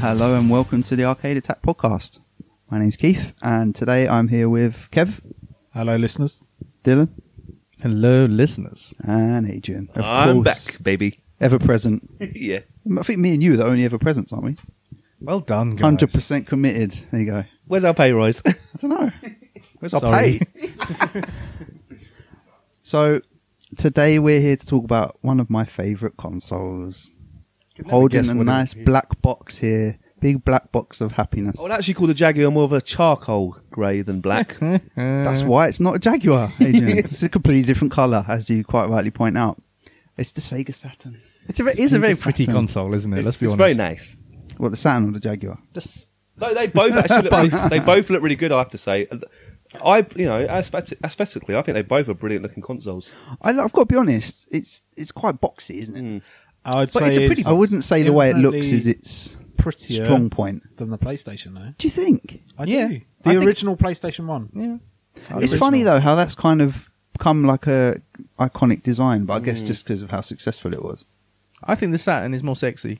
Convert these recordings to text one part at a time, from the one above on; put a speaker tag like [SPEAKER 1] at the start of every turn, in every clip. [SPEAKER 1] Hello and welcome to the Arcade Attack podcast. My name's Keith, and today I'm here with Kev,
[SPEAKER 2] Hello, listeners.
[SPEAKER 1] Dylan,
[SPEAKER 2] Hello, listeners.
[SPEAKER 1] and Adrian. Of
[SPEAKER 3] I'm
[SPEAKER 1] course.
[SPEAKER 3] back, baby.
[SPEAKER 1] Ever present.
[SPEAKER 3] yeah.
[SPEAKER 1] I think me and you are the only ever presents, aren't we?
[SPEAKER 2] Well done, guys.
[SPEAKER 1] Hundred percent committed. There you go.
[SPEAKER 3] Where's our pay rise?
[SPEAKER 1] I don't know. Where's our
[SPEAKER 2] Sorry.
[SPEAKER 1] pay? so today we're here to talk about one of my favourite consoles. Holding
[SPEAKER 2] guess
[SPEAKER 1] a
[SPEAKER 2] what it
[SPEAKER 1] nice
[SPEAKER 2] is.
[SPEAKER 1] black box here. Big black box of happiness.
[SPEAKER 3] I would actually call the Jaguar more of a charcoal grey than black.
[SPEAKER 1] That's why it's not a Jaguar, Adrian. it's a completely different colour, as you quite rightly point out. It's the Sega Saturn.
[SPEAKER 2] It's a, ve- it's a very
[SPEAKER 1] Sega
[SPEAKER 2] pretty
[SPEAKER 1] Saturn.
[SPEAKER 2] console, isn't it?
[SPEAKER 3] it's
[SPEAKER 2] Let's be
[SPEAKER 3] it's
[SPEAKER 2] honest.
[SPEAKER 3] very nice.
[SPEAKER 1] What, the Saturn or the Jaguar?
[SPEAKER 3] No, they both actually look really, they both look really good. I have to say, I you know aesthetic, aesthetically, I think they both are brilliant looking consoles.
[SPEAKER 1] I, I've got to be honest, it's it's quite boxy, isn't it?
[SPEAKER 3] But
[SPEAKER 2] I'd say
[SPEAKER 3] it's a pretty-
[SPEAKER 1] I wouldn't say the way it looks is
[SPEAKER 2] it
[SPEAKER 1] its
[SPEAKER 2] prettier
[SPEAKER 1] strong point.
[SPEAKER 2] than the PlayStation, though.
[SPEAKER 1] Do you think?
[SPEAKER 2] I
[SPEAKER 1] yeah.
[SPEAKER 2] do.
[SPEAKER 1] I
[SPEAKER 2] The
[SPEAKER 1] think-
[SPEAKER 2] original PlayStation One.
[SPEAKER 1] Yeah.
[SPEAKER 2] The
[SPEAKER 1] It's funny
[SPEAKER 2] original.
[SPEAKER 1] though how that's kind of come like a iconic design, but I guess just because of how successful it was.
[SPEAKER 4] I think the Saturn is more sexy.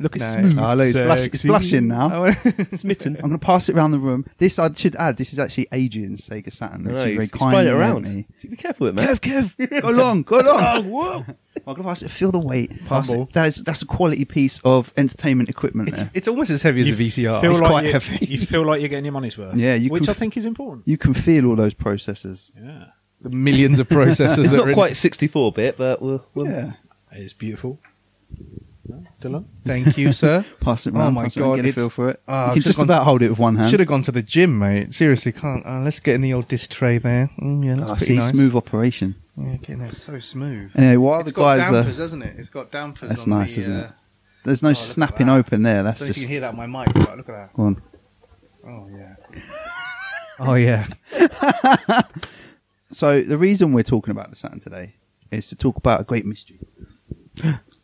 [SPEAKER 4] Look at that.
[SPEAKER 1] Oh, look, it's, blush, it's
[SPEAKER 2] sexy.
[SPEAKER 1] blushing
[SPEAKER 4] Oh,
[SPEAKER 1] now.
[SPEAKER 3] Smitten.
[SPEAKER 1] I'm going to pass it around the room. This I should add. This is actually Adrian's Sega Saturn.
[SPEAKER 3] I
[SPEAKER 1] Which
[SPEAKER 3] know,
[SPEAKER 1] she
[SPEAKER 3] he's-
[SPEAKER 1] very
[SPEAKER 3] he's throwing
[SPEAKER 1] kindly
[SPEAKER 3] it
[SPEAKER 1] lent
[SPEAKER 3] around.
[SPEAKER 1] me.
[SPEAKER 3] Be careful with it, man.
[SPEAKER 1] Kev, Kev, go along, go along.
[SPEAKER 4] Oh,
[SPEAKER 1] I'm going to pass it. Feel the weight. Pass
[SPEAKER 2] Humble.
[SPEAKER 1] it. That is that's a quality piece of entertainment equipment.
[SPEAKER 4] It's,
[SPEAKER 1] there.
[SPEAKER 4] it's almost as heavy as a VCR.
[SPEAKER 2] Feel
[SPEAKER 1] Oh, It's
[SPEAKER 2] like
[SPEAKER 1] quite
[SPEAKER 2] you,
[SPEAKER 1] heavy.
[SPEAKER 2] you feel like you're getting your money's worth.
[SPEAKER 1] Yeah, you
[SPEAKER 2] which
[SPEAKER 1] can
[SPEAKER 2] I
[SPEAKER 1] f-
[SPEAKER 2] think is important.
[SPEAKER 1] You can feel all those processes.
[SPEAKER 2] Yeah,
[SPEAKER 4] the millions of processors.
[SPEAKER 3] It's
[SPEAKER 4] that are
[SPEAKER 3] not
[SPEAKER 4] in-
[SPEAKER 3] quite 64 bit, but we'll, we'll
[SPEAKER 1] Yeah.
[SPEAKER 2] it's beautiful. No? Dylan,
[SPEAKER 4] Thank you, sir.
[SPEAKER 1] Pass it
[SPEAKER 4] Oh
[SPEAKER 1] round.
[SPEAKER 4] my
[SPEAKER 1] pass it round,
[SPEAKER 4] God,
[SPEAKER 1] Get a
[SPEAKER 4] it's-
[SPEAKER 1] feel for it.
[SPEAKER 4] Ah,
[SPEAKER 1] you can
[SPEAKER 4] I've just
[SPEAKER 1] just
[SPEAKER 4] gone-
[SPEAKER 1] about hold it with one hand.
[SPEAKER 4] Should have gone to the gym, mate. Seriously, can't. Uh, let's get in the old disc tray there. Mm, yeah, that's
[SPEAKER 1] Ah,
[SPEAKER 4] pretty
[SPEAKER 1] see,
[SPEAKER 4] nice.
[SPEAKER 1] smooth operation.
[SPEAKER 4] Yeah, getting there so smooth.
[SPEAKER 1] Anyway, while
[SPEAKER 4] It's
[SPEAKER 1] the guys are,
[SPEAKER 4] hasn't it? It's got dampers.
[SPEAKER 1] that's
[SPEAKER 4] on
[SPEAKER 1] nice,
[SPEAKER 4] the,
[SPEAKER 1] isn't
[SPEAKER 4] uh,
[SPEAKER 1] it? There's no
[SPEAKER 4] look at
[SPEAKER 1] snapping
[SPEAKER 4] that.
[SPEAKER 1] open there. That's
[SPEAKER 4] don't know if
[SPEAKER 1] just
[SPEAKER 4] you can hear that on my mic. But look at that.
[SPEAKER 1] Go on.
[SPEAKER 4] Oh yeah. oh yeah.
[SPEAKER 1] So the reason we're talking about the Saturn today is to talk about a great mystery.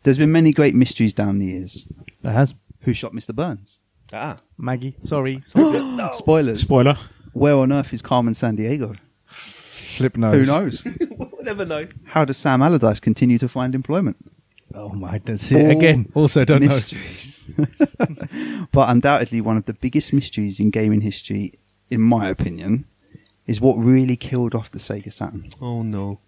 [SPEAKER 1] There's been many great mysteries down the years.
[SPEAKER 4] That has
[SPEAKER 1] Who shot Mr. Burns?
[SPEAKER 3] ah,
[SPEAKER 4] Maggie. Sorry. Sorry.
[SPEAKER 1] Spoilers.
[SPEAKER 2] spoiler.
[SPEAKER 1] Where on earth is Carmen San Diego?
[SPEAKER 2] Flip nose.
[SPEAKER 1] Who knows?
[SPEAKER 3] we'll never know.
[SPEAKER 1] How does Sam Allardyce continue to find employment?
[SPEAKER 4] Oh my. That's it. Again. Also don't know.
[SPEAKER 1] mysteries. but undoubtedly, one of the biggest mysteries in gaming history, in my opinion, is what really killed off the Sega Saturn.
[SPEAKER 3] Oh no.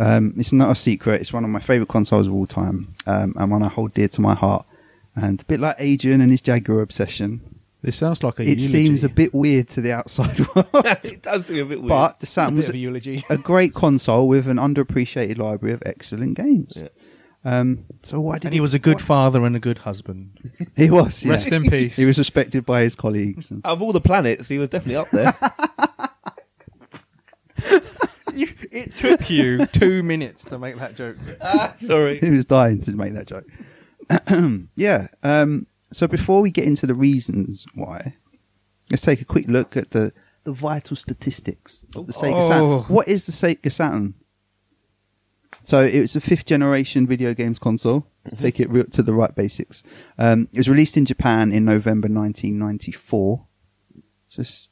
[SPEAKER 1] Um, it's not a secret. It's one of my favorite consoles of all time, um, and one I hold dear to my heart. And a bit like Adrian and his Jaguar obsession,
[SPEAKER 2] This sounds like a.
[SPEAKER 1] it seems a bit weird to the outside world.
[SPEAKER 3] it does seem a bit weird.
[SPEAKER 1] but the Saturn was a,
[SPEAKER 4] eulogy.
[SPEAKER 1] a great console with an underappreciated library of excellent games.
[SPEAKER 3] Yeah.
[SPEAKER 1] Um, so why did
[SPEAKER 4] And he was a good father and a good husband.
[SPEAKER 1] He was. yeah.
[SPEAKER 4] Rest in peace.
[SPEAKER 1] He was respected by his colleagues. And
[SPEAKER 3] out of all the planets, he was definitely up there.
[SPEAKER 4] it took you two minutes to make that joke.
[SPEAKER 3] Ah, sorry.
[SPEAKER 1] he was dying to make that joke. yeah. Um, so before we get into the reasons why, let's take a quick look at the, the vital statistics of the Sega
[SPEAKER 4] Oh.
[SPEAKER 1] Saturn. What is the Sega Saturn? So it was a fifth generation video games console.
[SPEAKER 4] Mm-hmm.
[SPEAKER 1] Take it real to the right basics. Um, it was released in Japan in November 1994. So it's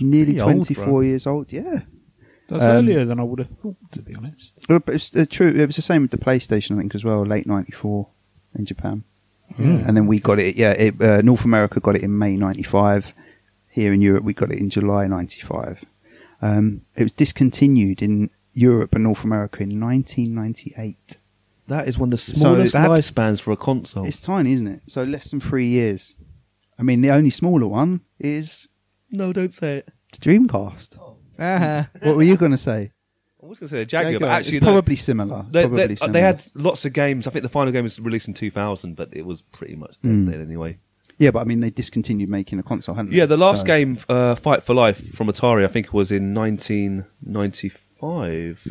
[SPEAKER 1] nearly
[SPEAKER 4] pretty old,
[SPEAKER 1] 24
[SPEAKER 4] bro.
[SPEAKER 1] years old. Yeah.
[SPEAKER 2] That's
[SPEAKER 1] um,
[SPEAKER 2] earlier than I would have thought, to be honest.
[SPEAKER 1] Well, but It's uh, true. It was the same with the PlayStation, I think, as well. Late '94 in Japan.
[SPEAKER 3] Hmm.
[SPEAKER 1] and then we got it. Yeah, it, uh, North America got it in May '95. Here in Europe, we got it in July '95. Um, it was discontinued in Europe and North America in 1998.
[SPEAKER 3] That is one of the
[SPEAKER 1] So
[SPEAKER 3] smallest
[SPEAKER 1] that-
[SPEAKER 3] lifespans for a console.
[SPEAKER 1] It's tiny, isn't it? So less than three years. I mean, the only smaller one is
[SPEAKER 3] No, don't say it.
[SPEAKER 1] the Dreamcast. What were you going to say?
[SPEAKER 3] I was going to say the Jaguar, but
[SPEAKER 1] Jaguar.
[SPEAKER 3] actually,
[SPEAKER 1] It's
[SPEAKER 3] no.
[SPEAKER 1] probably similar.
[SPEAKER 3] They,
[SPEAKER 1] probably
[SPEAKER 3] they,
[SPEAKER 1] similar.
[SPEAKER 3] they had lots of games. I think the final game was released in 2000, but it was pretty much dead
[SPEAKER 1] Mm.
[SPEAKER 3] then anyway.
[SPEAKER 1] yeah, but I mean, they discontinued making a console, hadn't they?
[SPEAKER 3] Yeah, the last
[SPEAKER 1] So-
[SPEAKER 3] game, uh, Fight for Life from Atari, I think was in 1995.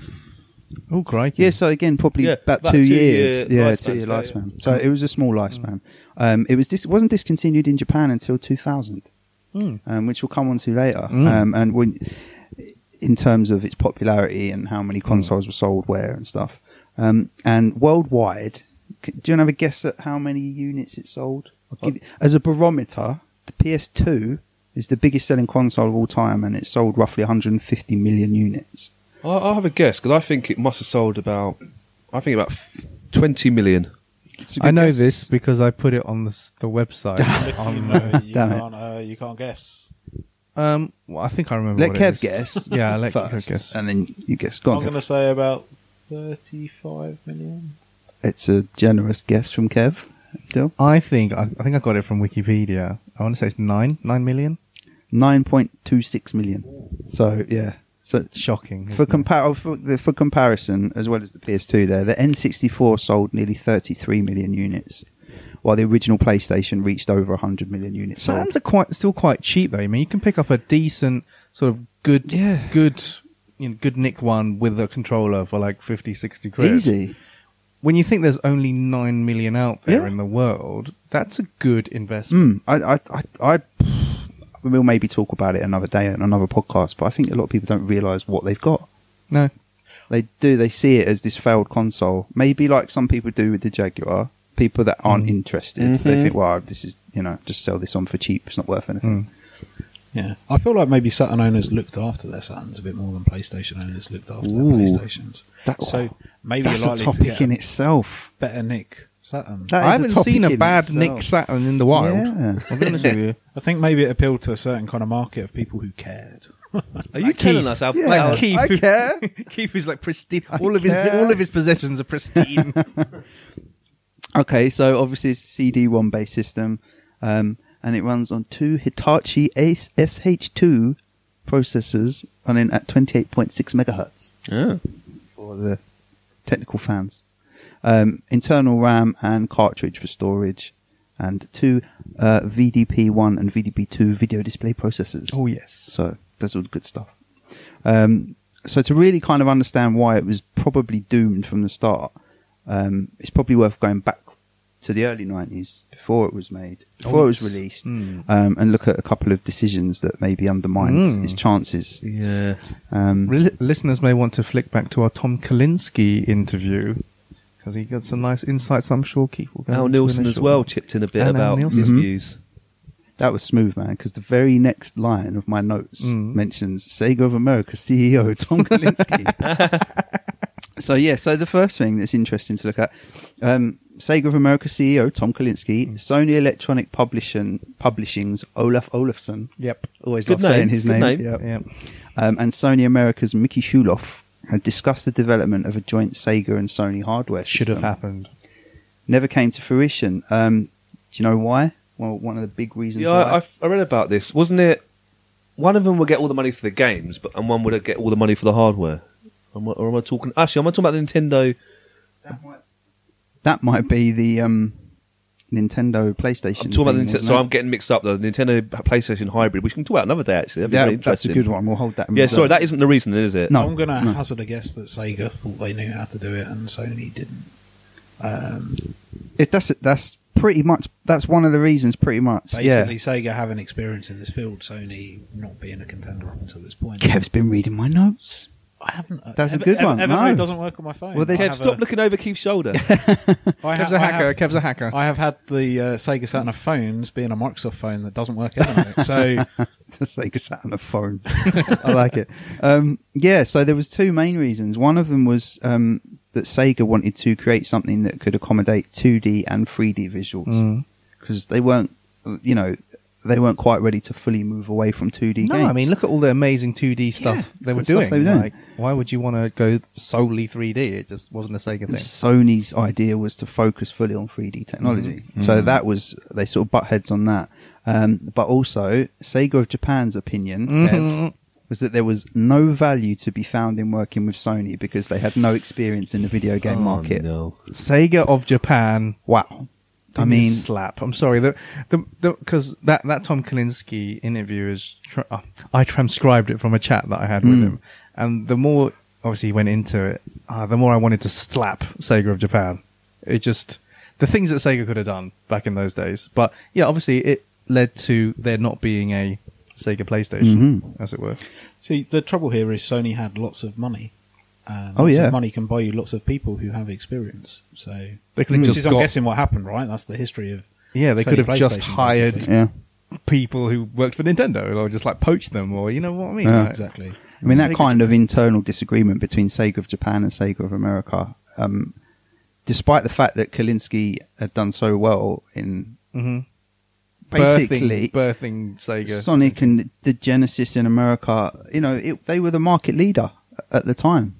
[SPEAKER 1] Hmm.
[SPEAKER 4] Oh, crikey.
[SPEAKER 1] Yeah, so again, probably
[SPEAKER 3] Yeah,
[SPEAKER 1] about,
[SPEAKER 3] about
[SPEAKER 1] two,
[SPEAKER 3] two
[SPEAKER 1] years.
[SPEAKER 3] year
[SPEAKER 1] yeah,
[SPEAKER 3] lifespan, Mm.
[SPEAKER 1] two year
[SPEAKER 3] so, yeah.
[SPEAKER 1] lifespan. So it was a small lifespan. Um, it was dis- wasn't discontinued in Japan until 2000,
[SPEAKER 3] Mm.
[SPEAKER 1] um, which we'll come on to later. Um, and when, in terms of its popularity and how
[SPEAKER 3] Mm.
[SPEAKER 1] many consoles were sold where and stuff. Um, and worldwide, c- do you wanna have a guess at how many units it sold? I'll give you- as a barometer, the PS2 is the biggest selling console of all time, and it sold roughly 150 million units.
[SPEAKER 3] I- I'll have a guess because I think it must have sold about, I think about f- 20 million.
[SPEAKER 4] I know this because I put it on the, s- the website. on, uh,
[SPEAKER 2] you,
[SPEAKER 1] Oh, Damn it.
[SPEAKER 2] can't, uh, you can't guess.
[SPEAKER 4] um, well, I think I remember.
[SPEAKER 1] Let
[SPEAKER 4] what it
[SPEAKER 1] Kev
[SPEAKER 4] is.
[SPEAKER 1] guess.
[SPEAKER 4] Yeah, let Kev
[SPEAKER 1] first,
[SPEAKER 4] guess.
[SPEAKER 1] And then you guess. Go
[SPEAKER 2] I'm
[SPEAKER 1] on,
[SPEAKER 2] going to
[SPEAKER 1] Kev.
[SPEAKER 2] say about 35 million.
[SPEAKER 1] It's a generous guess from Kev. Still.
[SPEAKER 4] I think I, I think I got it from Wikipedia. I want to say it's nine nine million.
[SPEAKER 1] 9.26 million. So, yeah. So,
[SPEAKER 4] It's shocking
[SPEAKER 1] for,
[SPEAKER 4] isn't it?
[SPEAKER 1] compar- oh, for, the, for comparison, as well as the PS2 there, the N64 sold nearly 33 million units, while the original PlayStation reached over 100 million units sold.
[SPEAKER 4] Sounds are quite still quite cheap though. I mean, you can pick up a decent sort of good,
[SPEAKER 1] Yeah.
[SPEAKER 4] good, you know, good Nick one with a controller for like 50, 60 quid.
[SPEAKER 1] Easy.
[SPEAKER 4] When you think there's only nine million out there
[SPEAKER 1] Yeah.
[SPEAKER 4] in the world, that's a good investment.
[SPEAKER 1] Mm, I, I, I, I, we'll maybe talk about it another day on another podcast, but I think a lot of people don't realise what they've got.
[SPEAKER 4] No,
[SPEAKER 1] They do. They see it as this failed console. Maybe like some people do with the Jaguar. People that aren't
[SPEAKER 2] Mm-hmm.
[SPEAKER 1] interested, they think, "Well, this is you know, just sell this on for cheap. It's not worth
[SPEAKER 2] Mm.
[SPEAKER 1] anything."
[SPEAKER 2] Yeah. I feel like maybe Saturn owners looked after their Saturns a bit more than PlayStation owners looked after
[SPEAKER 1] Ooh.
[SPEAKER 2] their PlayStations.
[SPEAKER 1] That-
[SPEAKER 2] so maybe
[SPEAKER 1] Oh, That's
[SPEAKER 2] you're
[SPEAKER 1] a
[SPEAKER 2] likely to
[SPEAKER 1] topic
[SPEAKER 2] get
[SPEAKER 1] in
[SPEAKER 2] a
[SPEAKER 1] itself.
[SPEAKER 2] better Nick Saturn.
[SPEAKER 1] That is
[SPEAKER 4] I
[SPEAKER 1] a
[SPEAKER 4] haven't
[SPEAKER 1] topic
[SPEAKER 4] seen a
[SPEAKER 1] in
[SPEAKER 4] bad
[SPEAKER 1] itself.
[SPEAKER 4] Nick Saturn in the wild.
[SPEAKER 1] Yeah.
[SPEAKER 4] I'll be honest with you.
[SPEAKER 2] I think maybe it appealed to a certain kind of market of people who cared.
[SPEAKER 3] Are you telling us how?
[SPEAKER 1] Yeah.
[SPEAKER 3] well,
[SPEAKER 4] Like Keith,
[SPEAKER 1] I
[SPEAKER 4] who-
[SPEAKER 1] care.
[SPEAKER 4] Keith is like pristine. all of his
[SPEAKER 1] care.
[SPEAKER 4] all of his possessions are pristine.
[SPEAKER 1] Okay, so obviously it's CD1 based system, um, and it runs on two Hitachi Ace SH2 processors running at 28.6 megahertz
[SPEAKER 3] yeah.
[SPEAKER 1] for the technical fans. Um, internal RAM and cartridge for storage, and two uh, VDP1 and VDP2 video display processors.
[SPEAKER 4] oh yes.
[SPEAKER 1] So that's all the good stuff. Um, so to really kind of understand why it was probably doomed from the start, um, it's probably worth going back to the early 90s before it was made,
[SPEAKER 4] Oh,
[SPEAKER 1] before it was released,
[SPEAKER 4] Mm.
[SPEAKER 1] um, and look at a couple of decisions that maybe undermined
[SPEAKER 4] Mm.
[SPEAKER 1] its chances.
[SPEAKER 3] Yeah.
[SPEAKER 1] Um,
[SPEAKER 4] Re- listeners may want to flick back to our Tom Kalinske interview because he got some nice insights. I'm sure Keith will go.
[SPEAKER 3] Al
[SPEAKER 4] into in a
[SPEAKER 3] Nielsen as
[SPEAKER 4] short
[SPEAKER 3] well
[SPEAKER 4] while.
[SPEAKER 3] chipped in a bit
[SPEAKER 4] And Al
[SPEAKER 3] about his
[SPEAKER 1] Mm-hmm.
[SPEAKER 4] Nielsen.
[SPEAKER 3] views.
[SPEAKER 1] That was smooth, man, because the very next line of my notes
[SPEAKER 4] Mm.
[SPEAKER 1] mentions Sega of America CEO Tom Kalinske. so, yeah, so the first thing that's interesting to look at um, Sega of America CEO Tom Kalinske,
[SPEAKER 3] Mm.
[SPEAKER 1] Sony Electronic Publishing, Publishing's Olaf Olafsson,
[SPEAKER 4] Yep.
[SPEAKER 1] always
[SPEAKER 3] Good
[SPEAKER 1] love saying
[SPEAKER 3] name,
[SPEAKER 1] his
[SPEAKER 3] good
[SPEAKER 1] name,
[SPEAKER 3] name.
[SPEAKER 1] yeah.
[SPEAKER 4] Yep.
[SPEAKER 1] Um, and Sony America's Mickey Shuloff had discussed the development of a joint Sega and Sony hardware
[SPEAKER 4] Should have
[SPEAKER 1] system
[SPEAKER 4] happened.
[SPEAKER 1] never came to fruition. Um, do you know why? Well, one of the big reasons.
[SPEAKER 3] Yeah,
[SPEAKER 1] why.
[SPEAKER 3] I, I've- I read about this. Wasn't it? One of them would get all the money for the games, but and one would get all the money for the hardware. Am I- Or am I talking? Actually, am I talking about the Nintendo?
[SPEAKER 1] that might be the um, Nintendo PlayStation.
[SPEAKER 3] I'm talking about the
[SPEAKER 1] thing,
[SPEAKER 3] Nintendo.
[SPEAKER 1] wasn't
[SPEAKER 3] So
[SPEAKER 1] it?
[SPEAKER 3] I'm getting mixed up. The Nintendo PlayStation hybrid, which we can talk about another day. Actually, That'd be
[SPEAKER 1] yeah,
[SPEAKER 3] really
[SPEAKER 1] that's a
[SPEAKER 3] interesting.
[SPEAKER 1] good one. We'll hold that. In
[SPEAKER 3] Yeah,
[SPEAKER 1] reserve.
[SPEAKER 3] sorry, that isn't the reason, is it?
[SPEAKER 1] No,
[SPEAKER 2] I'm going to
[SPEAKER 1] no.
[SPEAKER 2] hazard a guess that Sega thought they knew how to do it and Sony didn't. Um,
[SPEAKER 1] It, that's that's pretty much that's one of the reasons. Pretty much.
[SPEAKER 2] basically,
[SPEAKER 1] Yeah.
[SPEAKER 2] Sega having experience in this field, Sony not being a contender up until this point.
[SPEAKER 1] Kev's been reading my notes.
[SPEAKER 2] I haven't. uh,
[SPEAKER 1] That's a
[SPEAKER 2] Ever-
[SPEAKER 1] good
[SPEAKER 2] Ever-
[SPEAKER 1] one,
[SPEAKER 2] Evernote
[SPEAKER 1] no.
[SPEAKER 2] doesn't work on my phone.
[SPEAKER 1] Well, they-
[SPEAKER 2] I
[SPEAKER 3] Kev,
[SPEAKER 2] have
[SPEAKER 3] stop
[SPEAKER 2] a-
[SPEAKER 3] looking over Keith's shoulder.
[SPEAKER 2] I
[SPEAKER 4] Kev's
[SPEAKER 2] have-
[SPEAKER 4] a
[SPEAKER 2] I
[SPEAKER 4] hacker.
[SPEAKER 2] have-
[SPEAKER 4] Kev's a hacker.
[SPEAKER 2] I have had the uh, Sega Saturn of phones being a Microsoft phone that doesn't work Evernote. So
[SPEAKER 1] Just like sat on a phone. I like it. Um, yeah, so there was two main reasons. One of them was um, that Sega wanted to create something that could accommodate 2D and 3D visuals
[SPEAKER 4] Mm.
[SPEAKER 1] because they weren't, you know, they weren't quite ready to fully move away from 2D
[SPEAKER 4] No,
[SPEAKER 1] games.
[SPEAKER 4] I mean, look at all the amazing 2D stuff
[SPEAKER 1] Yeah,
[SPEAKER 4] they were
[SPEAKER 1] good stuff
[SPEAKER 4] doing.
[SPEAKER 1] they were doing.
[SPEAKER 4] Like, why would you want to go solely 3D? It just wasn't a Sega
[SPEAKER 1] And
[SPEAKER 4] thing.
[SPEAKER 1] Sony's idea was to focus fully on 3D technology.
[SPEAKER 4] Mm-hmm.
[SPEAKER 1] So that was, they sort of butt heads on that. Um, but also, Sega of Japan's opinion
[SPEAKER 4] Mm-hmm.
[SPEAKER 1] Kev, was that there was no value to be found in working with Sony because they had no experience in the video game
[SPEAKER 4] Oh,
[SPEAKER 1] market.
[SPEAKER 3] No.
[SPEAKER 4] Sega of Japan.
[SPEAKER 1] Wow. I
[SPEAKER 4] Didn't
[SPEAKER 1] mean,
[SPEAKER 4] slap. I'm sorry. The the because that that Tom Kalinske interview is tr- uh, I transcribed it from a chat that I had
[SPEAKER 1] Hmm.
[SPEAKER 4] with him, and the more obviously he went into it, uh, the more I wanted to slap Sega of Japan. It just the things that Sega could have done back in those days, but yeah, obviously it led to there not being a Sega PlayStation,
[SPEAKER 1] Mm-hmm.
[SPEAKER 4] as it were.
[SPEAKER 2] See, the trouble here is Sony had lots of money. And
[SPEAKER 1] Oh,
[SPEAKER 2] lots
[SPEAKER 1] yeah.
[SPEAKER 2] of money can buy you lots of people who have experience. So
[SPEAKER 4] They could have
[SPEAKER 2] which
[SPEAKER 4] just
[SPEAKER 2] is,
[SPEAKER 4] got-
[SPEAKER 2] I'm guessing, what happened, right? That's the history of
[SPEAKER 4] Yeah, they
[SPEAKER 2] Sony
[SPEAKER 4] could have just
[SPEAKER 2] PlayStation,
[SPEAKER 4] hired
[SPEAKER 2] basically.
[SPEAKER 1] yeah.
[SPEAKER 4] people who worked for Nintendo, or just like poached them, or you know what I mean.
[SPEAKER 1] Yeah.
[SPEAKER 4] Like-
[SPEAKER 2] exactly.
[SPEAKER 1] I mean, that
[SPEAKER 4] Sega
[SPEAKER 1] kind of internal disagreement between Sega of Japan and Sega of America, um, despite the fact that Kalinske had done so well in
[SPEAKER 4] Mhm.
[SPEAKER 1] basically
[SPEAKER 4] birthing, birthing Sega.
[SPEAKER 1] Sonic and the Genesis in America, you know, it, they were the market leader at the time.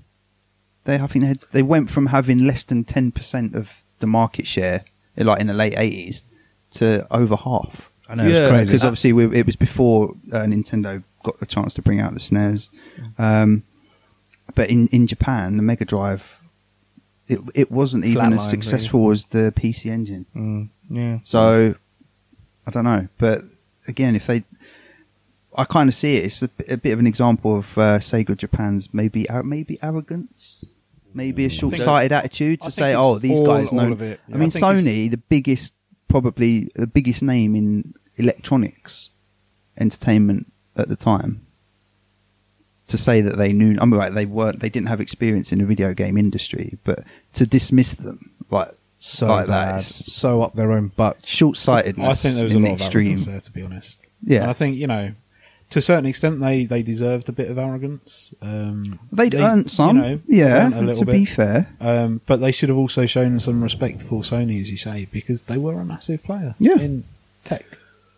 [SPEAKER 1] They, I think, they, had, they went from having less than ten percent of the market share, like in the late eighties, to over half.
[SPEAKER 4] I know, it's Yeah. crazy.
[SPEAKER 1] because obviously we, it was before uh, Nintendo got the chance to bring out the snares.
[SPEAKER 4] Mm.
[SPEAKER 1] Um, but in, in Japan, the Mega Drive, it it wasn't even
[SPEAKER 4] Flatlined,
[SPEAKER 1] as
[SPEAKER 4] really.
[SPEAKER 1] successful as the PC Engine.
[SPEAKER 4] Mm, yeah.
[SPEAKER 1] So I don't know, but again, if they, I kind of see it. It's a, a bit of an example of uh, Sega Japan's maybe ar- maybe arrogance, maybe a short-sighted attitude
[SPEAKER 2] Mm. I
[SPEAKER 1] to
[SPEAKER 2] think
[SPEAKER 1] say,
[SPEAKER 2] it's
[SPEAKER 1] "Oh, these
[SPEAKER 2] all-
[SPEAKER 1] guys know."
[SPEAKER 2] all of it.
[SPEAKER 1] I mean,
[SPEAKER 4] I think it's-
[SPEAKER 1] Sony, the biggest, probably the biggest name in electronics entertainment at the time. To say that they knew, I'm right. They weren't. They didn't have experience in the video game industry, but to dismiss them like
[SPEAKER 4] So
[SPEAKER 1] like that,
[SPEAKER 4] bad.
[SPEAKER 1] it's-
[SPEAKER 4] So up their own butts.
[SPEAKER 1] short sightedness.
[SPEAKER 2] I think there was a
[SPEAKER 1] in
[SPEAKER 2] lot
[SPEAKER 1] the
[SPEAKER 2] of
[SPEAKER 1] extreme.
[SPEAKER 2] arrogance there, to be honest.
[SPEAKER 1] Yeah.
[SPEAKER 2] And I think you know, to a certain extent, they they deserved a bit of arrogance. Um,
[SPEAKER 1] They'd
[SPEAKER 2] they,
[SPEAKER 1] earned some,
[SPEAKER 2] you know,
[SPEAKER 1] yeah.
[SPEAKER 2] earned a little
[SPEAKER 1] To be
[SPEAKER 2] bit.
[SPEAKER 1] fair,
[SPEAKER 2] Um, but they should have also shown some respect for Sony, as you say, because they were a massive player
[SPEAKER 1] Yeah.
[SPEAKER 2] in tech.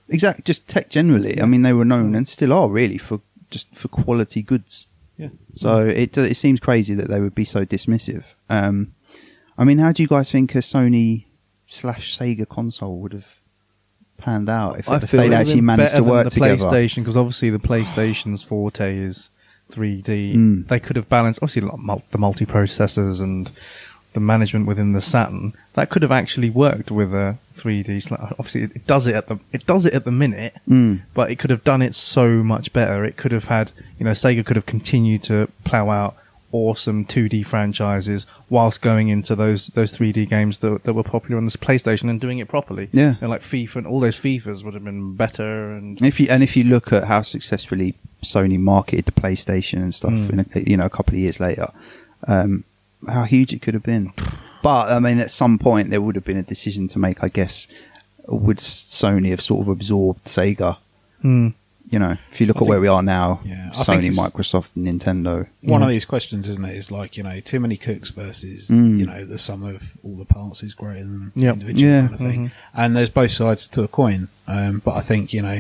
[SPEAKER 1] exactly. Just tech generally. I mean, they were known and still are really for just for quality goods.
[SPEAKER 2] Yeah.
[SPEAKER 1] So it it seems crazy that they would be so dismissive. Um, I mean, how do you guys think a Sony slash Sega console would have panned out if, if
[SPEAKER 4] it
[SPEAKER 1] they'd
[SPEAKER 4] would've
[SPEAKER 1] actually
[SPEAKER 4] been
[SPEAKER 1] managed
[SPEAKER 4] better
[SPEAKER 1] to
[SPEAKER 4] than
[SPEAKER 1] work
[SPEAKER 4] the
[SPEAKER 1] together?
[SPEAKER 4] PlayStation because obviously the PlayStation's forte is 3D.
[SPEAKER 1] Mm.
[SPEAKER 4] They could have balanced obviously like, mul- the multiprocessors and the management within the Saturn. That could have actually worked with a 3D. sli- Obviously, it- it does it at the it does it at the minute,
[SPEAKER 1] Mm.
[SPEAKER 4] but it could have done it so much better. It could have had you know Sega could have continued to plow out awesome 2D franchises whilst going into those those 3D games that, that were popular on this PlayStation and doing it properly.
[SPEAKER 1] Yeah.
[SPEAKER 4] And like FIFA and all those FIFAs would have been better and
[SPEAKER 1] If you and if you look at how successfully Sony marketed the PlayStation and stuff,
[SPEAKER 4] Mm.
[SPEAKER 2] Hmm.
[SPEAKER 1] in a, you know, a couple of years later, um, how huge it could have been. But I mean, at some point there would have been a decision to make. I guess would Sony have sort of absorbed Sega?
[SPEAKER 4] Hmm.
[SPEAKER 1] You know, if you look
[SPEAKER 2] I
[SPEAKER 1] at where
[SPEAKER 2] think-
[SPEAKER 1] we are now,
[SPEAKER 2] Yeah, I think
[SPEAKER 1] Sony,
[SPEAKER 2] it's-
[SPEAKER 1] Microsoft, and Nintendo.
[SPEAKER 2] One of these questions, isn't it? Is like you know, too many cooks versus
[SPEAKER 1] Mm.
[SPEAKER 2] you know the sum of all the parts is greater than
[SPEAKER 4] Yep.
[SPEAKER 2] individual
[SPEAKER 1] Yeah. Mm-hmm.
[SPEAKER 2] kind of thing. And there's both sides to a coin. Um, but I think you know,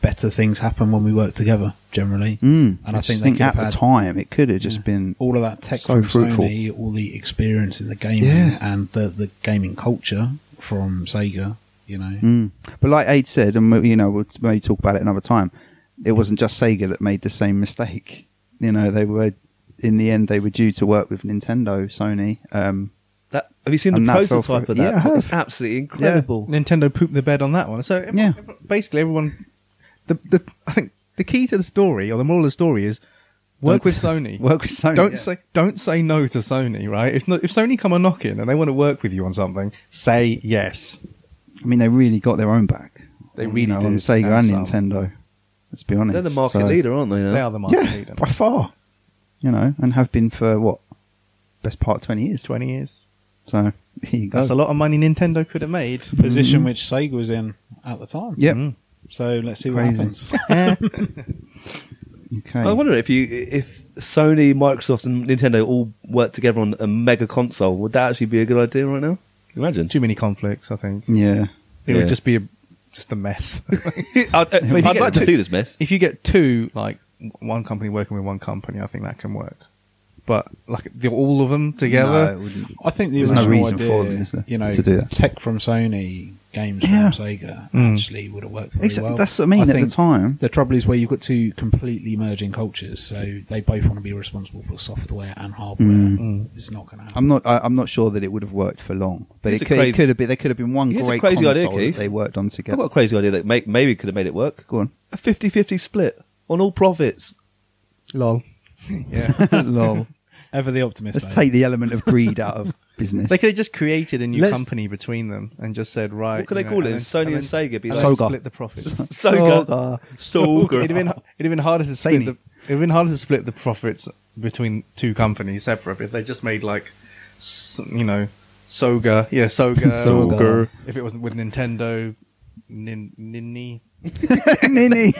[SPEAKER 2] better things happen when we work together generally.
[SPEAKER 1] Mm.
[SPEAKER 2] And I,
[SPEAKER 1] just
[SPEAKER 2] think, they could
[SPEAKER 1] at
[SPEAKER 2] have
[SPEAKER 1] the
[SPEAKER 2] had
[SPEAKER 1] time it could have just
[SPEAKER 2] Yeah.
[SPEAKER 1] been
[SPEAKER 2] all of that tech
[SPEAKER 1] so
[SPEAKER 2] from
[SPEAKER 1] fruitful.
[SPEAKER 2] Sony, all the experience in the gaming
[SPEAKER 1] Yeah.
[SPEAKER 2] and the, the gaming culture from Sega, you know.
[SPEAKER 1] Mm. But like Aid said, and we- you know, we'll maybe talk about it another time. It wasn't just Sega that made the same mistake. You know, they were in the end they were due to work with Nintendo, Sony. Um,
[SPEAKER 3] That, have you seen
[SPEAKER 1] And
[SPEAKER 3] the
[SPEAKER 1] that fell
[SPEAKER 3] prototype
[SPEAKER 1] through.
[SPEAKER 3] of that?
[SPEAKER 1] Yeah, I have.
[SPEAKER 3] It's absolutely incredible.
[SPEAKER 4] Nintendo pooped the bed on that one. So ev-
[SPEAKER 1] Yeah.
[SPEAKER 4] ev- basically, everyone. The, the I think the key to the story or the moral of the story is work
[SPEAKER 1] Don't-
[SPEAKER 4] with Sony.
[SPEAKER 1] work with Sony.
[SPEAKER 4] Don't
[SPEAKER 1] yeah.
[SPEAKER 4] say don't say no to Sony, right? If no, if Sony come a knocking and they want to work with you on something, say yes.
[SPEAKER 1] I mean, they really got their own back.
[SPEAKER 4] They
[SPEAKER 1] You
[SPEAKER 4] really
[SPEAKER 1] know, on
[SPEAKER 4] did, um,
[SPEAKER 1] Sega
[SPEAKER 4] and
[SPEAKER 1] and,
[SPEAKER 4] some.
[SPEAKER 1] Nintendo. Let's be honest.
[SPEAKER 3] They're the market
[SPEAKER 1] So-
[SPEAKER 3] leader, aren't they? now?
[SPEAKER 4] They are the market
[SPEAKER 1] Yeah,
[SPEAKER 4] leader.
[SPEAKER 1] by far. You know, and have been for what best part of twenty years.
[SPEAKER 4] Twenty years.
[SPEAKER 1] So there you go.
[SPEAKER 4] That's a lot of money Nintendo could have made.
[SPEAKER 2] Position which Sega was in at the time.
[SPEAKER 1] Yep.
[SPEAKER 4] Mm.
[SPEAKER 2] So let's see what
[SPEAKER 1] Crazy.
[SPEAKER 2] happens.
[SPEAKER 1] Okay.
[SPEAKER 3] I wonder if you if Sony, Microsoft, and Nintendo all worked together on a mega console, would that actually be a good idea right now? Can you Imagine.
[SPEAKER 4] Too many conflicts, I think.
[SPEAKER 1] yeah.
[SPEAKER 4] It
[SPEAKER 3] Yeah.
[SPEAKER 4] would just be a, just a mess.
[SPEAKER 3] I'd, uh,
[SPEAKER 4] But if you
[SPEAKER 3] I'd
[SPEAKER 4] get
[SPEAKER 3] like to
[SPEAKER 4] two-
[SPEAKER 3] see this mess.
[SPEAKER 4] if you get two, like w- one company working with one company, I think that can work. But like the, all of them together,
[SPEAKER 2] I think the
[SPEAKER 1] There's no
[SPEAKER 2] original
[SPEAKER 1] reason
[SPEAKER 2] idea,
[SPEAKER 1] for them, is there,
[SPEAKER 2] you know,
[SPEAKER 1] to do that?
[SPEAKER 2] Tech from Sony, games from
[SPEAKER 1] Yeah.
[SPEAKER 2] Sega
[SPEAKER 4] Mm.
[SPEAKER 2] actually would have worked very
[SPEAKER 1] Exa-
[SPEAKER 2] well.
[SPEAKER 1] that's what I mean, at the
[SPEAKER 2] think
[SPEAKER 1] time.
[SPEAKER 2] The trouble is where you've got two completely merging cultures, so they both want to be responsible for software and hardware. It's not going to happen.
[SPEAKER 1] Hmm. I'm not. I, I'm not sure that it would have worked for long, but
[SPEAKER 3] It's
[SPEAKER 1] it
[SPEAKER 3] a
[SPEAKER 1] could,
[SPEAKER 3] crazy-
[SPEAKER 1] it could have been. There could have been one
[SPEAKER 3] It's a
[SPEAKER 1] great
[SPEAKER 3] crazy idea,
[SPEAKER 1] console that
[SPEAKER 3] Keith.
[SPEAKER 1] they worked on
[SPEAKER 3] I've got
[SPEAKER 1] together.
[SPEAKER 3] a crazy idea that may, maybe could have made it work.
[SPEAKER 1] Go on.
[SPEAKER 3] A 50-50 split on all profits.
[SPEAKER 4] lol. Yeah,
[SPEAKER 1] Lol.
[SPEAKER 2] Ever the optimist.
[SPEAKER 1] Let's
[SPEAKER 2] though.
[SPEAKER 1] take the element of greed out of business.
[SPEAKER 4] they could have just created a new
[SPEAKER 2] Let's-
[SPEAKER 4] company between them and just said, right.
[SPEAKER 3] What could
[SPEAKER 4] you
[SPEAKER 3] they call it?
[SPEAKER 4] then-
[SPEAKER 3] Sony and
[SPEAKER 4] then-
[SPEAKER 3] Sega be
[SPEAKER 4] and
[SPEAKER 3] like-
[SPEAKER 4] then
[SPEAKER 1] Soga.
[SPEAKER 4] split the profits.
[SPEAKER 3] Soga. Soga.
[SPEAKER 4] it'd have been it'd have been harder to split
[SPEAKER 1] Sony.
[SPEAKER 4] the it'd have been harder to split the profits between two companies separate if they just made like s- you know Soga yeah Soga,
[SPEAKER 1] Soga.
[SPEAKER 4] or if it wasn't with Nintendo Nin, Ninni
[SPEAKER 1] Nini.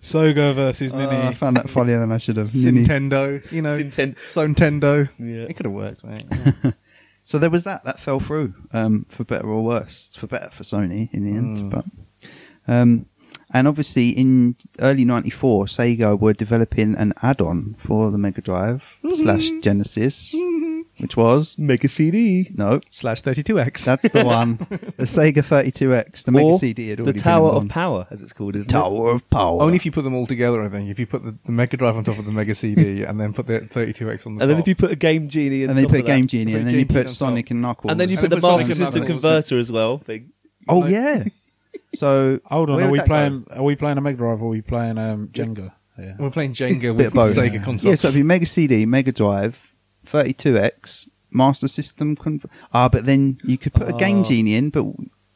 [SPEAKER 2] Soga versus
[SPEAKER 1] Oh,
[SPEAKER 2] Nini.
[SPEAKER 1] I found that funnier than I should have. Nini.
[SPEAKER 4] Nintendo you know
[SPEAKER 3] Sinten-
[SPEAKER 4] Sontendo
[SPEAKER 3] Yeah.
[SPEAKER 4] it could have worked mate.
[SPEAKER 1] So there was that. That fell through, um, for better or worse. For better for Sony in the end,
[SPEAKER 3] Mm.
[SPEAKER 1] but um, and obviously in early '94, Sega were developing an add-on for the Mega Drive
[SPEAKER 3] Mm-hmm.
[SPEAKER 1] slash Genesis, which was
[SPEAKER 3] Make a CD.
[SPEAKER 1] no,
[SPEAKER 4] slash 32x
[SPEAKER 1] that's the one, the Sega 32X, the Mega
[SPEAKER 3] Or
[SPEAKER 1] CD had
[SPEAKER 3] the
[SPEAKER 1] already
[SPEAKER 3] Tower
[SPEAKER 1] been
[SPEAKER 3] of
[SPEAKER 1] on.
[SPEAKER 3] Power, as it's called, isn't it?
[SPEAKER 1] Tower of Power.
[SPEAKER 4] only if you put them all together I think if you put the, the Mega Drive on top of the Mega CD and then put the 32x on the
[SPEAKER 3] And then
[SPEAKER 4] top
[SPEAKER 3] if you put a Game Genie, in
[SPEAKER 1] and then you
[SPEAKER 3] top
[SPEAKER 1] put
[SPEAKER 3] of that.
[SPEAKER 1] Game Genie, and
[SPEAKER 4] Put
[SPEAKER 1] then you
[SPEAKER 4] Genie
[SPEAKER 1] put
[SPEAKER 4] on
[SPEAKER 1] Sonic
[SPEAKER 4] top.
[SPEAKER 1] and Knuckles,
[SPEAKER 3] and then you
[SPEAKER 4] And
[SPEAKER 3] put the
[SPEAKER 4] then put Sonic
[SPEAKER 3] Master
[SPEAKER 4] and
[SPEAKER 3] System
[SPEAKER 4] Knuckles.
[SPEAKER 3] Converter as well. Thing.
[SPEAKER 1] Oh yeah. So
[SPEAKER 2] Hold on,
[SPEAKER 1] where
[SPEAKER 2] are
[SPEAKER 1] would
[SPEAKER 2] we
[SPEAKER 1] that go?
[SPEAKER 2] playing? Are we playing a Mega Drive or are we playing um, Jenga? Yeah.
[SPEAKER 4] we're playing Jenga
[SPEAKER 1] Bit
[SPEAKER 4] with
[SPEAKER 1] of
[SPEAKER 4] the
[SPEAKER 1] both.
[SPEAKER 4] Sega
[SPEAKER 2] Yeah.
[SPEAKER 4] consoles
[SPEAKER 1] Yeah, so it'd be Mega CD, Mega Drive, 32X, Master System. Con- ah, but then you could put a Game Genie in, but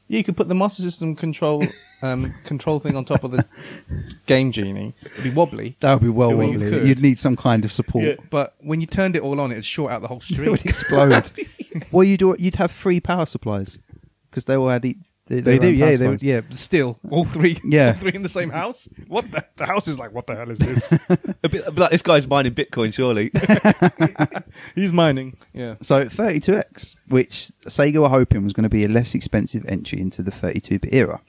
[SPEAKER 4] Yeah, you could put the Master System control um, control thing on top of the Game Genie. It'd be wobbly,
[SPEAKER 1] that would be well
[SPEAKER 4] Yeah, well, you
[SPEAKER 1] wobbly.
[SPEAKER 4] could.
[SPEAKER 1] You'd need some kind of support.
[SPEAKER 4] but when you turned it all on, it'd short out the whole
[SPEAKER 1] It would
[SPEAKER 4] street.
[SPEAKER 1] explode. well, you'd al- you'd have three power supplies because they all had. E- they,
[SPEAKER 4] they do, yeah, they
[SPEAKER 1] They
[SPEAKER 4] would, yeah. but Still, all three,
[SPEAKER 1] Yeah.
[SPEAKER 4] all three in the same house. What the, the house is like? What the hell is this?
[SPEAKER 3] A bit, a bit like this guy's mining Bitcoin, surely.
[SPEAKER 4] He's mining. Yeah,
[SPEAKER 1] So 32X, which Sega were hoping was going to be a less expensive entry into the 32-bit era.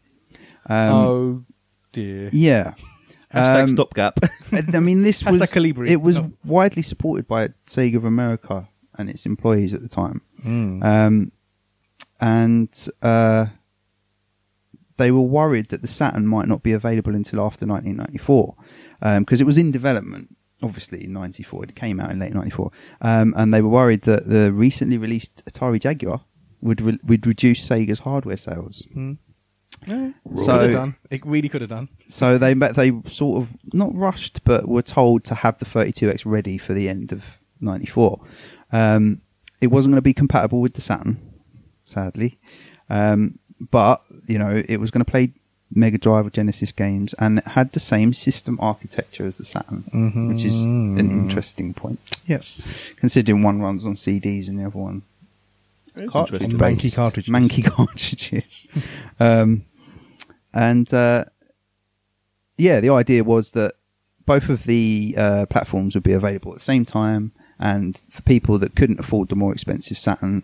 [SPEAKER 1] Um,
[SPEAKER 4] oh dear.
[SPEAKER 1] Yeah.
[SPEAKER 3] Hashtag
[SPEAKER 1] Um,
[SPEAKER 3] stopgap.
[SPEAKER 1] I mean, this
[SPEAKER 4] Hashtag
[SPEAKER 1] was
[SPEAKER 4] Calibri.
[SPEAKER 1] it was
[SPEAKER 4] No.
[SPEAKER 1] widely supported by Sega of America and its employees at the time,
[SPEAKER 4] Hmm. Uh,
[SPEAKER 1] um, and uh, they were worried that the Saturn might not be available until after 1994 because it was in development. Obviously, in '94, it came out in late '94, um, and they were worried that the recently released Atari Jaguar would re- would reduce Sega's hardware sales.
[SPEAKER 4] Hmm. Yeah.
[SPEAKER 1] So-
[SPEAKER 4] could have done. It really could have done.
[SPEAKER 1] So they but they sort of not rushed, but were told to have the 32X ready for the end of 94. Um, it wasn't going to be compatible with the Saturn, sadly, um, but you know it was going to play Mega Drive or Genesis games, and it had the same system architecture as the Saturn, which is an interesting point
[SPEAKER 4] Yes.
[SPEAKER 1] considering one runs on CDs and the other one cartridge
[SPEAKER 4] interesting. Manky cartridges.
[SPEAKER 1] Manky cartridges. um, and uh, yeah, the idea was that both of the uh, platforms would be available at the same time, and for people that couldn't afford the more expensive Saturn,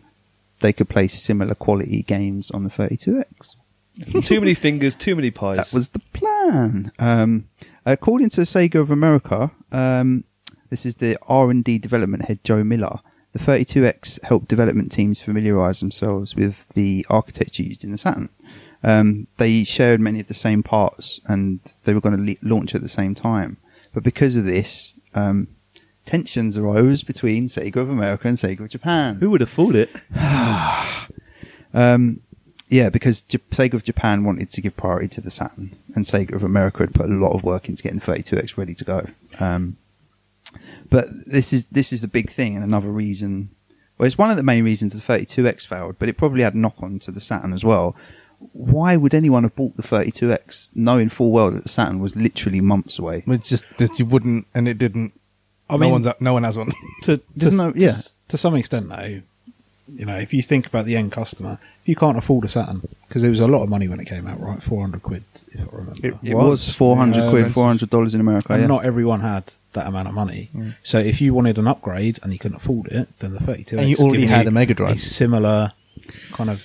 [SPEAKER 1] they could play similar quality games on the 32X.
[SPEAKER 3] too many fingers, too many pies.
[SPEAKER 1] That was the plan. Um, according to Sega of America, um, this is the R and D development head Joe Miller. The 32X helped development teams familiarize themselves with the architecture used in the Saturn. Um, they shared many of the same parts, and they were going to le- launch at the same time. But because of this, um, tensions arose between Sega of America and Sega of Japan.
[SPEAKER 3] Who would have thought it?
[SPEAKER 1] Um, yeah, because J- Sega of Japan wanted to give priority to the Saturn, and Sega of America had put a lot of work into getting 32X ready to go. Um, but this is this is the big thing, and another reason. Well, it's one of the main reasons the 32X failed, but it probably had knock on to the Saturn as well. Why would anyone have bought the 32X knowing full well that the Saturn was literally months away?
[SPEAKER 4] It's just that you wouldn't, and it didn't.
[SPEAKER 2] I mean-
[SPEAKER 4] no one's, no one has one.
[SPEAKER 2] to to,
[SPEAKER 1] Doesn't know-
[SPEAKER 2] to-
[SPEAKER 1] yeah.
[SPEAKER 2] to some extent though You know, if you think about the end customer, you can't afford a Saturn because it was a lot of money when it came out, right? Four hundred quid, if I remember.
[SPEAKER 4] It-
[SPEAKER 1] It
[SPEAKER 4] Was.
[SPEAKER 1] was, 400
[SPEAKER 2] Yeah,
[SPEAKER 1] quid,
[SPEAKER 2] expensive.
[SPEAKER 1] $400 in America.
[SPEAKER 2] and
[SPEAKER 1] Yeah.
[SPEAKER 2] not everyone had that amount of money.
[SPEAKER 4] Mm.
[SPEAKER 2] So if you wanted an upgrade and you couldn't afford it, then the 32
[SPEAKER 4] And you already had a Mega Drive.
[SPEAKER 2] a similar kind of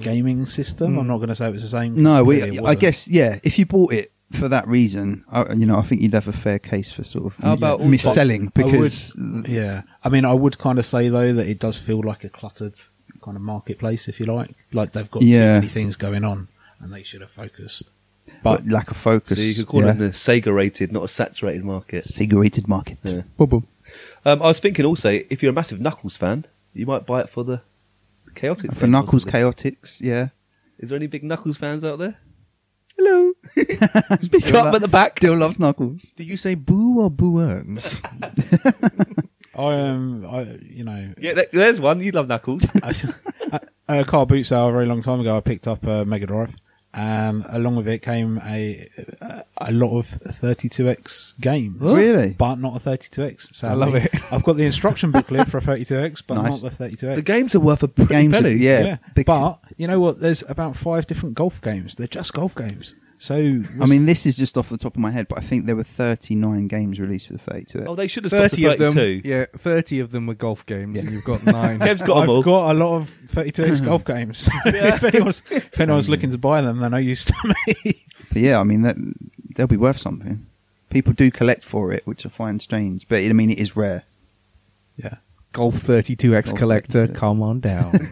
[SPEAKER 2] gaming system.
[SPEAKER 4] Mm.
[SPEAKER 2] I'm not going to say it was the same. 'cause
[SPEAKER 1] No,
[SPEAKER 2] clearly
[SPEAKER 1] we,
[SPEAKER 2] it
[SPEAKER 1] I
[SPEAKER 2] wasn't.
[SPEAKER 1] guess, yeah, if you bought it for that reason, I, you know, I think you'd have a fair case for sort of
[SPEAKER 3] How about also-
[SPEAKER 1] mis-selling
[SPEAKER 2] I would-
[SPEAKER 1] because
[SPEAKER 2] yeah, I mean, I would kind of say though that it does feel like a cluttered kind of marketplace, if you like. Like they've got too
[SPEAKER 1] Yeah.
[SPEAKER 2] many things going on, and they should have focused.
[SPEAKER 1] but lack of focus.
[SPEAKER 3] So you could call
[SPEAKER 1] yeah.
[SPEAKER 3] it the Sega-rated, not a saturated market.
[SPEAKER 1] segregated market.
[SPEAKER 3] Yeah.
[SPEAKER 4] Boom, boom.
[SPEAKER 3] Um, I was thinking also, if you're a massive Knuckles fan, you might buy it for the Chaotix.
[SPEAKER 1] For
[SPEAKER 3] game or
[SPEAKER 1] Knuckles
[SPEAKER 3] something.
[SPEAKER 1] Chaotix, yeah.
[SPEAKER 3] Is there any big Knuckles fans out there?
[SPEAKER 1] Hello. Speak
[SPEAKER 3] up at the back.
[SPEAKER 1] Still loves Knuckles.
[SPEAKER 4] Did you say boo or boo earns?
[SPEAKER 2] I am, I you know,
[SPEAKER 3] Yeah, there- there's one. You love Knuckles.
[SPEAKER 2] I- at a car boot sale a very long time ago. I picked up a Mega Drive, and along with it came a a lot of 32x games.
[SPEAKER 1] Really?
[SPEAKER 2] but not a 32x. So
[SPEAKER 4] I love it.
[SPEAKER 2] I've got the instruction booklet for a 32x, but
[SPEAKER 1] Nice.
[SPEAKER 2] not the 32x.
[SPEAKER 3] the games are worth a pretty
[SPEAKER 1] Games are-
[SPEAKER 3] penny.
[SPEAKER 1] yeah. big-
[SPEAKER 2] but you know what? There's about five different golf games. They're just golf games. So
[SPEAKER 1] I mean, this is just off the top of my head, but I think there were 39 games released for the 32X.
[SPEAKER 3] Oh, they should have stopped at
[SPEAKER 4] 30 of them.
[SPEAKER 3] 32.
[SPEAKER 4] Yeah, 30 of them were golf games, and you've got nine.
[SPEAKER 3] Kev's got
[SPEAKER 2] I've
[SPEAKER 3] them all.
[SPEAKER 2] got a lot of 32x golf games. if anyone's if anyone's looking to buy them, they're no use to me.
[SPEAKER 1] But yeah, I mean, that, they'll be worth something. People do collect for it, which I find strange, but I mean, it is rare.
[SPEAKER 2] yeah.
[SPEAKER 4] Golf 32X
[SPEAKER 1] Golf
[SPEAKER 4] collector,
[SPEAKER 1] 32X.
[SPEAKER 4] come on down.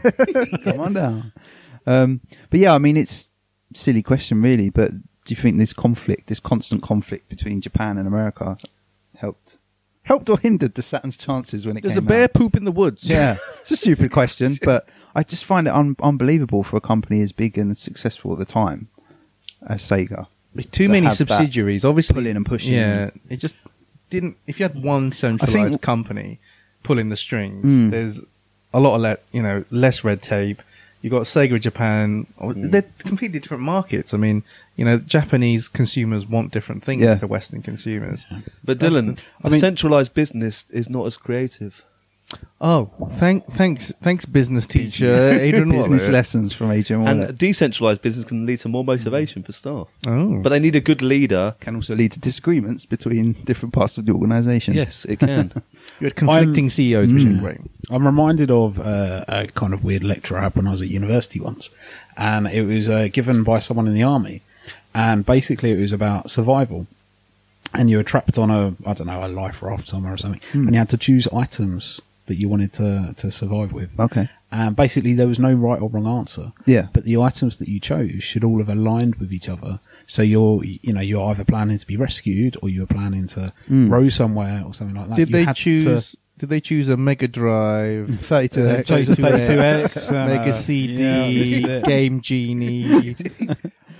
[SPEAKER 1] Come on down. Um, but yeah, I mean, it's silly question, really, but do you think this conflict, this constant conflict between Japan and America, helped? Helped or hindered the Saturn's chances when it
[SPEAKER 4] There's a
[SPEAKER 1] came
[SPEAKER 4] bear
[SPEAKER 1] out?
[SPEAKER 4] poop in the woods.
[SPEAKER 1] Yeah, it's a stupid question, but I just find it un- unbelievable for a company as big and as successful at the time as Sega.
[SPEAKER 4] There's too
[SPEAKER 1] To
[SPEAKER 4] many
[SPEAKER 1] have that
[SPEAKER 4] subsidiaries, obviously.
[SPEAKER 1] pulling and pushing.
[SPEAKER 4] Yeah, it just didn't. If you had one centralized company pulling the strings,
[SPEAKER 1] Mm.
[SPEAKER 4] there's a lot of le- you know less red tape. You got Sega Japan. or- They're completely different markets. I mean, you know, Japanese consumers want different things
[SPEAKER 1] Yeah.
[SPEAKER 4] to Western consumers.
[SPEAKER 3] But
[SPEAKER 4] That's
[SPEAKER 3] Dylan,
[SPEAKER 4] the- I
[SPEAKER 3] a
[SPEAKER 4] mean-
[SPEAKER 3] centralized business is not as creative.
[SPEAKER 4] Oh, thank, thanks, thanks, business teacher Adrian
[SPEAKER 1] Business
[SPEAKER 4] Waller. uh,
[SPEAKER 1] lessons from Adrian
[SPEAKER 3] And
[SPEAKER 1] Waller
[SPEAKER 3] a decentralized business can lead to more motivation for staff.
[SPEAKER 4] Oh,
[SPEAKER 3] But they need a good leader.
[SPEAKER 1] can also lead to disagreements between different parts of the organisation.
[SPEAKER 3] Yes, it can.
[SPEAKER 4] you had conflicting CEOs, which
[SPEAKER 2] Mm.
[SPEAKER 4] is great.
[SPEAKER 2] I'm reminded of uh, a kind of weird lecture I had when I was at university once, and it was uh, given by someone in the army, and basically it was about survival. And you were trapped on a, I don't know, a life raft somewhere or something, and you had to choose items that you wanted to, to survive with.
[SPEAKER 1] Okay.
[SPEAKER 2] And Um, basically, there was no right or wrong answer.
[SPEAKER 1] Yeah.
[SPEAKER 2] But the items that you chose should all have aligned with each other. So you're, you know, you're either planning to be rescued or you're planning to
[SPEAKER 1] Mm.
[SPEAKER 2] row somewhere or something like that.
[SPEAKER 4] Did
[SPEAKER 2] You
[SPEAKER 4] they
[SPEAKER 2] had to-
[SPEAKER 4] choose? Did they choose a Mega Drive?
[SPEAKER 1] 32
[SPEAKER 4] Uh,
[SPEAKER 2] Chose the 32X, uh,
[SPEAKER 4] Mega
[SPEAKER 2] yeah, this is
[SPEAKER 4] CD,
[SPEAKER 2] it.
[SPEAKER 4] Game Genie.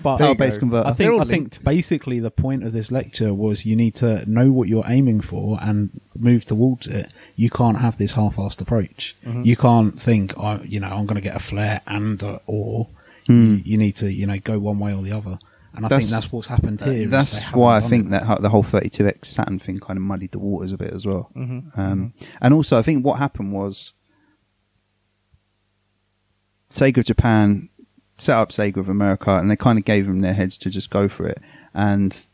[SPEAKER 2] But
[SPEAKER 1] There you Power-based go. converter.
[SPEAKER 2] I
[SPEAKER 4] They're all
[SPEAKER 2] think, I think basically the point of this lecture was you need to know what you're aiming for and move towards it. You can't have this half-assed approach.
[SPEAKER 1] Mm-hmm.
[SPEAKER 2] You can't think, I, you know, I'm going to get a flare and uh, or you, you need to, you know, go one way or the other. And I think
[SPEAKER 1] Hmm. That's-
[SPEAKER 2] that's what's happened here. is they
[SPEAKER 1] That's
[SPEAKER 2] haven't
[SPEAKER 1] why I
[SPEAKER 2] done
[SPEAKER 1] think
[SPEAKER 2] it.
[SPEAKER 1] that ho- the whole 32x Saturn thing kind of muddied the waters a bit as well. Um, and also, I think what happened was Sega of Japan set up Sega of America, and they kind of gave them their heads to just go for it, and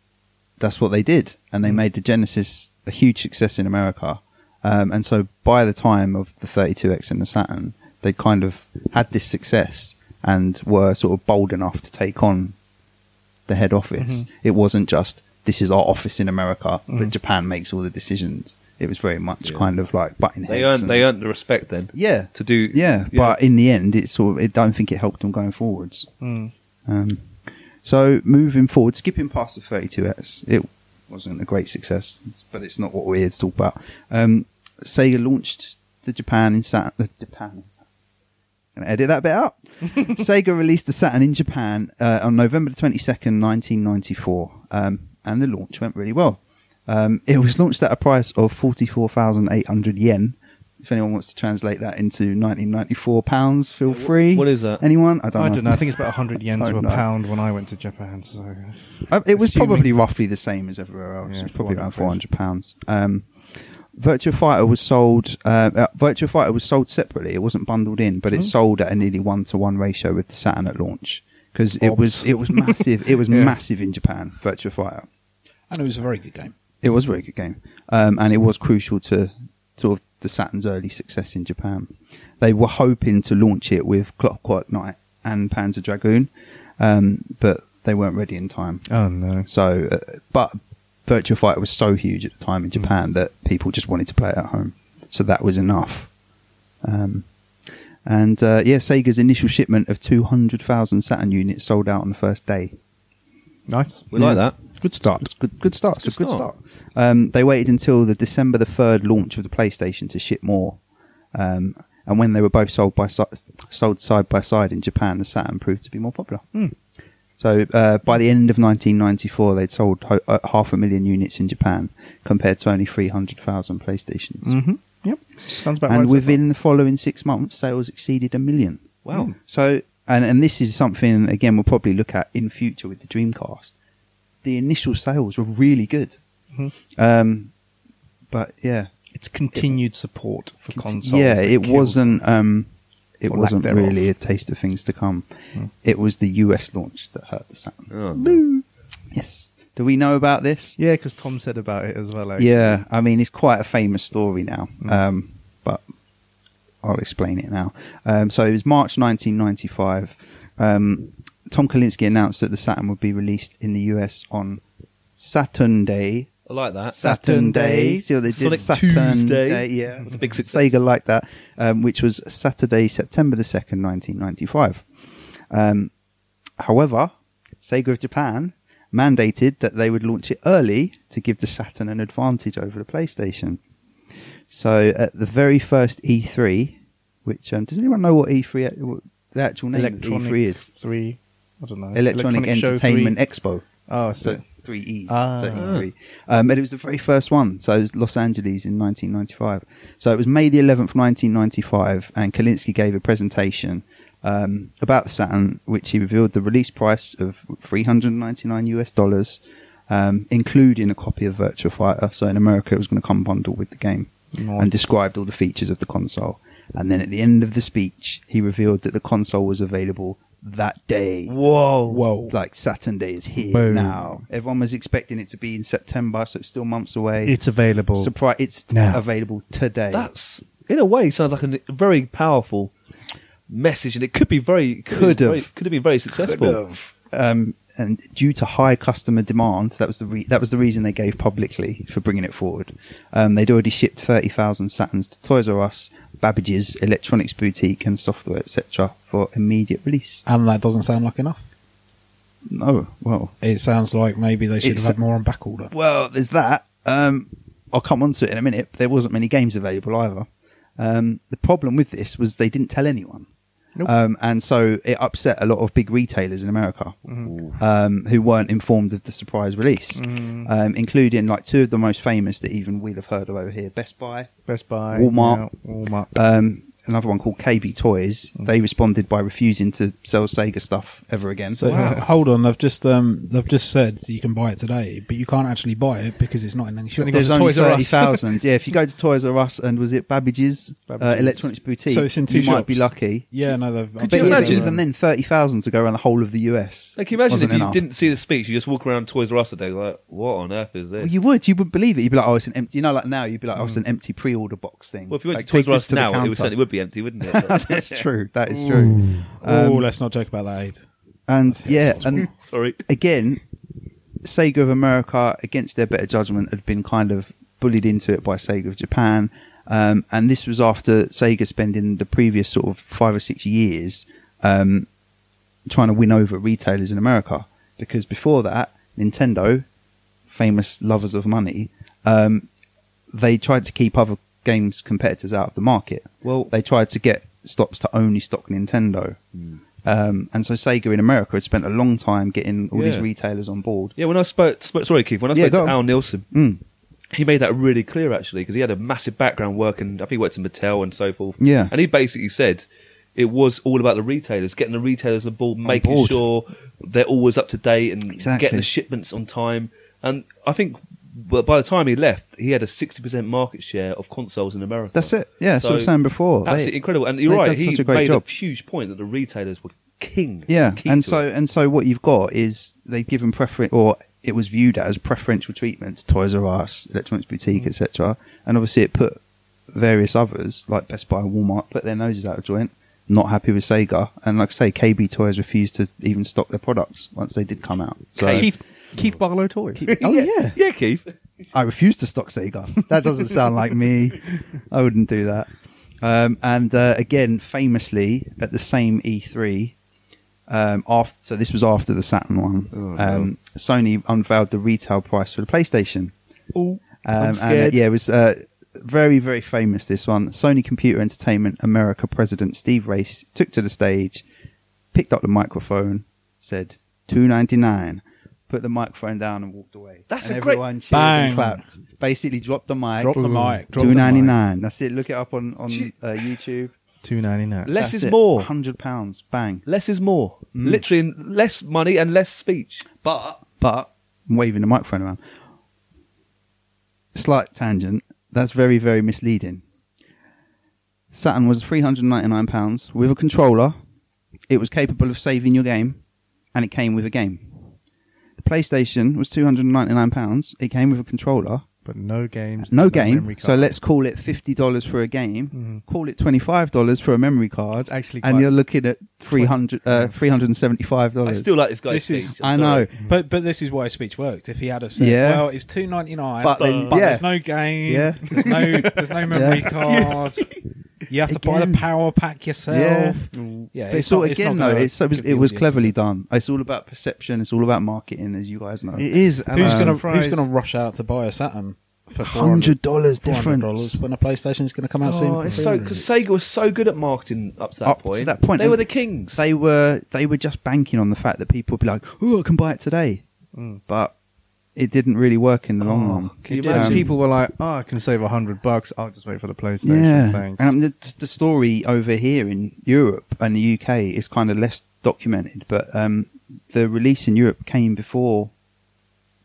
[SPEAKER 1] that's what they did. And they made the Genesis a huge success in America. Um, and so by the time of the 32X and the Saturn, they kind of had this success and were sort of bold enough to take on the head office. It wasn't just this is our office in America, but Japan makes all the decisions. It was very much kind of like butting heads.
[SPEAKER 3] they earned
[SPEAKER 1] and-
[SPEAKER 3] they earned the respect then.
[SPEAKER 1] yeah,
[SPEAKER 3] To do
[SPEAKER 1] yeah, but in the end, it sort of it don't think it helped them going forwards.
[SPEAKER 4] Mm.
[SPEAKER 1] Um, so moving forward, skipping past the 32S, it wasn't a great success, but it's not what we're here to talk about. Um, Sega launched the Japan in Saturn. The Japan in Saturn. Gonna edit that bit out. Sega released the Saturn in Japan uh, on November the 22nd, 1994, um, and the launch went really well. Um, it was launched at a price of 44,800 yen. If anyone wants to translate that into 1994 pounds, feel free.
[SPEAKER 3] what is that?
[SPEAKER 1] Anyone? I don't
[SPEAKER 4] I
[SPEAKER 1] know.
[SPEAKER 4] don't know. I think it's about 100 yen to
[SPEAKER 1] Don't
[SPEAKER 4] a
[SPEAKER 1] know.
[SPEAKER 4] pound when I went to Japan. So
[SPEAKER 1] Uh, it was
[SPEAKER 4] Assuming-
[SPEAKER 1] probably roughly the same as everywhere else.
[SPEAKER 4] Yeah,
[SPEAKER 1] it was probably around four hundred
[SPEAKER 4] 400
[SPEAKER 1] pounds. Um, Virtua Fighter was sold. Uh, uh, Virtua Fighter was sold separately. It wasn't bundled in,
[SPEAKER 4] Oh.
[SPEAKER 1] but it sold at a nearly one to one ratio with the Saturn at launch because it was it was massive. It was massive in Japan. Virtua Fighter.
[SPEAKER 2] And it was a very good game.
[SPEAKER 1] It was a very good game, um, and it was crucial to sort of the Saturn's early success in Japan. They were hoping to launch it with Clockwork Knight and Panzer Dragoon, um, but they weren't ready in time.
[SPEAKER 4] Oh no.
[SPEAKER 1] So, uh, but Virtua Fighter was so huge at the time in Japan that people just wanted to play it at home. So that was enough. Um, and uh, yeah, Sega's initial shipment of 200,000 Saturn units sold out on the first day.
[SPEAKER 4] Nice.
[SPEAKER 3] We like that.
[SPEAKER 1] Good start. It's good, good start. It's a
[SPEAKER 3] Good
[SPEAKER 1] good start. Um, they waited until the December the 3rd launch of the PlayStation to ship more. Um, and when they were both sold by si- sold side by side in Japan, the Saturn proved to be more popular. So uh, by the end of 1994, they'd sold ho- uh, half a million units in Japan, compared to only 300,000 PlayStations.
[SPEAKER 4] Mm-hmm. Yep. Sounds about right.
[SPEAKER 1] And
[SPEAKER 4] so far.
[SPEAKER 1] within the following six months, sales exceeded a million.
[SPEAKER 3] Wow.
[SPEAKER 1] So, and, and this is something, again, we'll probably look at in future with the Dreamcast. The initial sales were really good.
[SPEAKER 4] Mhm.
[SPEAKER 1] Um, but yeah,
[SPEAKER 4] it's continued support for consoles.
[SPEAKER 1] yeah,
[SPEAKER 4] that
[SPEAKER 1] it
[SPEAKER 4] kills
[SPEAKER 1] wasn't. Um, it
[SPEAKER 4] Or lack
[SPEAKER 1] wasn't
[SPEAKER 4] thereof. Mm.
[SPEAKER 1] really a taste of things to come. It was the US launch that hurt the sound.
[SPEAKER 3] Oh,
[SPEAKER 1] Yes. Do we know about this?
[SPEAKER 4] Yeah, because Tom said about it as well. actually.
[SPEAKER 1] Yeah, I mean, it's quite a famous story now, um, but I'll explain it now. Um, so it was March 1995. Um, Tom Kalinske announced that the Saturn would be released in the US on Saturn Day.
[SPEAKER 3] I like that.
[SPEAKER 1] Saturn Day. See what they did?
[SPEAKER 3] Sonic
[SPEAKER 1] Saturn
[SPEAKER 3] Tuesday.
[SPEAKER 1] Day, Yeah.
[SPEAKER 3] That's a big success.
[SPEAKER 1] Sega like that, um, which was Saturday, September the 2nd, 1995. Um, however, Sega of Japan mandated that they would launch it early to give the Saturn an advantage over the PlayStation. So at the very first E3, which um, does anyone know what E3 a- what the actual name
[SPEAKER 4] Electronic
[SPEAKER 1] of E3 is?
[SPEAKER 4] three. I don't know.
[SPEAKER 1] Electronic,
[SPEAKER 4] Show
[SPEAKER 1] Entertainment
[SPEAKER 4] Three.
[SPEAKER 1] Expo.
[SPEAKER 4] Oh, so
[SPEAKER 1] So three E's.
[SPEAKER 4] Ah.
[SPEAKER 1] So E3. Um, and it was the very first one. So it was Los Angeles in 1995. So it was May the 11th, 1995, and Kalinsky gave a presentation um, about the Saturn, which he revealed the release price of 399 US dollars, um, including a copy of Virtual Fighter. So in America, it was going to come bundled with the game and
[SPEAKER 4] Nice.
[SPEAKER 1] described all the features of the console. And then at the end of the speech, he revealed that the console was available that day Oh.
[SPEAKER 3] Whoa.
[SPEAKER 2] Whoa.
[SPEAKER 1] like Saturn Day is here
[SPEAKER 4] Boom.
[SPEAKER 1] now. Everyone was expecting it to be in September, so it's still months away.
[SPEAKER 4] it's available.
[SPEAKER 1] Surprise! It's
[SPEAKER 4] now.
[SPEAKER 1] available today.
[SPEAKER 3] That's in a way sounds like a very powerful message, and it could be very could,
[SPEAKER 1] Could
[SPEAKER 3] be
[SPEAKER 1] have.
[SPEAKER 3] very- could have been very successful.
[SPEAKER 1] um, and due to high customer demand, that was the re- that was the reason they gave publicly for bringing it forward. Um, they'd already shipped thirty thousand Saturns to Toys R Us, Babbage's, Electronics Boutique, and Software etc. for immediate release.
[SPEAKER 2] And that doesn't sound like enough.
[SPEAKER 1] No, well,
[SPEAKER 2] It sounds like maybe they should
[SPEAKER 1] It's-
[SPEAKER 2] have had more on back order.
[SPEAKER 1] Well, there's that. Um, I'll come on to it in a minute. But there wasn't many games available either. Um, the problem with this was they didn't tell anyone. Um, and so it upset a lot of big retailers in America um, who weren't informed of the surprise release, um, including like two of the most famous that even we'll have heard of over here Best Buy,
[SPEAKER 4] Best Buy,
[SPEAKER 1] Walmart.
[SPEAKER 4] yeah, Walmart.
[SPEAKER 1] um, another one called KB Toys. They responded by refusing to sell Sega stuff ever again.
[SPEAKER 2] So h- hold on, they've just um, they've just said you can buy it today, but you can't actually buy it because it's not in any shop.
[SPEAKER 1] There's
[SPEAKER 4] to
[SPEAKER 1] only
[SPEAKER 4] Toys R Us.
[SPEAKER 1] thirty thousand. yeah, if you go to Toys R Us and was it Babbage's, Uh,
[SPEAKER 4] Babbage's.
[SPEAKER 1] Electronics Boutique,
[SPEAKER 2] So it's in two
[SPEAKER 1] you might be
[SPEAKER 2] shops.
[SPEAKER 1] lucky.
[SPEAKER 2] Yeah, no, they've.
[SPEAKER 3] Could
[SPEAKER 1] But yeah,
[SPEAKER 3] you
[SPEAKER 1] but
[SPEAKER 3] imagine?
[SPEAKER 1] even then, thirty thousand to go around the whole of the US.
[SPEAKER 3] Like, can you imagine
[SPEAKER 1] wasn't
[SPEAKER 3] if you
[SPEAKER 1] enough.
[SPEAKER 3] didn't see the speech, you just walk around Toys R Us today, like, what on earth is this?
[SPEAKER 1] Well, you would, you would believe it. You'd be like, oh, it's an empty. You know, like now, you'd be like, oh, it's an empty pre-order box thing.
[SPEAKER 3] Hmm. well, if you went
[SPEAKER 1] like,
[SPEAKER 3] to Toys
[SPEAKER 1] take
[SPEAKER 3] R
[SPEAKER 1] this
[SPEAKER 3] Us
[SPEAKER 1] the
[SPEAKER 3] now, it would,
[SPEAKER 1] counter.
[SPEAKER 3] certainly would be empty, wouldn't it? But-
[SPEAKER 1] That's true. That is true.
[SPEAKER 2] oh, let's not joke about that. Aid.
[SPEAKER 1] And yeah, and
[SPEAKER 3] Sorry.
[SPEAKER 1] again, Sega of America, against their better judgment, had been kind of bullied into it by Sega of Japan. Um, and this was after Sega spending the previous sort of five or six years um, trying to win over retailers in America. Because before that, Nintendo, famous lovers of money, um, they tried to keep other games competitors out of the market.
[SPEAKER 3] Well-
[SPEAKER 1] they tried to get stops to only stock Nintendo. Um, and so Sega in America had spent a long time getting all these
[SPEAKER 3] Yeah.
[SPEAKER 1] retailers on board.
[SPEAKER 3] Yeah, when I spoke, spoke sorry, Keith, when I
[SPEAKER 1] Yeah,
[SPEAKER 3] spoke
[SPEAKER 1] go on.
[SPEAKER 3] to Al Nielsen,
[SPEAKER 1] Mm.
[SPEAKER 3] he made that really clear actually because he had a massive background working. I think he worked in Mattel and so forth.
[SPEAKER 1] Yeah.
[SPEAKER 3] and he basically said it was all about the retailers, getting the retailers on board, making
[SPEAKER 1] board.
[SPEAKER 3] sure they're always up to date and
[SPEAKER 1] Exactly.
[SPEAKER 3] getting the shipments on time. And I think But by the time he left, he had a 60% market share of consoles in America.
[SPEAKER 1] That's it. Yeah, that's what I was saying before.
[SPEAKER 3] That's
[SPEAKER 1] They-
[SPEAKER 3] incredible. And you're
[SPEAKER 1] they've
[SPEAKER 3] right,
[SPEAKER 1] done
[SPEAKER 3] he
[SPEAKER 1] such a great
[SPEAKER 3] made
[SPEAKER 1] job.
[SPEAKER 3] a huge point that the retailers were king.
[SPEAKER 1] Yeah,
[SPEAKER 3] key
[SPEAKER 1] and
[SPEAKER 3] to
[SPEAKER 1] so
[SPEAKER 3] it.
[SPEAKER 1] and so what you've got is they've given preference, or it was viewed as preferential treatments, Toys R Us, Electronics Boutique,
[SPEAKER 3] Mm.
[SPEAKER 1] etc. And obviously, it put various others like Best Buy, and Walmart, put their noses out of joint. Not happy with Sega, and like I say, KB Toys refused to even stock their products once they did come out. So
[SPEAKER 4] Keith Keith Barlow toys.
[SPEAKER 1] oh yeah,
[SPEAKER 3] Yeah, Keith.
[SPEAKER 1] I refuse to stock Sega. That doesn't sound like me. I wouldn't do that. Um, and uh, again, famously at the same E3, um, after so this was after the Saturn one, um, Sony unveiled the retail price for the PlayStation.
[SPEAKER 4] Ooh,
[SPEAKER 1] Um, and, uh, yeah, it was uh, very, very famous. This one, Sony Computer Entertainment America president Steve Race took to the stage, picked up the microphone, said two ninety nine, put the microphone down, and walked away.
[SPEAKER 3] That's
[SPEAKER 1] and
[SPEAKER 3] a great-
[SPEAKER 1] everyone cheered and
[SPEAKER 2] Bang.
[SPEAKER 1] clapped. Basically, dropped the mic.
[SPEAKER 2] Drop the mic. drop the
[SPEAKER 1] Two ninety
[SPEAKER 2] mic.
[SPEAKER 1] nine. That's it. Look it up on on
[SPEAKER 3] Gee.
[SPEAKER 1] uh, YouTube.
[SPEAKER 4] two ninety nine.
[SPEAKER 3] Less
[SPEAKER 1] That's
[SPEAKER 3] is
[SPEAKER 1] it.
[SPEAKER 3] more.
[SPEAKER 1] Hundred pounds. Bang.
[SPEAKER 3] Less is more.
[SPEAKER 1] Mm.
[SPEAKER 3] Literally, in less money and less speech.
[SPEAKER 1] But but I'm waving the microphone around. Slight tangent. That's very very misleading. Saturn was three hundred ninety nine pounds with a controller. It was capable of saving your game, and it came with a game. The PlayStation was two hundred ninety nine pounds. It came with a controller,
[SPEAKER 4] But no games.
[SPEAKER 1] no game.
[SPEAKER 4] memory
[SPEAKER 1] So
[SPEAKER 4] card. Mm-hmm.
[SPEAKER 1] let's call it fifty dollars for a game. Call it twenty five dollars for a memory card.
[SPEAKER 4] It's actually
[SPEAKER 1] and
[SPEAKER 4] quite-
[SPEAKER 1] you're looking at three hundred uh, three hundred and seventy five
[SPEAKER 3] I
[SPEAKER 1] dollars.
[SPEAKER 3] still like this guy's
[SPEAKER 2] This
[SPEAKER 3] speech.
[SPEAKER 2] is-
[SPEAKER 1] I
[SPEAKER 3] I'm
[SPEAKER 1] know.
[SPEAKER 3] sorry.
[SPEAKER 2] But but this is why his speech worked. If he had have said,
[SPEAKER 1] Yeah.
[SPEAKER 2] "Well, it's two ninety nine,
[SPEAKER 1] But
[SPEAKER 2] but,
[SPEAKER 1] then-
[SPEAKER 2] but
[SPEAKER 1] yeah.
[SPEAKER 2] there's no game,
[SPEAKER 1] Yeah.
[SPEAKER 2] there's no there's no memory
[SPEAKER 1] Yeah.
[SPEAKER 2] card, you have to buy the
[SPEAKER 1] Again.
[SPEAKER 2] power pack yourself." Yeah,
[SPEAKER 1] But it's, all
[SPEAKER 2] not-
[SPEAKER 1] again
[SPEAKER 2] not
[SPEAKER 1] though.
[SPEAKER 2] gonna
[SPEAKER 1] It's, it was,
[SPEAKER 2] give
[SPEAKER 1] it
[SPEAKER 2] the
[SPEAKER 1] was
[SPEAKER 2] audience-
[SPEAKER 1] cleverly done. It's all about perception. It's all about marketing, as you guys know.
[SPEAKER 4] It is. And
[SPEAKER 2] Who's
[SPEAKER 4] I'm
[SPEAKER 2] gonna
[SPEAKER 4] surprised-
[SPEAKER 2] Who's gonna rush out to buy a Saturn for
[SPEAKER 1] Hundred dollars
[SPEAKER 2] dollars
[SPEAKER 1] difference.
[SPEAKER 2] when a PlayStation's going to come out soon?
[SPEAKER 3] Oh,
[SPEAKER 2] for
[SPEAKER 3] it's so
[SPEAKER 2] 300?
[SPEAKER 3] because Sega was so good at marketing up to that
[SPEAKER 1] Up to
[SPEAKER 3] point.
[SPEAKER 1] that point,
[SPEAKER 3] they
[SPEAKER 1] they-
[SPEAKER 3] were the kings.
[SPEAKER 1] They were they were just banking on the fact that people would be like, "Oh, I can buy it today,"
[SPEAKER 4] Mm.
[SPEAKER 1] but it didn't really work in the long run. Um,
[SPEAKER 3] Can you
[SPEAKER 4] It did.
[SPEAKER 3] imagine?
[SPEAKER 4] people were like, "Oh, I can save a hundred bucks. I'll just wait for the PlayStation."
[SPEAKER 1] Yeah,
[SPEAKER 4] Thanks.
[SPEAKER 1] and the, the story over here in Europe and the UK is kind of less documented, but um, the release in Europe came before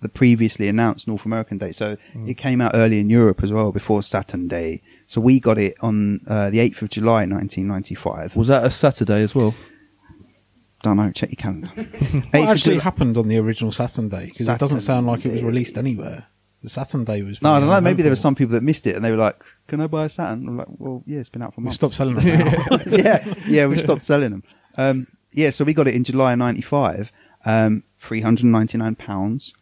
[SPEAKER 1] the previously announced North American date, so it came out early in Europe as well before Saturn Day. So we got it on uh, the eighth of July, nineteen ninety-five.
[SPEAKER 3] was that a Saturday as well?
[SPEAKER 1] Don't know. Check your calendar. 8th
[SPEAKER 2] What
[SPEAKER 1] of
[SPEAKER 2] actually
[SPEAKER 1] July-
[SPEAKER 2] happened on the original Saturn day? Because it doesn't sound like it was released anywhere. The Saturn day was.
[SPEAKER 1] No, I don't know.
[SPEAKER 2] really
[SPEAKER 1] Maybe there were
[SPEAKER 2] unhopeful.
[SPEAKER 1] some people that missed it and they were like, "Can I buy a Saturn?" I'm like, "Well, yeah, it's been out for
[SPEAKER 2] We've
[SPEAKER 1] months."
[SPEAKER 2] stopped selling them. now.
[SPEAKER 1] yeah, yeah, we stopped selling them. Um, yeah, so we got it in July '95, um, three hundred ninety-nine pounds.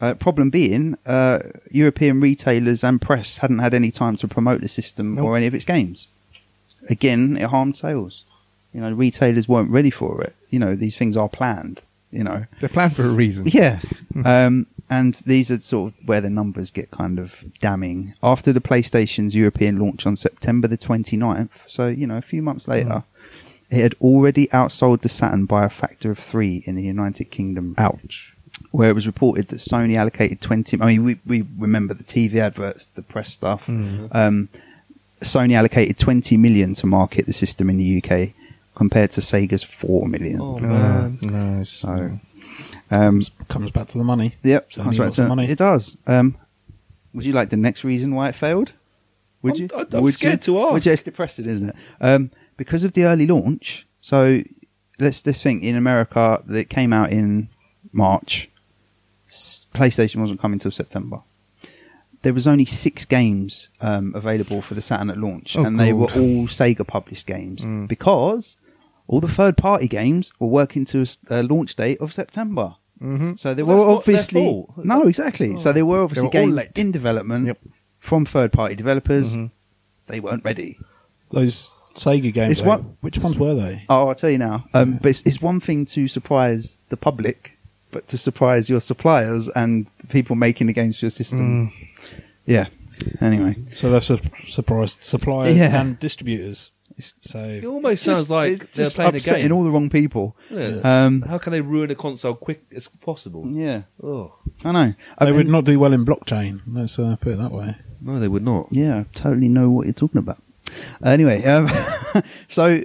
[SPEAKER 1] Uh, problem being, uh, European retailers and press hadn't had any time to promote the system or any of its games. Again, it harmed sales. You know, retailers weren't ready for it. You know, these things are planned. You know,
[SPEAKER 4] They're planned for a reason.
[SPEAKER 1] yeah.
[SPEAKER 3] Hmm.
[SPEAKER 1] um, and these are sort of where the numbers get kind of damning. After the PlayStation's European launch on September the 29th, so, you know, a few months
[SPEAKER 3] Hmm.
[SPEAKER 1] later, it had already outsold the Saturn by a factor of three in the United Kingdom. Ouch. Where it was reported that Sony allocated 20. I mean, we, we remember the TV adverts, the press stuff.
[SPEAKER 3] Hmm.
[SPEAKER 4] Mm.
[SPEAKER 1] Um, Sony allocated 20 million to market the system in the UK compared to Sega's 4 million.
[SPEAKER 3] Oh,
[SPEAKER 4] Uh,
[SPEAKER 3] man. Hmm.
[SPEAKER 4] no,
[SPEAKER 1] So, um,
[SPEAKER 2] comes back to the money.
[SPEAKER 1] Yep,
[SPEAKER 2] So
[SPEAKER 1] comes
[SPEAKER 2] need
[SPEAKER 1] back
[SPEAKER 2] lots
[SPEAKER 1] to-
[SPEAKER 2] of money.
[SPEAKER 1] It does. Um, would you like the next reason why it failed? Would
[SPEAKER 3] I'm-
[SPEAKER 1] you?
[SPEAKER 3] I'm- I'm
[SPEAKER 1] Would
[SPEAKER 3] scared
[SPEAKER 1] you?
[SPEAKER 3] to ask.
[SPEAKER 1] Would you? It's depressing, isn't it? Um, because of the early launch. So let's just think in America that came out in March. S- PlayStation wasn't coming till September. There was only six games um, available for the Saturn at launch,
[SPEAKER 4] Oh,
[SPEAKER 1] and they were
[SPEAKER 4] God.
[SPEAKER 1] all Sega published games
[SPEAKER 2] Mm.
[SPEAKER 1] because all the third party games were working to a s- a launch date of September.
[SPEAKER 4] Mm-hmm.
[SPEAKER 1] So they
[SPEAKER 3] Well,
[SPEAKER 1] were
[SPEAKER 3] that's not their
[SPEAKER 1] obviously
[SPEAKER 3] fault.
[SPEAKER 1] no, exactly. So they were obviously
[SPEAKER 4] They were all
[SPEAKER 1] games
[SPEAKER 4] late.
[SPEAKER 1] in development
[SPEAKER 4] Yep.
[SPEAKER 1] from third-party developers.
[SPEAKER 3] Mm-hmm.
[SPEAKER 4] Mhm.
[SPEAKER 1] They weren't ready.
[SPEAKER 2] Those Sega games.
[SPEAKER 1] It's
[SPEAKER 2] though,
[SPEAKER 1] what-
[SPEAKER 2] Which ones were they?
[SPEAKER 1] Oh, I'll tell you now. Um, But it's, it's one thing to surprise the public, but to surprise your suppliers and the people making the games for your
[SPEAKER 3] Mm.
[SPEAKER 1] system.
[SPEAKER 4] Mm.
[SPEAKER 1] Yeah. Anyway,
[SPEAKER 2] So they've su- surprised suppliers
[SPEAKER 1] Yeah.
[SPEAKER 2] and distributors.
[SPEAKER 3] It
[SPEAKER 2] So
[SPEAKER 3] almost sounds
[SPEAKER 1] Just-
[SPEAKER 3] like
[SPEAKER 1] it's
[SPEAKER 3] they're
[SPEAKER 1] just
[SPEAKER 3] playing a
[SPEAKER 1] upsetting
[SPEAKER 3] game.
[SPEAKER 1] all the wrong people.
[SPEAKER 3] Yeah.
[SPEAKER 1] Um,
[SPEAKER 3] How can they ruin a console quick as possible?
[SPEAKER 1] yeah,
[SPEAKER 3] Oh
[SPEAKER 1] I know. I
[SPEAKER 2] they would
[SPEAKER 1] mean-
[SPEAKER 2] not do well in blockchain. Let's uh, put it that way.
[SPEAKER 3] no, they would not.
[SPEAKER 1] Yeah, I totally know what you're talking about. Anyway, um, so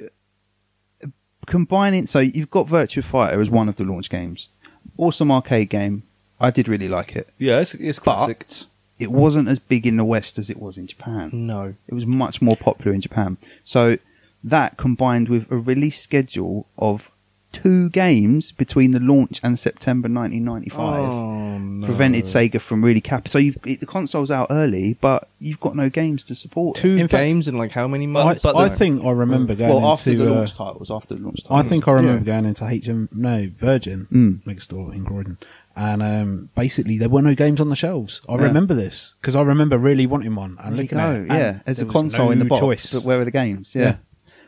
[SPEAKER 1] combining, so you've got Virtua Fighter as one of the launch games, awesome arcade game, I did really like it,
[SPEAKER 3] Yeah, it's, it's classic.
[SPEAKER 1] but it wasn't as big in the West as it was in Japan.
[SPEAKER 4] No.
[SPEAKER 1] It was much more popular in Japan. So that combined with a release schedule of two games between the launch and September 1995
[SPEAKER 2] Oh,
[SPEAKER 3] Oh,
[SPEAKER 1] prevented Sega from really cap. So you've, it, the console's out early, but you've got no games to support. it.
[SPEAKER 4] Two
[SPEAKER 2] In fact-
[SPEAKER 4] games in like how many
[SPEAKER 2] I,
[SPEAKER 4] months?
[SPEAKER 3] but
[SPEAKER 2] I
[SPEAKER 3] the-
[SPEAKER 2] think I remember going
[SPEAKER 1] Mm. well, after
[SPEAKER 2] into,
[SPEAKER 1] the
[SPEAKER 2] uh,
[SPEAKER 1] launch titles, after the launch
[SPEAKER 2] I
[SPEAKER 1] titles.
[SPEAKER 2] think I remember
[SPEAKER 4] Yeah.
[SPEAKER 2] going into HM, no, Virgin,
[SPEAKER 1] Mm.
[SPEAKER 2] next door in Croydon. And um, basically, there were no games on the shelves. I
[SPEAKER 1] Yeah.
[SPEAKER 2] remember this because I remember really wanting one and
[SPEAKER 1] There you
[SPEAKER 2] looking
[SPEAKER 1] go,
[SPEAKER 2] at it.
[SPEAKER 1] yeah,
[SPEAKER 2] and
[SPEAKER 1] as a
[SPEAKER 2] there was
[SPEAKER 1] console
[SPEAKER 2] no
[SPEAKER 1] in the box,
[SPEAKER 2] choice.
[SPEAKER 1] but where are the games? Yeah,
[SPEAKER 2] Yeah.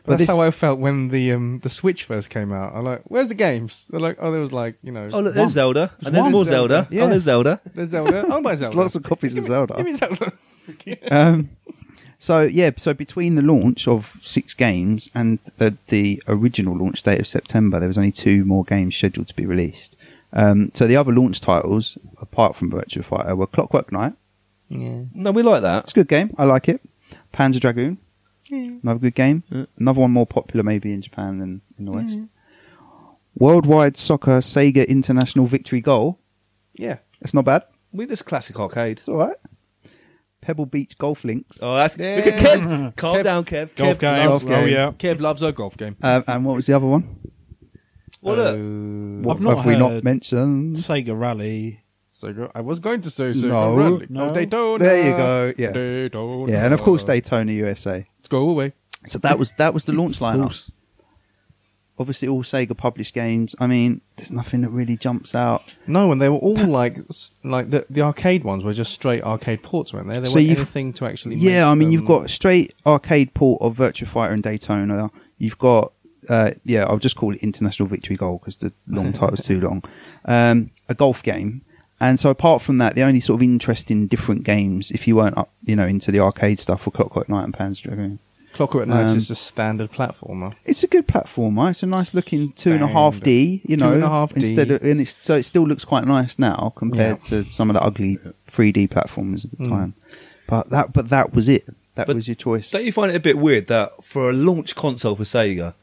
[SPEAKER 1] but
[SPEAKER 4] that's
[SPEAKER 1] this,
[SPEAKER 4] how I felt when the um, the Switch first came out. I'm like, where's the games? They're like, oh, there was like, you know,
[SPEAKER 3] Oh, look, there's Zelda. And there's
[SPEAKER 4] one.
[SPEAKER 3] more
[SPEAKER 4] Zelda.
[SPEAKER 3] Zelda.
[SPEAKER 1] Yeah.
[SPEAKER 3] Oh, there's Zelda.
[SPEAKER 4] there's Zelda. I'll buy Zelda.
[SPEAKER 1] lots of copies of Zelda.
[SPEAKER 4] Give me Zelda.
[SPEAKER 1] um, so yeah, so between the launch of six games and the, the original launch date of September, there was only two more games scheduled to be released. Um, so the other launch titles, apart from Virtua Fighter, were Clockwork Knight.
[SPEAKER 4] yeah.
[SPEAKER 3] No, we like that.
[SPEAKER 1] It's a good game. I like it. Panzer Dragoon, another good game.
[SPEAKER 3] Yeah.
[SPEAKER 1] Another one more popular maybe in Japan than in the West. Worldwide Soccer Sega International Victory Goal.
[SPEAKER 4] Yeah.
[SPEAKER 1] That's not bad.
[SPEAKER 3] We just classic arcade.
[SPEAKER 1] It's all right. Pebble Beach Golf Links.
[SPEAKER 3] Oh, that's
[SPEAKER 4] Yeah.
[SPEAKER 3] look at Kev. Calm
[SPEAKER 4] Kev-
[SPEAKER 3] down, Kev.
[SPEAKER 2] Golf
[SPEAKER 3] Kev.
[SPEAKER 2] game.
[SPEAKER 4] Loves
[SPEAKER 2] Oh,
[SPEAKER 1] game.
[SPEAKER 2] yeah.
[SPEAKER 4] Kev loves a golf game.
[SPEAKER 1] Uh, and what was the other one?
[SPEAKER 3] Well, look,
[SPEAKER 4] Uh,
[SPEAKER 1] What
[SPEAKER 2] I've not
[SPEAKER 1] have we not
[SPEAKER 2] heard-
[SPEAKER 1] mentioned?
[SPEAKER 2] Sega Rally.
[SPEAKER 4] So go- I was going to say so.
[SPEAKER 1] No.
[SPEAKER 4] Rally.
[SPEAKER 2] No.
[SPEAKER 4] they don't.
[SPEAKER 1] There you go, yeah.
[SPEAKER 4] They don't.
[SPEAKER 1] Yeah, and of course Daytona USA.
[SPEAKER 4] Let's go away.
[SPEAKER 1] So that was that was the launch lineup.
[SPEAKER 2] course.
[SPEAKER 1] Obviously, all Sega published games. I mean, there's nothing that really jumps out.
[SPEAKER 4] No, and they were all like, s- like the, the arcade ones were just straight arcade ports, weren't they? There
[SPEAKER 1] So
[SPEAKER 4] weren't
[SPEAKER 1] you've-
[SPEAKER 4] anything to actually. make
[SPEAKER 1] Yeah, I mean,
[SPEAKER 4] them-
[SPEAKER 1] you've got straight arcade port of Virtua Fighter and Daytona. You've got, uh, yeah, I'll just call it International Victory Goal because the long title's too long. Um, a golf game. And so, apart from that, the only sort of interesting different games, if you weren't up, you know, into the arcade stuff, were Clockwork Knight and Panzer Dragoon.
[SPEAKER 4] Clockwork Knights
[SPEAKER 1] um,
[SPEAKER 4] is a standard platformer.
[SPEAKER 1] It's a good platformer. It's a nice looking two and a half D. You
[SPEAKER 4] Two
[SPEAKER 1] know,
[SPEAKER 4] and a half D.
[SPEAKER 1] instead of and it's so it still looks quite nice now compared to some of the ugly three D platformers at the
[SPEAKER 4] Mm.
[SPEAKER 1] time. But that, but that was it. That
[SPEAKER 3] But
[SPEAKER 1] was your choice.
[SPEAKER 3] don't you find it a bit weird that for a launch console for Sega,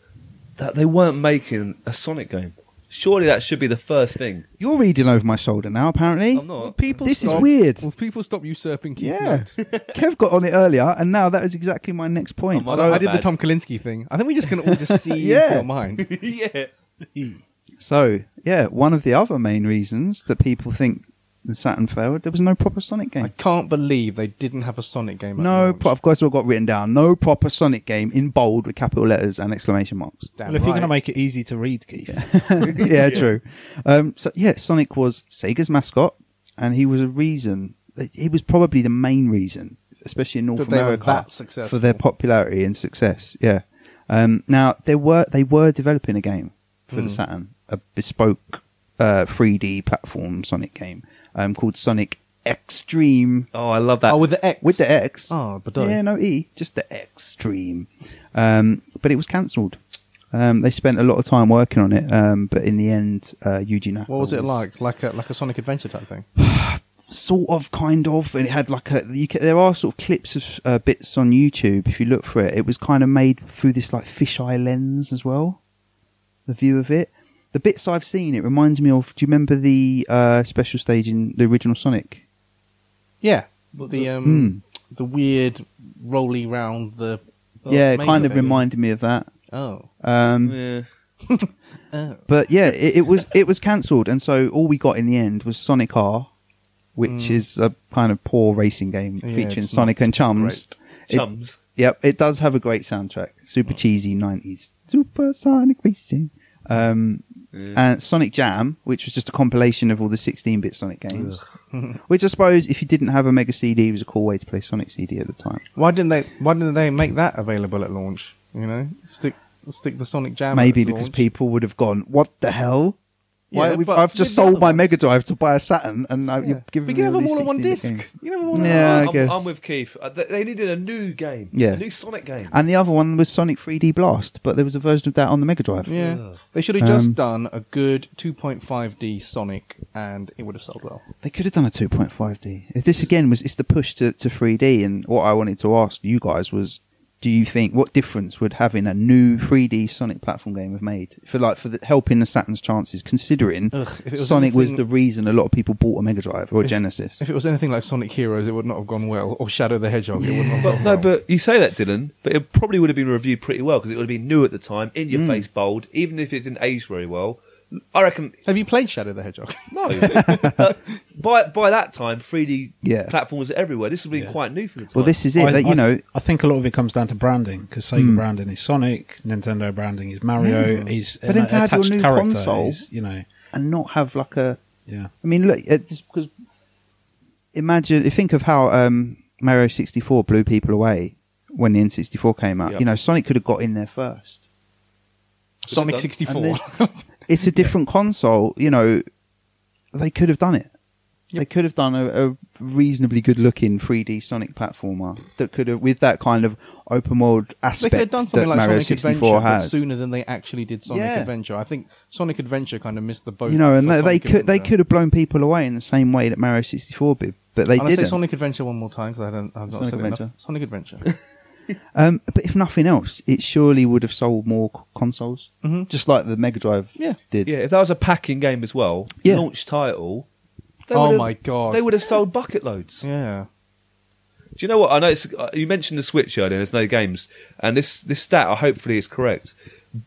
[SPEAKER 3] that they weren't making a Sonic game? Surely that should be the first thing.
[SPEAKER 1] You're reading over my shoulder now, apparently.
[SPEAKER 3] I'm not.
[SPEAKER 4] people
[SPEAKER 1] This is weird.
[SPEAKER 4] Will people stop usurping Keith
[SPEAKER 1] Yeah.
[SPEAKER 4] Notes?
[SPEAKER 1] Kev got on it earlier, and now that is exactly my next point.
[SPEAKER 3] Oh, my
[SPEAKER 1] So,
[SPEAKER 3] God.
[SPEAKER 4] I did the
[SPEAKER 3] bad.
[SPEAKER 4] Tom Kalinske thing. I think we just can all just see
[SPEAKER 1] Yeah.
[SPEAKER 4] into your mind.
[SPEAKER 3] yeah.
[SPEAKER 1] so, yeah, one of the other main reasons that people think the Saturn failed, there was no proper Sonic
[SPEAKER 4] I
[SPEAKER 1] game.
[SPEAKER 4] can't believe they didn't have a Sonic game. at
[SPEAKER 1] No,
[SPEAKER 4] launch.
[SPEAKER 1] pro- of course, I've got written down. No proper Sonic game in bold with capital letters and exclamation marks.
[SPEAKER 4] Damn
[SPEAKER 2] Well, if you're
[SPEAKER 4] right.
[SPEAKER 2] going to make it easy to read, Keith.
[SPEAKER 1] yeah, true. Um, so yeah, Sonic was Sega's mascot, and he was a reason. He was probably the main reason, especially in North
[SPEAKER 4] That they were
[SPEAKER 1] America,
[SPEAKER 4] that
[SPEAKER 1] for
[SPEAKER 4] successful.
[SPEAKER 1] their popularity and success. Yeah. Um, now they were they were developing a game for
[SPEAKER 4] Hmm.
[SPEAKER 1] the Saturn, a bespoke uh, 3D platform Sonic game um, called Sonic Extreme
[SPEAKER 3] Oh, I love that.
[SPEAKER 4] oh with the X
[SPEAKER 1] with the X.
[SPEAKER 4] Oh, but
[SPEAKER 1] yeah, no E, just the Extreme. Um, but it was cancelled. Um, they spent a lot of time working on it, um, but in the end, uh, Eugene.
[SPEAKER 4] What was
[SPEAKER 1] Apple
[SPEAKER 4] it like? Like a like a Sonic Adventure type thing.
[SPEAKER 1] Sort of, kind of, and it had like a. You ca there are sort of clips of uh, bits on YouTube if you look for it. It was kind of made through this like fisheye lens as well. The view of it, the bits I've seen, it reminds me of. Do you remember the uh, special stage in the original Sonic?
[SPEAKER 4] Yeah, the
[SPEAKER 1] Hmm.
[SPEAKER 4] um the weird rolly round the.
[SPEAKER 1] yeah, it
[SPEAKER 4] maze
[SPEAKER 1] kind of
[SPEAKER 4] thing.
[SPEAKER 1] reminded me of that.
[SPEAKER 4] Oh,
[SPEAKER 1] Um,
[SPEAKER 3] yeah.
[SPEAKER 4] oh.
[SPEAKER 1] But yeah, it, it was it was cancelled, and so all we got in the end was Sonic R, which is a kind of poor racing game
[SPEAKER 4] Mm. Yeah,
[SPEAKER 1] featuring
[SPEAKER 4] it's
[SPEAKER 1] Sonic and Chums. It-
[SPEAKER 3] Chums.
[SPEAKER 1] yep, it does have a great soundtrack, super
[SPEAKER 4] Mm.
[SPEAKER 1] cheesy nineties, super Sonic racing. Um, and Sonic Jam, which was just a compilation of all the 16-bit Sonic games, which I suppose if you didn't have a Mega CD, was a cool way to play Sonic CD at the time.
[SPEAKER 4] Why didn't they? Why didn't they make that available at launch? You know, stick stick the Sonic Jam.
[SPEAKER 1] Maybe
[SPEAKER 4] at
[SPEAKER 1] because
[SPEAKER 4] launch.
[SPEAKER 1] people would have gone, "What the hell? Why
[SPEAKER 4] Yeah,
[SPEAKER 1] we've,
[SPEAKER 4] but
[SPEAKER 1] I've
[SPEAKER 4] with
[SPEAKER 1] just
[SPEAKER 4] the
[SPEAKER 1] sold
[SPEAKER 4] other
[SPEAKER 1] my
[SPEAKER 4] ones-
[SPEAKER 1] Mega Drive to buy a Saturn, and now
[SPEAKER 4] Yeah.
[SPEAKER 1] you're giving
[SPEAKER 4] we
[SPEAKER 1] me
[SPEAKER 4] can have
[SPEAKER 1] all
[SPEAKER 4] them
[SPEAKER 1] these
[SPEAKER 4] all on one
[SPEAKER 1] 16-bit
[SPEAKER 4] disc.
[SPEAKER 1] games.
[SPEAKER 4] You can have them all on
[SPEAKER 1] Yeah, I
[SPEAKER 4] one
[SPEAKER 3] I'm,
[SPEAKER 1] guess.
[SPEAKER 3] I'm with Keith. Uh, th- They needed a new game.
[SPEAKER 1] Yeah.
[SPEAKER 3] A new Sonic game.
[SPEAKER 1] And the other one was Sonic 3D Blast, but there was a version of that on the Mega Drive.
[SPEAKER 4] Yeah. They should have just
[SPEAKER 1] Um,
[SPEAKER 4] done a good 2.5D Sonic and it would have sold well.
[SPEAKER 1] They could have done a 2.5D. If this again was, it's the push to, to 3D, and what I wanted to ask you guys was, do you think what difference would having a new 3D Sonic platform game have made for like for the, helping the Saturn's chances? Considering
[SPEAKER 4] Ugh, if it was
[SPEAKER 1] Sonic was the
[SPEAKER 4] anything-
[SPEAKER 1] reason a lot of people bought a Mega Drive or a Genesis.
[SPEAKER 4] If it was anything like Sonic Heroes, it would not have gone well. Or Shadow the Hedgehog, it would not have
[SPEAKER 3] But
[SPEAKER 4] gone
[SPEAKER 3] no,
[SPEAKER 4] well.
[SPEAKER 3] but you say that, Dylan, but it probably would have been reviewed pretty well because it would have been new at the time, in
[SPEAKER 1] Mm.
[SPEAKER 3] your face, bold, even if it didn't age very well. I reckon
[SPEAKER 4] have you played Shadow the Hedgehog?
[SPEAKER 3] no. But by by that time, 3D
[SPEAKER 1] Yeah.
[SPEAKER 3] platforms are everywhere. This would have been
[SPEAKER 2] Yeah.
[SPEAKER 3] quite new for the time.
[SPEAKER 1] well, this is it.
[SPEAKER 2] I-
[SPEAKER 1] that, you
[SPEAKER 2] I-
[SPEAKER 1] know, Mm.
[SPEAKER 2] I think a lot of it comes down to branding because Sega branding is Sonic, Nintendo branding is Mario, is
[SPEAKER 1] But then
[SPEAKER 2] an
[SPEAKER 1] to have your
[SPEAKER 2] attached
[SPEAKER 1] new
[SPEAKER 2] character,
[SPEAKER 1] console-
[SPEAKER 2] is, you know,
[SPEAKER 1] and not have like a
[SPEAKER 2] yeah,
[SPEAKER 1] I mean, look, because imagine, think of how um, Mario 64 blew people away when the N64 came out.
[SPEAKER 3] Yeah.
[SPEAKER 1] You know, Sonic could have got in there first.
[SPEAKER 4] Sonic
[SPEAKER 3] done.
[SPEAKER 4] 64.
[SPEAKER 1] And It's a different console, you know, they could have done it. They could have done a, a reasonably good looking 3D Sonic platformer that could have, with that kind of open world
[SPEAKER 4] they
[SPEAKER 1] aspect
[SPEAKER 4] could have done something
[SPEAKER 1] that
[SPEAKER 4] like
[SPEAKER 1] Mario
[SPEAKER 4] Sonic
[SPEAKER 1] 64
[SPEAKER 4] Adventure but
[SPEAKER 1] has.
[SPEAKER 4] sooner than they actually did Sonic
[SPEAKER 1] Yeah.
[SPEAKER 4] Adventure. I think Sonic Adventure kind of missed the boat.
[SPEAKER 1] You know, and
[SPEAKER 4] for
[SPEAKER 1] they, they
[SPEAKER 4] Sonic
[SPEAKER 1] could they
[SPEAKER 4] Adventure.
[SPEAKER 1] could have blown people away in the same way that Mario 64 did, but they
[SPEAKER 4] And I say
[SPEAKER 1] didn't.
[SPEAKER 4] Sonic Adventure one more time because I don't. I've not
[SPEAKER 1] Sonic
[SPEAKER 4] said it enough.
[SPEAKER 1] Adventure.
[SPEAKER 4] Sonic Adventure.
[SPEAKER 1] Um, but if nothing else, it surely would have sold more c- consoles,
[SPEAKER 4] Mhm.
[SPEAKER 1] just like the Mega Drive
[SPEAKER 4] Yeah.
[SPEAKER 1] did.
[SPEAKER 3] yeah, if that was a packing game as well,
[SPEAKER 1] Yeah.
[SPEAKER 3] launch title. they would
[SPEAKER 4] oh
[SPEAKER 3] have-
[SPEAKER 4] my god!
[SPEAKER 3] They would have sold bucket loads.
[SPEAKER 4] Yeah.
[SPEAKER 3] Do you know what? I know it's, uh, you mentioned the Switch earlier. There's no games, and this this stat I hopefully is correct.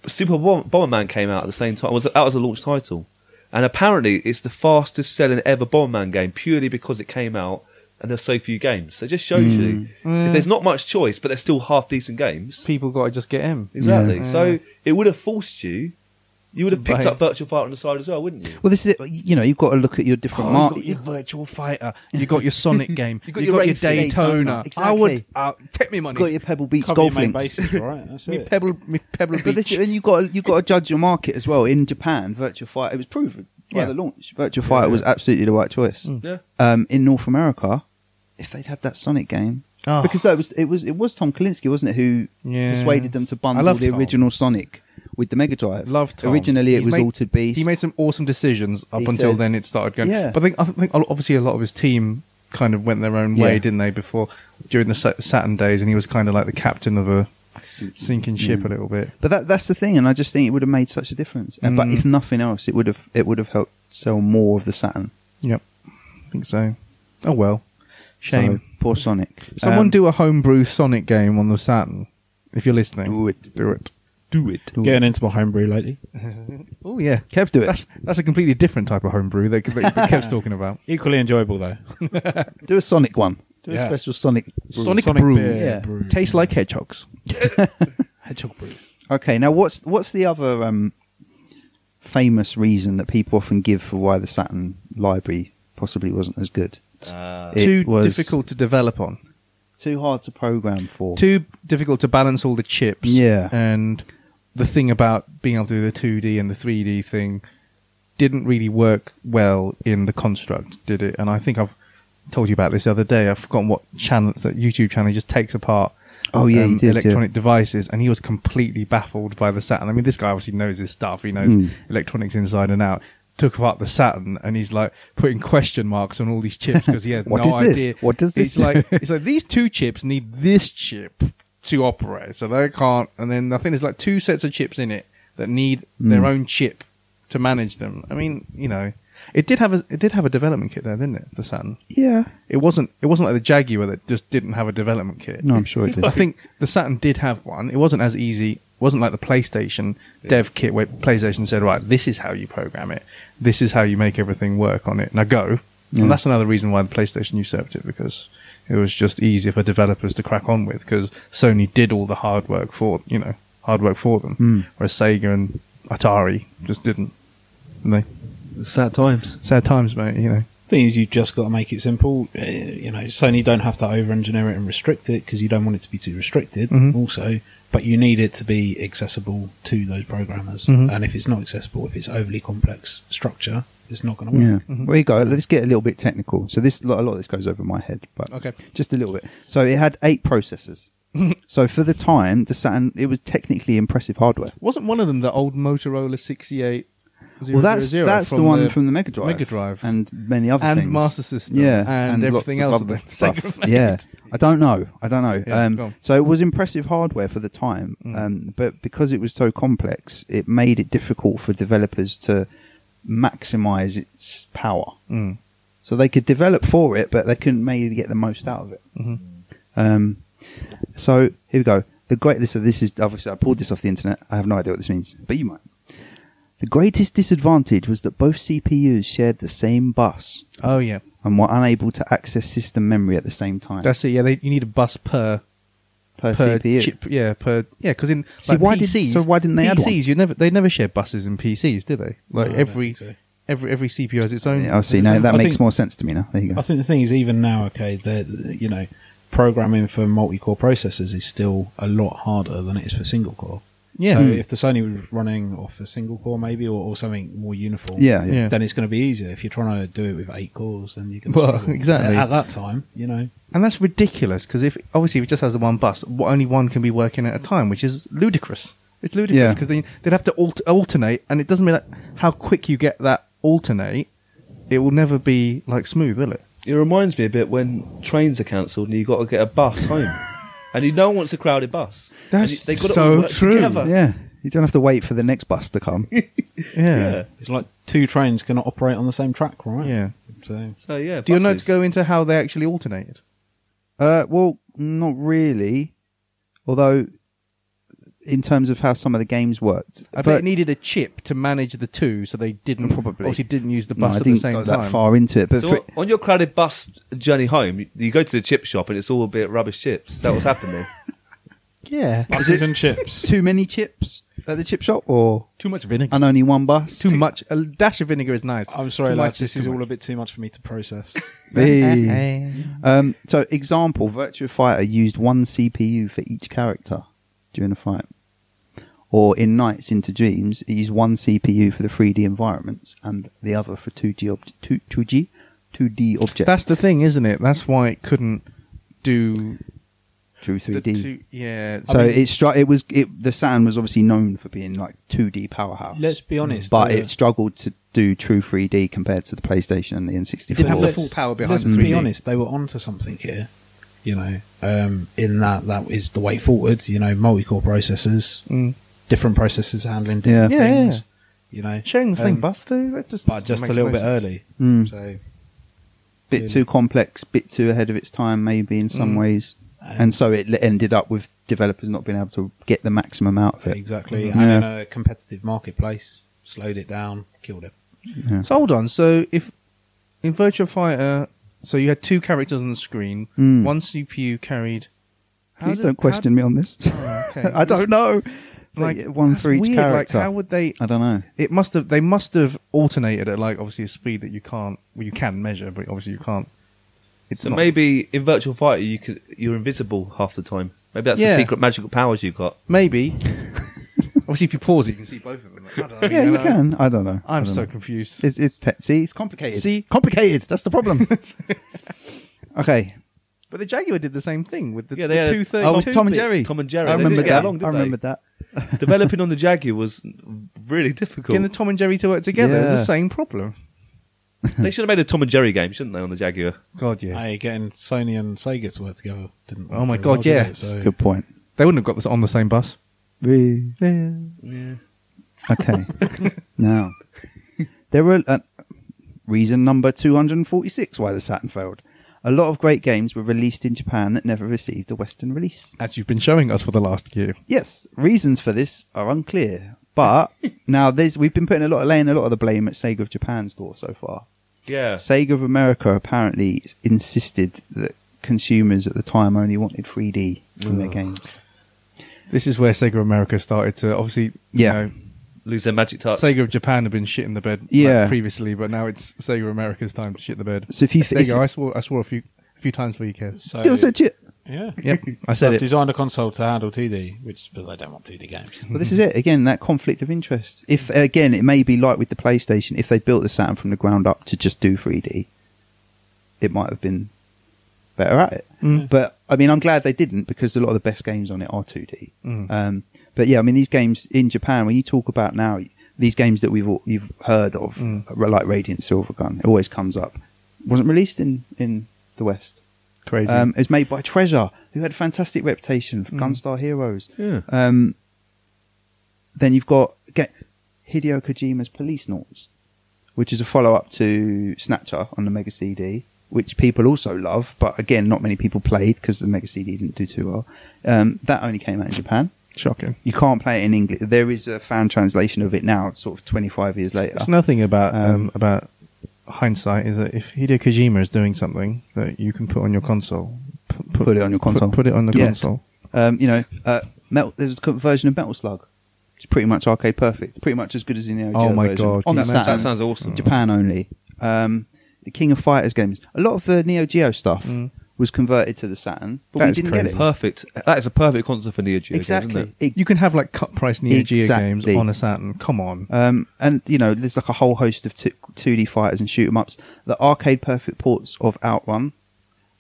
[SPEAKER 3] Super Bom- Bomberman came out at the same time. Was that was a launch title, and apparently it's the fastest selling ever Bomberman game purely because it came out and there's so few games. So it just shows you
[SPEAKER 4] Mm. Yeah.
[SPEAKER 3] if there's not much choice, but they're still half decent games.
[SPEAKER 4] People got to just get him.
[SPEAKER 3] Exactly.
[SPEAKER 4] Yeah.
[SPEAKER 3] So it would have forced you. You would have
[SPEAKER 4] To
[SPEAKER 3] picked
[SPEAKER 4] buy-
[SPEAKER 3] up Virtual Fighter on the side as well, wouldn't you?
[SPEAKER 1] Well, this is it. You know, you've got to look at your different
[SPEAKER 4] Oh, you
[SPEAKER 1] market.
[SPEAKER 4] got your virtual fighter. You got your Sonic game. you got your,
[SPEAKER 1] racing.
[SPEAKER 4] Daytona.
[SPEAKER 1] Exactly.
[SPEAKER 4] I would uh, take me
[SPEAKER 1] You've
[SPEAKER 4] money.
[SPEAKER 1] got your Pebble Beach
[SPEAKER 2] Cover
[SPEAKER 1] golf
[SPEAKER 2] your main
[SPEAKER 1] links.
[SPEAKER 2] bases, right? That's
[SPEAKER 4] me
[SPEAKER 2] it.
[SPEAKER 4] Pebble, me Pebble
[SPEAKER 1] But this,
[SPEAKER 4] Beach.
[SPEAKER 1] and you've got you've got to judge your market as well. In Japan, Virtual Fighter it was proven by
[SPEAKER 4] Yeah.
[SPEAKER 1] the launch. Virtual Fighter was absolutely the right choice.
[SPEAKER 4] Mm.
[SPEAKER 3] Yeah.
[SPEAKER 1] Um, in North America, if they'd had that Sonic game,
[SPEAKER 4] Oh.
[SPEAKER 1] because that was it was it was Tom Kalinske, wasn't it, who
[SPEAKER 4] Yes.
[SPEAKER 1] persuaded them to
[SPEAKER 4] I
[SPEAKER 1] bundle
[SPEAKER 4] love
[SPEAKER 1] the
[SPEAKER 4] Tom.
[SPEAKER 1] original Sonic with the Mega Drive.
[SPEAKER 4] Love Tom.
[SPEAKER 1] Originally, it
[SPEAKER 4] He's
[SPEAKER 1] was
[SPEAKER 4] made-
[SPEAKER 1] Altered Beast.
[SPEAKER 4] He made some awesome decisions up
[SPEAKER 1] He
[SPEAKER 4] until
[SPEAKER 1] said-
[SPEAKER 4] then. It started going.
[SPEAKER 1] Yeah.
[SPEAKER 4] But I think, I think obviously a lot of his team kind of went their own way,
[SPEAKER 1] Yeah.
[SPEAKER 4] didn't they? Before during the Sa- Saturn days, and he was kind of like the captain of a sinking
[SPEAKER 1] Mm.
[SPEAKER 4] ship a little bit.
[SPEAKER 1] But that that's the thing, and I just think it would have made such a difference. And But
[SPEAKER 4] Mm.
[SPEAKER 1] if nothing else, it would have it would have helped sell more of the Saturn.
[SPEAKER 4] Yep. I think so. Oh well. Shame.
[SPEAKER 1] So, poor Sonic.
[SPEAKER 4] Someone
[SPEAKER 1] Um,
[SPEAKER 4] do a homebrew Sonic game on the Saturn. If you're listening,
[SPEAKER 1] Do it.
[SPEAKER 4] Do it.
[SPEAKER 1] do it.
[SPEAKER 2] Getting into my homebrew lately.
[SPEAKER 4] Oh yeah.
[SPEAKER 1] Kev, do it.
[SPEAKER 4] That's that's a completely different type of homebrew that, that, that Kev's talking about.
[SPEAKER 2] Equally enjoyable though.
[SPEAKER 1] Do a Sonic one. Do a
[SPEAKER 2] Yeah.
[SPEAKER 1] special Sonic.
[SPEAKER 4] Sonic brew.
[SPEAKER 2] beer
[SPEAKER 1] Yeah.
[SPEAKER 2] brew.
[SPEAKER 4] Tastes like hedgehogs.
[SPEAKER 2] hedgehog brew.
[SPEAKER 1] Okay, now what's what's the other um, famous reason that people often give for why the Saturn library possibly wasn't as good?
[SPEAKER 3] Uh,
[SPEAKER 1] It
[SPEAKER 4] Too
[SPEAKER 1] was
[SPEAKER 4] difficult to develop on.
[SPEAKER 1] Too hard to program for.
[SPEAKER 4] Too difficult to balance all the chips.
[SPEAKER 1] Yeah.
[SPEAKER 4] And the thing about being able to do the two D and the three D thing didn't really work well in the construct, did it? And I think I've told you about this the other day. I've forgotten what channel that YouTube channel just takes apart um,
[SPEAKER 1] Oh, yeah, you did, yeah.
[SPEAKER 4] electronic devices and he was completely baffled by the Saturn. I mean this guy obviously knows his stuff, he knows
[SPEAKER 1] Mm.
[SPEAKER 4] electronics inside and out. Took apart the Saturn and he's like putting question marks on all these chips because he has
[SPEAKER 1] What
[SPEAKER 4] no
[SPEAKER 1] is this?
[SPEAKER 4] idea.
[SPEAKER 1] What does this
[SPEAKER 4] It's like it's like these two chips need this chip to operate, so they can't. And then I think there's like two sets of chips in it that need
[SPEAKER 1] Hmm.
[SPEAKER 4] their own chip to manage them. I mean, you know, it did have a it did have a development kit there, didn't it? The Saturn.
[SPEAKER 1] yeah.
[SPEAKER 4] It wasn't it wasn't like the Jaguar that just didn't have a development kit.
[SPEAKER 1] No, I'm sure it did.
[SPEAKER 4] I think the Saturn did have one. It wasn't as easy. It wasn't like the PlayStation dev kit where PlayStation said, right, this is how you program it. This is how you make everything work on it. Now go. And that's another reason why the PlayStation usurped it because it was just easier for developers to crack on with because Sony did all the hard work for, you know, hard work for them.
[SPEAKER 1] Mm.
[SPEAKER 4] Whereas Sega and Atari just didn't. And they,
[SPEAKER 3] sad times.
[SPEAKER 4] sad times, mate, you know.
[SPEAKER 2] thing is, you've just got to make it simple. Uh, you know, Sony don't have to over-engineer it and restrict it because you don't want it to be too restricted.
[SPEAKER 4] Mhm.
[SPEAKER 2] Also, but you need it to be accessible to those programmers.
[SPEAKER 4] Mhm.
[SPEAKER 2] And if it's not accessible, if it's overly complex structure, it's not going to
[SPEAKER 1] Yeah. Mm-hmm.
[SPEAKER 2] work.
[SPEAKER 4] Mm-hmm.
[SPEAKER 1] Well, you go. Let's get a little bit technical. So this a lot of this goes over my head, but
[SPEAKER 4] Okay.
[SPEAKER 1] just a little bit. So it had eight processors. so for the time, the Saturn it was technically impressive hardware.
[SPEAKER 4] Wasn't one of them the old Motorola 68
[SPEAKER 1] well, that's
[SPEAKER 4] 000
[SPEAKER 1] that's the
[SPEAKER 4] from
[SPEAKER 1] one from the Mega Drive,
[SPEAKER 4] Mega Drive.
[SPEAKER 1] and many other
[SPEAKER 4] And
[SPEAKER 1] things,
[SPEAKER 4] Master System,
[SPEAKER 1] yeah,
[SPEAKER 4] and everything
[SPEAKER 1] lots
[SPEAKER 4] else
[SPEAKER 1] of
[SPEAKER 4] that
[SPEAKER 1] other
[SPEAKER 4] they
[SPEAKER 1] stuff.
[SPEAKER 4] segregated.
[SPEAKER 1] Yeah, I don't know, I don't know.
[SPEAKER 4] Yeah, go
[SPEAKER 1] um,
[SPEAKER 4] on. Mm.
[SPEAKER 1] so it was impressive hardware for the time, um, but because it was so complex, it made it difficult for developers to maximize its power.
[SPEAKER 4] Mm.
[SPEAKER 1] So they could develop for it, but they couldn't maybe get the most out of it.
[SPEAKER 4] Mhm.
[SPEAKER 1] Um, so here we go. The great. This, so this is obviously I pulled this off the internet. I have no idea what this means, but you might. The greatest disadvantage was that both CPUs shared the same bus
[SPEAKER 4] Oh yeah,
[SPEAKER 1] and were unable to access system memory at the same time
[SPEAKER 4] that's it. Yeah, they, you need a bus per
[SPEAKER 1] per,
[SPEAKER 4] per
[SPEAKER 1] CPU.
[SPEAKER 4] chip. Yeah, per yeah. Because in
[SPEAKER 1] See,
[SPEAKER 4] like
[SPEAKER 1] why did-
[SPEAKER 4] PCs,
[SPEAKER 1] so why didn't they add
[SPEAKER 4] PCs,
[SPEAKER 1] one?
[SPEAKER 4] You never they never share buses in PCs, do they? Like
[SPEAKER 2] No, I
[SPEAKER 4] every
[SPEAKER 2] don't think Uh, so.
[SPEAKER 4] every every CPU has its own.
[SPEAKER 1] Yeah, I see.
[SPEAKER 4] its
[SPEAKER 1] Now
[SPEAKER 4] own-
[SPEAKER 1] that
[SPEAKER 2] I
[SPEAKER 1] makes
[SPEAKER 2] think-
[SPEAKER 1] more sense to me now. There you
[SPEAKER 2] I
[SPEAKER 1] go.
[SPEAKER 2] think the thing is, even now, okay, that you know, programming for multi-core processors is still a lot harder than it is for single core.
[SPEAKER 4] Yeah.
[SPEAKER 2] So
[SPEAKER 4] Hmm.
[SPEAKER 2] if the Sony was running off a single core, maybe, or, or something more uniform,
[SPEAKER 1] Yeah, yeah.
[SPEAKER 4] Yeah.
[SPEAKER 2] then it's going to be easier. If you're trying to do it with eight cores, then you can.
[SPEAKER 4] Well, exactly.
[SPEAKER 2] At that time, you know,
[SPEAKER 4] and that's ridiculous because if obviously if it just has the one bus, w- only one can be working at a time, which is ludicrous. It's ludicrous
[SPEAKER 1] Yeah.
[SPEAKER 4] because they they'd have to alt- alternate, and it doesn't mean that how quick you get that alternate. It will never be like smooth, will it?
[SPEAKER 3] It reminds me a bit when trains are cancelled and you've got to get a bus home. And you, no one wants a crowded bus. And
[SPEAKER 4] That's
[SPEAKER 3] you- they've got
[SPEAKER 4] so
[SPEAKER 3] it all worked
[SPEAKER 4] true.
[SPEAKER 3] Together.
[SPEAKER 1] Yeah, you don't have to wait for the next bus to come.
[SPEAKER 4] Yeah.
[SPEAKER 2] it's like two trains cannot operate on the same track,
[SPEAKER 4] Yeah.
[SPEAKER 2] right? So
[SPEAKER 3] So yeah.
[SPEAKER 4] Do you know
[SPEAKER 3] buses.
[SPEAKER 4] to go into how they actually alternated?
[SPEAKER 1] Uh, well, not really. Although, in terms of how some of the games worked,
[SPEAKER 4] I bet
[SPEAKER 1] But-
[SPEAKER 4] it needed a chip to manage the two, so they didn't
[SPEAKER 1] Probably.
[SPEAKER 4] obviously didn't use the
[SPEAKER 1] No, I
[SPEAKER 4] bus at
[SPEAKER 1] didn't
[SPEAKER 4] the same
[SPEAKER 1] go
[SPEAKER 4] time.
[SPEAKER 1] that far into it, but
[SPEAKER 3] So
[SPEAKER 1] for-
[SPEAKER 3] on- on your crowded bus journey home, you, you go to the chip shop and it's all a bit rubbish chips. That was happening.
[SPEAKER 4] Yeah,
[SPEAKER 2] buses and chips.
[SPEAKER 1] too many chips at the chip shop, or
[SPEAKER 2] Too much vinegar.
[SPEAKER 1] and only one bus.
[SPEAKER 4] too much. A dash of vinegar is nice.
[SPEAKER 2] I'm sorry,
[SPEAKER 4] Too much
[SPEAKER 2] lads. This is
[SPEAKER 4] too
[SPEAKER 2] all a
[SPEAKER 4] much.
[SPEAKER 2] bit too much for me to process.
[SPEAKER 1] Hey. Um, so, example: Virtua Fighter used one CPU for each character during a fight, or in Nights into Dreams, it used one CPU for the 3D environments and the other for 2G ob- 2, 2G 2D objects.
[SPEAKER 4] That's the thing, isn't it? That's why it couldn't do
[SPEAKER 1] True
[SPEAKER 4] the
[SPEAKER 1] 3D.
[SPEAKER 4] two. Yeah.
[SPEAKER 1] So
[SPEAKER 4] I mean,
[SPEAKER 1] it stru- it was it the Saturn was obviously known for being like 2D powerhouse.
[SPEAKER 2] Let's be honest,
[SPEAKER 1] but
[SPEAKER 2] the-
[SPEAKER 1] it struggled to do true 3D compared to the PlayStation and the N64.
[SPEAKER 4] It didn't have the
[SPEAKER 2] Let's-
[SPEAKER 4] full power behind
[SPEAKER 2] Let's
[SPEAKER 4] the
[SPEAKER 2] be
[SPEAKER 4] 3D.
[SPEAKER 2] honest, they were onto something here. You know, um, in that that is the way forward. You know, multi-core processors,
[SPEAKER 4] Mm.
[SPEAKER 2] different processors handling different
[SPEAKER 4] Yeah. Yeah, yeah.
[SPEAKER 2] things. You know,
[SPEAKER 4] sharing the same
[SPEAKER 2] um,
[SPEAKER 4] bus though. That just
[SPEAKER 2] but just a
[SPEAKER 4] makes
[SPEAKER 2] little
[SPEAKER 4] no
[SPEAKER 2] bit
[SPEAKER 4] sense.
[SPEAKER 2] early.
[SPEAKER 1] Mm.
[SPEAKER 2] So
[SPEAKER 1] bit too complex, bit too ahead of its time, maybe in some
[SPEAKER 4] Mm.
[SPEAKER 1] ways,
[SPEAKER 2] And-
[SPEAKER 1] and so it l- ended up with developers not being able to get the maximum out of it.
[SPEAKER 2] exactly,
[SPEAKER 1] Mhm.
[SPEAKER 2] and
[SPEAKER 4] uh,
[SPEAKER 1] Yeah.
[SPEAKER 2] in a competitive marketplace, slowed it down, killed it.
[SPEAKER 4] So hold on. So if in Virtua Fighter, so you had two characters on the screen.
[SPEAKER 1] Mm.
[SPEAKER 4] One CPU carried. how
[SPEAKER 1] Please
[SPEAKER 4] did-
[SPEAKER 1] don't
[SPEAKER 4] how-
[SPEAKER 1] question me on this.
[SPEAKER 4] Oh, okay.
[SPEAKER 1] I don't know. Like one
[SPEAKER 4] that's
[SPEAKER 1] for each
[SPEAKER 4] weird.
[SPEAKER 1] character.
[SPEAKER 4] Like, how would they?
[SPEAKER 1] I don't know.
[SPEAKER 4] It must have. They must have alternated at like obviously a speed that you can't. Well, you can measure, but obviously you can't. It's
[SPEAKER 3] so
[SPEAKER 4] not-
[SPEAKER 3] maybe in Virtual Fighter you could you're invisible half the time. Maybe that's
[SPEAKER 4] Yeah.
[SPEAKER 3] the secret magical powers you've got.
[SPEAKER 4] maybe. obviously, if you pause it, you can see both of them. I don't know.
[SPEAKER 1] Yeah,
[SPEAKER 4] I
[SPEAKER 1] you
[SPEAKER 4] don't know.
[SPEAKER 1] can. I don't know. I
[SPEAKER 4] I'm
[SPEAKER 1] don't
[SPEAKER 4] so
[SPEAKER 1] know.
[SPEAKER 4] confused.
[SPEAKER 1] It's, it's te- see, it's complicated.
[SPEAKER 4] See?
[SPEAKER 1] complicated. That's the problem. okay.
[SPEAKER 4] but the Jaguar did the same thing with the,
[SPEAKER 3] Yeah,
[SPEAKER 4] the
[SPEAKER 3] they had a-
[SPEAKER 4] two thirty.
[SPEAKER 1] Oh, with Tom and
[SPEAKER 3] bit.
[SPEAKER 1] Jerry.
[SPEAKER 3] Tom and Jerry.
[SPEAKER 1] I
[SPEAKER 3] They didn't
[SPEAKER 1] remember
[SPEAKER 3] get
[SPEAKER 1] that.
[SPEAKER 3] along, did
[SPEAKER 1] I
[SPEAKER 3] they?
[SPEAKER 1] remember that.
[SPEAKER 3] Developing on the Jaguar was really difficult.
[SPEAKER 4] Getting the Tom and Jerry to work together is
[SPEAKER 1] Yeah.
[SPEAKER 4] the same problem.
[SPEAKER 3] they should have made a Tom and Jerry game, shouldn't they, on the Jaguar?
[SPEAKER 4] God, yeah.
[SPEAKER 2] Hey, getting Sony and Sega to work together didn't.
[SPEAKER 4] Oh
[SPEAKER 2] work
[SPEAKER 4] my
[SPEAKER 2] very
[SPEAKER 4] God,
[SPEAKER 2] well, did
[SPEAKER 4] yeah.
[SPEAKER 2] it? So-
[SPEAKER 1] Good point.
[SPEAKER 4] They wouldn't have got this on the same bus.
[SPEAKER 1] We-
[SPEAKER 4] Yeah.
[SPEAKER 1] Okay. now, there were uh, reason number 246 why the Saturn failed. A lot of great games were released in Japan that never received a Western release.
[SPEAKER 4] As you've been showing us for the last year.
[SPEAKER 1] Yes, reasons for this are unclear. But now there's, we've been putting a lot of laying a lot of the blame at Sega of Japan's door so far.
[SPEAKER 3] Yeah.
[SPEAKER 1] Sega of America apparently insisted that consumers at the time only wanted 3D from their games.
[SPEAKER 4] This is where Sega America started to obviously.
[SPEAKER 1] Yeah.
[SPEAKER 4] You know,
[SPEAKER 3] Lose their magic touch.
[SPEAKER 4] Sega of Japan had been shit in the bed like,
[SPEAKER 1] Yeah.
[SPEAKER 4] previously, but now it's Sega America's time to shit the bed.
[SPEAKER 1] So if you-
[SPEAKER 4] there
[SPEAKER 1] if-
[SPEAKER 4] you go. I swore, I swore a few a few times for you, Kev.
[SPEAKER 2] so-
[SPEAKER 1] There was a j-
[SPEAKER 2] yeah.
[SPEAKER 4] Yep, I said
[SPEAKER 2] I've
[SPEAKER 4] it.
[SPEAKER 2] Designed a console to handle 2D, which but they don't want 2D games.
[SPEAKER 1] Well, this is it again. That conflict of interest. If again, it may be like with the PlayStation. If they built the Saturn from the ground up to just do 3D, it might have been better at it.
[SPEAKER 4] Mm.
[SPEAKER 1] But I mean, I'm glad they didn't because a lot of the best games on it are 2D.
[SPEAKER 4] Mm.
[SPEAKER 1] Um, but yeah, I mean, these games in Japan, when you talk about now, these games that we've all, you've heard of, like Radiant Silvergun, it always comes up. Wasn't released in in the West.
[SPEAKER 4] Crazy. Mm.
[SPEAKER 1] Um, it was made by Treasure, who had a fantastic reputation for Gunstar Heroes.
[SPEAKER 3] Yeah.
[SPEAKER 1] Um, then you've got get Hideo Kojima's Police Noughts, which is a follow up to Snatcher on the Mega CD, which people also love, but again, not many people played because the Mega CD didn't do too well. Um, that only came out in Japan.
[SPEAKER 4] Shocking.
[SPEAKER 1] You can't play it in English. There is a fan translation of it now, sort of 25 years later.
[SPEAKER 4] It's nothing about um,
[SPEAKER 1] Um,
[SPEAKER 4] about hindsight is that if Hideo Kojima is doing something that you can put on your console, p-
[SPEAKER 1] Put it on your console.
[SPEAKER 4] Put, put it on the
[SPEAKER 1] Yeah.
[SPEAKER 4] console.
[SPEAKER 1] Um, you know, uh, Metal, there's a co- version of Metal Slug. It's pretty much arcade perfect, pretty much as good as the Neo Geo
[SPEAKER 4] Oh my
[SPEAKER 1] version.
[SPEAKER 4] God, Oh.
[SPEAKER 1] On
[SPEAKER 4] can you
[SPEAKER 1] the
[SPEAKER 4] imagine?
[SPEAKER 1] Saturn,
[SPEAKER 3] That sounds awesome.
[SPEAKER 1] Japan only. Um, the King of Fighters games. A lot of the Neo Geo stuff was converted to the Saturn, but
[SPEAKER 4] Mm. That
[SPEAKER 1] we
[SPEAKER 4] is
[SPEAKER 1] didn't
[SPEAKER 4] crazy.
[SPEAKER 1] get it.
[SPEAKER 3] Perfect. That is a perfect concert for Neo Geo. games, isn't
[SPEAKER 1] exactly.
[SPEAKER 3] it?
[SPEAKER 1] It-
[SPEAKER 4] You can have like cut price Neo Geo games
[SPEAKER 1] Exactly.
[SPEAKER 4] on a Saturn. Come on.
[SPEAKER 1] um, and you know, there's like a whole host of two, 2D fighters and shoot 'em ups. The arcade perfect ports of Outrun.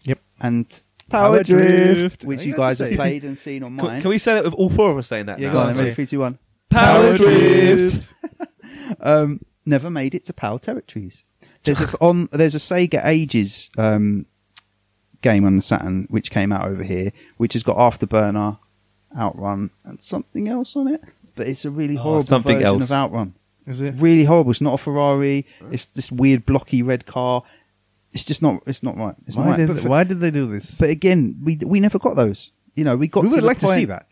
[SPEAKER 4] Yep.
[SPEAKER 1] And
[SPEAKER 4] Power Drift.
[SPEAKER 1] which
[SPEAKER 4] Are
[SPEAKER 1] you
[SPEAKER 4] you
[SPEAKER 1] guys
[SPEAKER 4] allowed
[SPEAKER 1] have
[SPEAKER 4] to say
[SPEAKER 1] played and seen on
[SPEAKER 3] Can,
[SPEAKER 1] mine.
[SPEAKER 3] can we say that with all four of us saying that?
[SPEAKER 4] Yeah,
[SPEAKER 3] now?
[SPEAKER 1] Go on,
[SPEAKER 4] Let's
[SPEAKER 1] then, ready?
[SPEAKER 4] see.
[SPEAKER 1] Three, two, one.
[SPEAKER 3] Power drift.
[SPEAKER 1] um, never made it to PAL territories. There's a, on there's a Sega Ages um, game on the Saturn which came out over here, which has got Afterburner, Outrun, and something else on it. But it's a really
[SPEAKER 3] Oh,
[SPEAKER 1] horrible
[SPEAKER 3] something
[SPEAKER 1] version
[SPEAKER 3] else.
[SPEAKER 1] of Outrun.
[SPEAKER 4] Is it?
[SPEAKER 1] Really horrible. It's not a Ferrari. It's this weird blocky red car. It's just not. It's not right. It's
[SPEAKER 4] Why
[SPEAKER 1] not right.
[SPEAKER 4] did,
[SPEAKER 1] But,
[SPEAKER 4] why did they do this?
[SPEAKER 1] but again, we we never got those. You know, we got.
[SPEAKER 4] we
[SPEAKER 1] to
[SPEAKER 4] would
[SPEAKER 1] the
[SPEAKER 4] like to see
[SPEAKER 1] point-
[SPEAKER 4] that.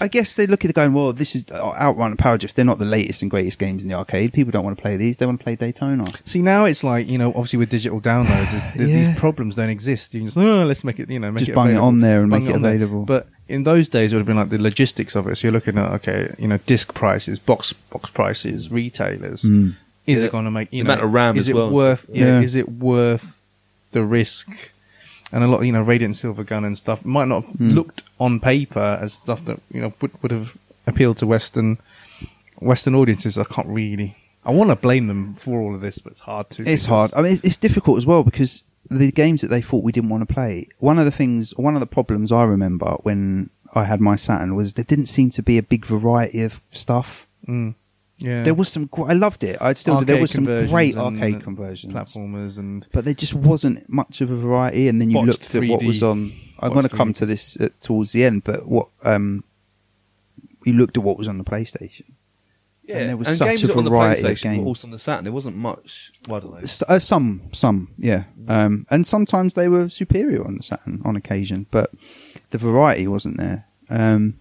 [SPEAKER 1] I guess they look at it going, well, this is uh, Outrun and Power Drift. They're not the latest and greatest games in the arcade. People don't want to play these. They want to play Daytona.
[SPEAKER 4] See now it's like you know obviously with digital downloads is, th-
[SPEAKER 1] Yeah.
[SPEAKER 4] these problems don't exist. You can just oh, let's make it you know make
[SPEAKER 1] Just
[SPEAKER 4] it
[SPEAKER 1] bung it
[SPEAKER 4] available.
[SPEAKER 1] on there and
[SPEAKER 4] Bung
[SPEAKER 1] make it
[SPEAKER 4] on there.
[SPEAKER 1] available.
[SPEAKER 4] But in those days it would have been like the logistics of it. So you're looking at okay you know disc prices, box box prices, retailers.
[SPEAKER 1] Mm.
[SPEAKER 4] Is
[SPEAKER 3] Yeah.
[SPEAKER 4] it going to make you
[SPEAKER 3] The
[SPEAKER 4] know
[SPEAKER 3] amount of RAM
[SPEAKER 4] is
[SPEAKER 3] as
[SPEAKER 4] it
[SPEAKER 3] well.
[SPEAKER 4] worth yeah,
[SPEAKER 1] Yeah.
[SPEAKER 4] is it worth the risk? And a lot you know Radiant Silver Gun and stuff might not have
[SPEAKER 1] Hmm.
[SPEAKER 4] looked on paper as stuff that you know would would have appealed to Western Western audiences. I can't really. I want to blame them for all of this, but it's hard to.
[SPEAKER 1] It's
[SPEAKER 4] because-
[SPEAKER 1] hard. I mean, it's, it's difficult as well because the games that they thought we didn't want to play. One of the things, one of the problems I remember when I had my Saturn was there didn't seem to be a big variety of stuff.
[SPEAKER 4] Mm. Yeah.
[SPEAKER 1] There was some. gr- I loved it. I still. do. there
[SPEAKER 4] Arcade
[SPEAKER 1] was some
[SPEAKER 4] conversions
[SPEAKER 1] great
[SPEAKER 4] and
[SPEAKER 1] arcade
[SPEAKER 4] the
[SPEAKER 1] conversions.
[SPEAKER 4] Platformers and
[SPEAKER 1] but there just wasn't much of a variety. And then you looked
[SPEAKER 4] Boxed
[SPEAKER 1] at what
[SPEAKER 4] 3D.
[SPEAKER 1] was on. I'm
[SPEAKER 4] Boxed
[SPEAKER 1] going to come
[SPEAKER 4] 3D.
[SPEAKER 1] to this uh, towards the end, but what um, you looked at what was on the PlayStation.
[SPEAKER 3] Yeah,
[SPEAKER 1] And there was
[SPEAKER 3] and
[SPEAKER 1] such
[SPEAKER 3] games
[SPEAKER 1] a
[SPEAKER 3] that were on the
[SPEAKER 1] variety of
[SPEAKER 3] PlayStation were
[SPEAKER 1] games.
[SPEAKER 3] also on the Saturn. There wasn't much. Well, I don't know.
[SPEAKER 1] S- uh, some, some, yeah. Um, and sometimes they were superior on the Saturn on occasion, but the variety wasn't there. Um,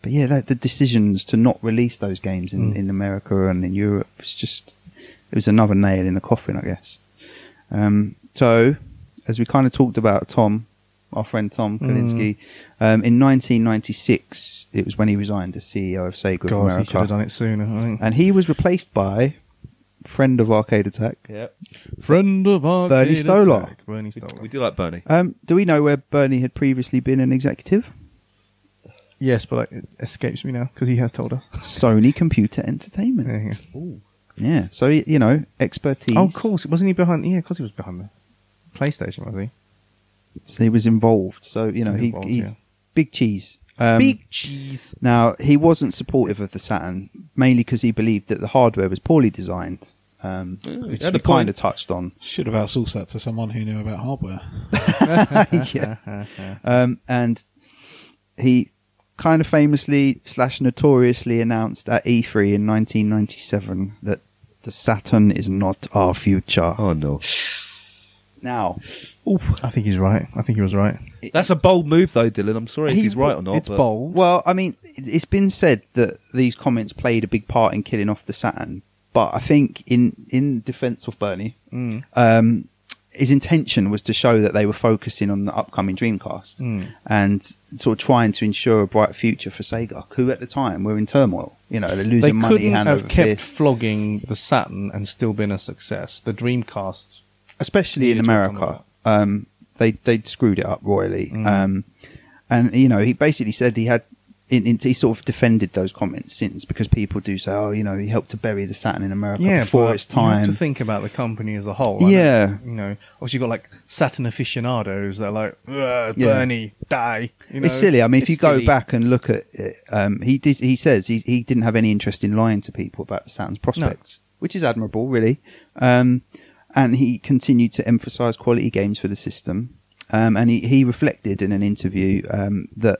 [SPEAKER 1] but yeah, that, the decisions to not release those games
[SPEAKER 4] Hmm.
[SPEAKER 1] in, in America and in Europe was just it was another nail in the coffin, I guess. Um, so, as we kind of talked about Tom, our friend Tom
[SPEAKER 4] Hmm.
[SPEAKER 1] Kalinske, um, in 1996, it was when he resigned as CEO of Sega of
[SPEAKER 4] God, you should
[SPEAKER 1] America,
[SPEAKER 4] have done it sooner. I think.
[SPEAKER 1] and he was replaced by friend of Arcade Attack.
[SPEAKER 3] Yeah,
[SPEAKER 4] Friend of our
[SPEAKER 1] Bernie Stolar.
[SPEAKER 4] Bernie
[SPEAKER 3] we,
[SPEAKER 4] Stolar.
[SPEAKER 3] we do like Bernie.
[SPEAKER 1] Um, do we know where Bernie had previously been an executive?
[SPEAKER 4] Yes, but like, it escapes me now because he has told us.
[SPEAKER 1] Sony Computer
[SPEAKER 4] Yeah,
[SPEAKER 1] Entertainment.
[SPEAKER 4] yeah.
[SPEAKER 1] Yeah. So y- you know, expertise.
[SPEAKER 4] Oh, of course. Wasn't he behind? Yeah, of course he was behind the PlayStation, was he?
[SPEAKER 1] So he was involved. So you know,
[SPEAKER 4] He was
[SPEAKER 1] he,
[SPEAKER 4] involved,
[SPEAKER 1] he's
[SPEAKER 4] yeah.
[SPEAKER 1] big cheese. Um,
[SPEAKER 4] cheese.
[SPEAKER 1] Now he wasn't supportive of the Saturn mainly because he believed that the hardware was poorly designed. Um, which
[SPEAKER 3] had
[SPEAKER 1] we
[SPEAKER 3] a point.
[SPEAKER 1] kind of touched on.
[SPEAKER 2] Should have outsourced that to someone who knew about hardware.
[SPEAKER 1] yeah. Um, and he kind of famously slash notoriously announced at E3 in 1997 that the Saturn is not our future.
[SPEAKER 3] Oh no,
[SPEAKER 1] Now,
[SPEAKER 4] I think he's right. I think he was right.
[SPEAKER 3] that's a bold move though, Dylan. I'm sorry if he's right or not.
[SPEAKER 4] It's
[SPEAKER 3] but
[SPEAKER 4] bold.
[SPEAKER 1] well, I mean, it- it's been said that these comments played a big part in killing off the Saturn, but I think in in defence of Bernie,
[SPEAKER 4] Mm.
[SPEAKER 1] um, his intention was to show that they were focusing on the upcoming Dreamcast
[SPEAKER 4] Mm.
[SPEAKER 1] and sort of trying to ensure a bright future for Sega, who at the time were in turmoil. You know, they're
[SPEAKER 4] They
[SPEAKER 1] losing money
[SPEAKER 4] couldn't
[SPEAKER 1] hand
[SPEAKER 4] have
[SPEAKER 1] over
[SPEAKER 4] kept
[SPEAKER 1] fist,
[SPEAKER 4] flogging the Saturn and still been a success. The Dreamcast.
[SPEAKER 1] especially in
[SPEAKER 4] Yeah, talking
[SPEAKER 1] America.
[SPEAKER 4] Mm.
[SPEAKER 1] Um, they they screwed it up royally. Um, and you know, he basically said he had in, in, he sort of defended those comments since because people do say, oh, you know, he helped to bury the Saturn in America before
[SPEAKER 4] but
[SPEAKER 1] its
[SPEAKER 4] you have
[SPEAKER 1] time.
[SPEAKER 4] to think about the company as a whole. I know,
[SPEAKER 1] Yeah.
[SPEAKER 4] you know, obviously you've got like Saturn aficionados that are like "Ugh,
[SPEAKER 1] Yeah.
[SPEAKER 4] Bernie die. You know,
[SPEAKER 1] it's silly. I mean, if
[SPEAKER 4] it's
[SPEAKER 1] you go
[SPEAKER 4] silly.
[SPEAKER 1] back and look at it, um, he did, he says he, he didn't have any interest in lying to people about the Saturn's prospects, which is admirable, really. Um, and he continued to emphasise quality games for the system. Um, and he, he reflected in an interview um, that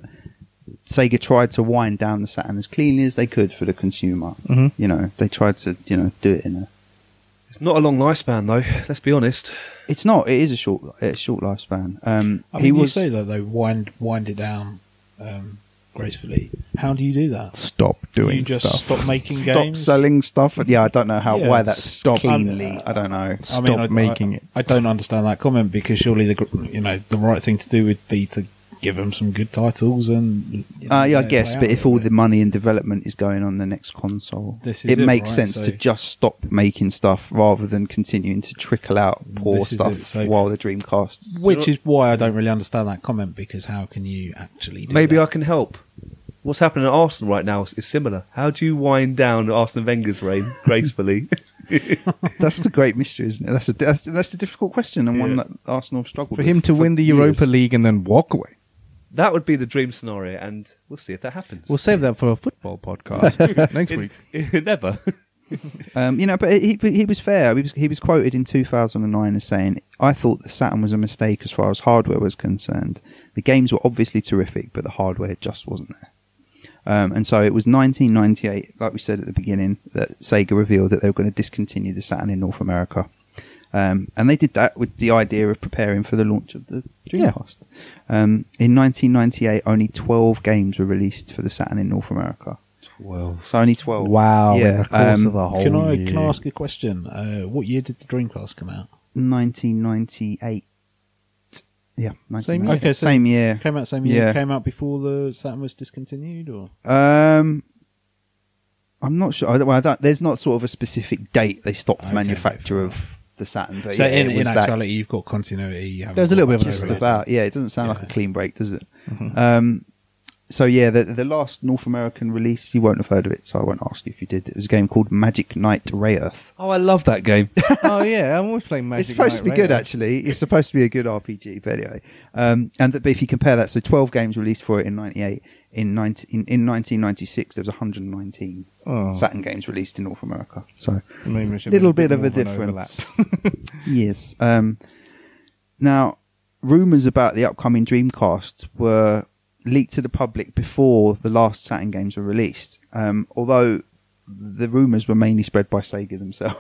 [SPEAKER 1] Sega tried to wind down the Saturn as cleanly as they could for the consumer.
[SPEAKER 4] Mhm.
[SPEAKER 1] You know, they tried to you know do it in a.
[SPEAKER 3] It's not a long lifespan though. Let's be honest.
[SPEAKER 1] It's not. It is a short. It's a short lifespan. Um,
[SPEAKER 2] I mean,
[SPEAKER 1] he
[SPEAKER 2] you
[SPEAKER 1] was.
[SPEAKER 2] say that they wind wind it down um, gracefully. How do you do that?
[SPEAKER 1] Stop doing
[SPEAKER 2] you just
[SPEAKER 1] stuff.
[SPEAKER 2] stop making
[SPEAKER 1] stop
[SPEAKER 2] games.
[SPEAKER 1] selling stuff. Yeah, I don't know how
[SPEAKER 2] Yeah,
[SPEAKER 1] why that's
[SPEAKER 2] stop-
[SPEAKER 1] cleanly.
[SPEAKER 2] um,
[SPEAKER 1] I don't know. Uh,
[SPEAKER 2] I mean,
[SPEAKER 4] Stop
[SPEAKER 2] I-
[SPEAKER 4] making
[SPEAKER 2] I,
[SPEAKER 4] it.
[SPEAKER 2] I don't understand that comment because surely the gr- you know the right thing to do would be to give them some good titles and. you know,
[SPEAKER 1] Uh, yeah, I
[SPEAKER 2] play
[SPEAKER 1] guess,
[SPEAKER 2] out
[SPEAKER 1] but
[SPEAKER 2] a
[SPEAKER 1] if
[SPEAKER 2] little
[SPEAKER 1] all
[SPEAKER 2] bit.
[SPEAKER 1] the money and development is going on the next console,
[SPEAKER 2] This is
[SPEAKER 1] it,
[SPEAKER 2] it,
[SPEAKER 1] makes
[SPEAKER 2] right?
[SPEAKER 1] sense
[SPEAKER 2] So-
[SPEAKER 1] to just stop making stuff rather than continuing to trickle out poor
[SPEAKER 2] This is
[SPEAKER 1] stuff
[SPEAKER 2] it, so-
[SPEAKER 1] while the Dreamcast's.
[SPEAKER 2] Which is why I don't really understand that comment because how can you actually do
[SPEAKER 3] Maybe
[SPEAKER 2] that?
[SPEAKER 3] I can help. What's happening at Arsenal right now is, is similar. How do you wind down Arsene Wenger's reign gracefully?
[SPEAKER 1] that's the great mystery, isn't it? That's a that's, that's a difficult question and one
[SPEAKER 3] Yeah.
[SPEAKER 1] that Arsenal have struggled
[SPEAKER 4] for
[SPEAKER 1] with
[SPEAKER 4] him to
[SPEAKER 1] for
[SPEAKER 4] win the
[SPEAKER 1] years.
[SPEAKER 4] Europa League and then walk away.
[SPEAKER 3] that would be the dream scenario, and we'll see if that happens.
[SPEAKER 4] We'll save that for a football podcast next week.
[SPEAKER 3] Never.
[SPEAKER 1] Um, you know, but he he was fair. He was he was quoted in 2009 as saying, "I thought the Saturn was a mistake as far as hardware was concerned. The games were obviously terrific, but the hardware just wasn't there." Um, and so it was 1998, like we said at the beginning, that Sega revealed that they were going to discontinue the Saturn in North America. Um, and they did that with the idea of preparing for the launch of the Dreamcast. Um, in 1998, only 12 games were released for the Saturn in North America. 12. So only 12.
[SPEAKER 4] Wow!
[SPEAKER 1] Yeah,
[SPEAKER 4] in the course
[SPEAKER 1] um,
[SPEAKER 4] of a whole
[SPEAKER 2] Can I
[SPEAKER 4] year.
[SPEAKER 2] can I ask a question? Uh, what year did the Dreamcast come out?
[SPEAKER 1] 1998. Yeah,
[SPEAKER 4] Same
[SPEAKER 1] 1998.
[SPEAKER 2] Okay, so-
[SPEAKER 1] same year.
[SPEAKER 2] Came out same year.
[SPEAKER 1] Yeah.
[SPEAKER 2] Came out before the Saturn was discontinued, or
[SPEAKER 1] Um, I'm not sure. I don't, well, I don't, there's not sort of a specific date they stopped
[SPEAKER 2] Okay,
[SPEAKER 1] manufacture of the Saturn, but
[SPEAKER 2] so
[SPEAKER 1] yeah,
[SPEAKER 2] in,
[SPEAKER 1] it
[SPEAKER 2] in
[SPEAKER 1] was that
[SPEAKER 2] actuality, you've got continuity. you haven't
[SPEAKER 4] There's a
[SPEAKER 2] got
[SPEAKER 4] little bit of an
[SPEAKER 2] much
[SPEAKER 1] just
[SPEAKER 4] overlap.
[SPEAKER 2] difference.
[SPEAKER 1] about. Yeah, it doesn't sound like a
[SPEAKER 2] Yeah. Mm-hmm.
[SPEAKER 1] clean break, does it? Um, so yeah, the the last North American release, you won't have heard of it, so I won't ask you if you did. It was a game called Magic Knight Ray Earth.
[SPEAKER 3] Oh, I love that game.
[SPEAKER 4] oh yeah, I'm always playing Magic.
[SPEAKER 1] it's supposed to
[SPEAKER 4] Knight
[SPEAKER 1] be good,
[SPEAKER 4] Rail.
[SPEAKER 1] actually. It's supposed to be a good RPG, but anyway. Um, and that, but if you compare that, so 12 games released for it in 98. In, 19, in, in 1996, there was 119
[SPEAKER 4] Oh.
[SPEAKER 1] Saturn games released in North America. So,
[SPEAKER 4] Maybe we should
[SPEAKER 1] little
[SPEAKER 4] make
[SPEAKER 1] bit of
[SPEAKER 4] more
[SPEAKER 1] a
[SPEAKER 4] an
[SPEAKER 1] difference.
[SPEAKER 4] overlap.
[SPEAKER 1] yes. Um, now, rumors about the upcoming Dreamcast were leaked to the public before the last Saturn games were released. Um, although the rumors were mainly spread by Sega themselves.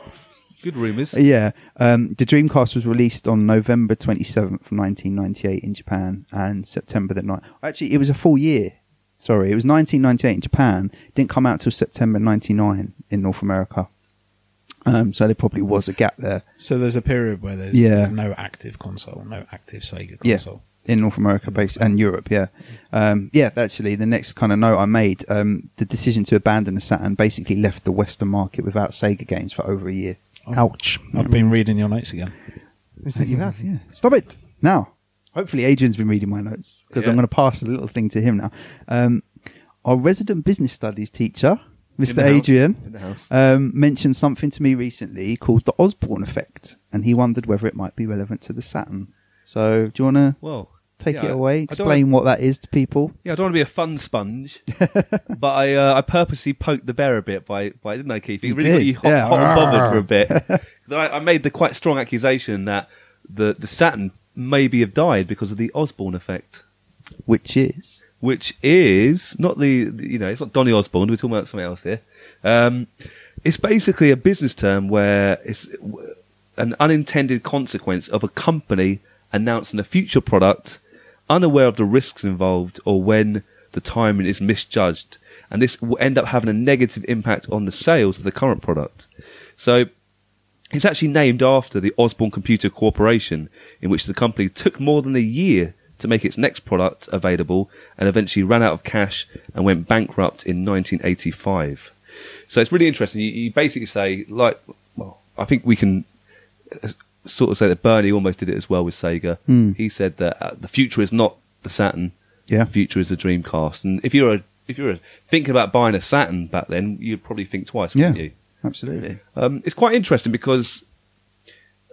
[SPEAKER 3] Good rumours.
[SPEAKER 1] Yeah, um, the Dreamcast was released on November twenty seventh, nineteen ninety eight, in Japan, and September the 9th. Actually, it was a full year. Sorry, it was nineteen ninety eight in Japan. Didn't come out till September ninety nine in North America. Um, so there probably was a gap there.
[SPEAKER 2] So there's a period where there's,
[SPEAKER 1] Yeah.
[SPEAKER 2] there's no active console, no active Sega console.
[SPEAKER 1] Yeah, in North America, based and Europe, yeah, um, yeah. Actually, the next kind of note I made, um, the decision to abandon the Saturn basically left the Western market without Sega games for over a year. Ouch!
[SPEAKER 2] I've been reading your notes again.
[SPEAKER 1] you have, yeah. Stop it now. Hopefully, Adrian's been reading my notes because I'm
[SPEAKER 3] Yeah.
[SPEAKER 1] going to pass a little thing to him now. Um, our resident business studies teacher, Mr.
[SPEAKER 3] the house. In
[SPEAKER 1] Adrian,
[SPEAKER 3] the house.
[SPEAKER 1] um, mentioned something to me recently called the Osborne effect, and he wondered whether it might be relevant to the Saturn. So, do you want to
[SPEAKER 3] Well,
[SPEAKER 1] take
[SPEAKER 3] yeah,
[SPEAKER 1] it
[SPEAKER 3] I-
[SPEAKER 1] away?
[SPEAKER 3] I don't
[SPEAKER 1] Explain
[SPEAKER 3] wanna-
[SPEAKER 1] what that is to people.
[SPEAKER 3] yeah, I don't want to be a fun sponge, but I uh, I purposely poked the bear a bit by by didn't I, Keith? It
[SPEAKER 1] You
[SPEAKER 3] really got
[SPEAKER 1] did,
[SPEAKER 3] you hot,
[SPEAKER 1] yeah.
[SPEAKER 3] hot and bothered for a bit. 'Cause I, I made the quite strong accusation that the the Saturn maybe have died because of the Osborne effect.
[SPEAKER 1] Which is
[SPEAKER 3] which is not the the- you know it's not Donny Osborne. We're talking about something else here. Um, it's basically a business term where it's w- an unintended consequence of a company announcing a future product, unaware of the risks involved or when the timing is misjudged, and this will end up having a negative impact on the sales of the current product. So it's actually named after the Osborne Computer Corporation, in which the company took more than a year to make its next product available and eventually ran out of cash and went bankrupt in 1985. So it's really interesting. You, you basically say, like, well, I think we can uh, sort of say that Bernie almost did it as well with Sega. He said that uh, the future is not the Saturn,
[SPEAKER 1] Hmm. Yeah.
[SPEAKER 3] the future is the Dreamcast. And if you're a if you were thinking about buying a Saturn back then, you'd probably think twice, wouldn't
[SPEAKER 1] Yeah.
[SPEAKER 3] you?
[SPEAKER 1] Absolutely.
[SPEAKER 3] Um, it's quite interesting because,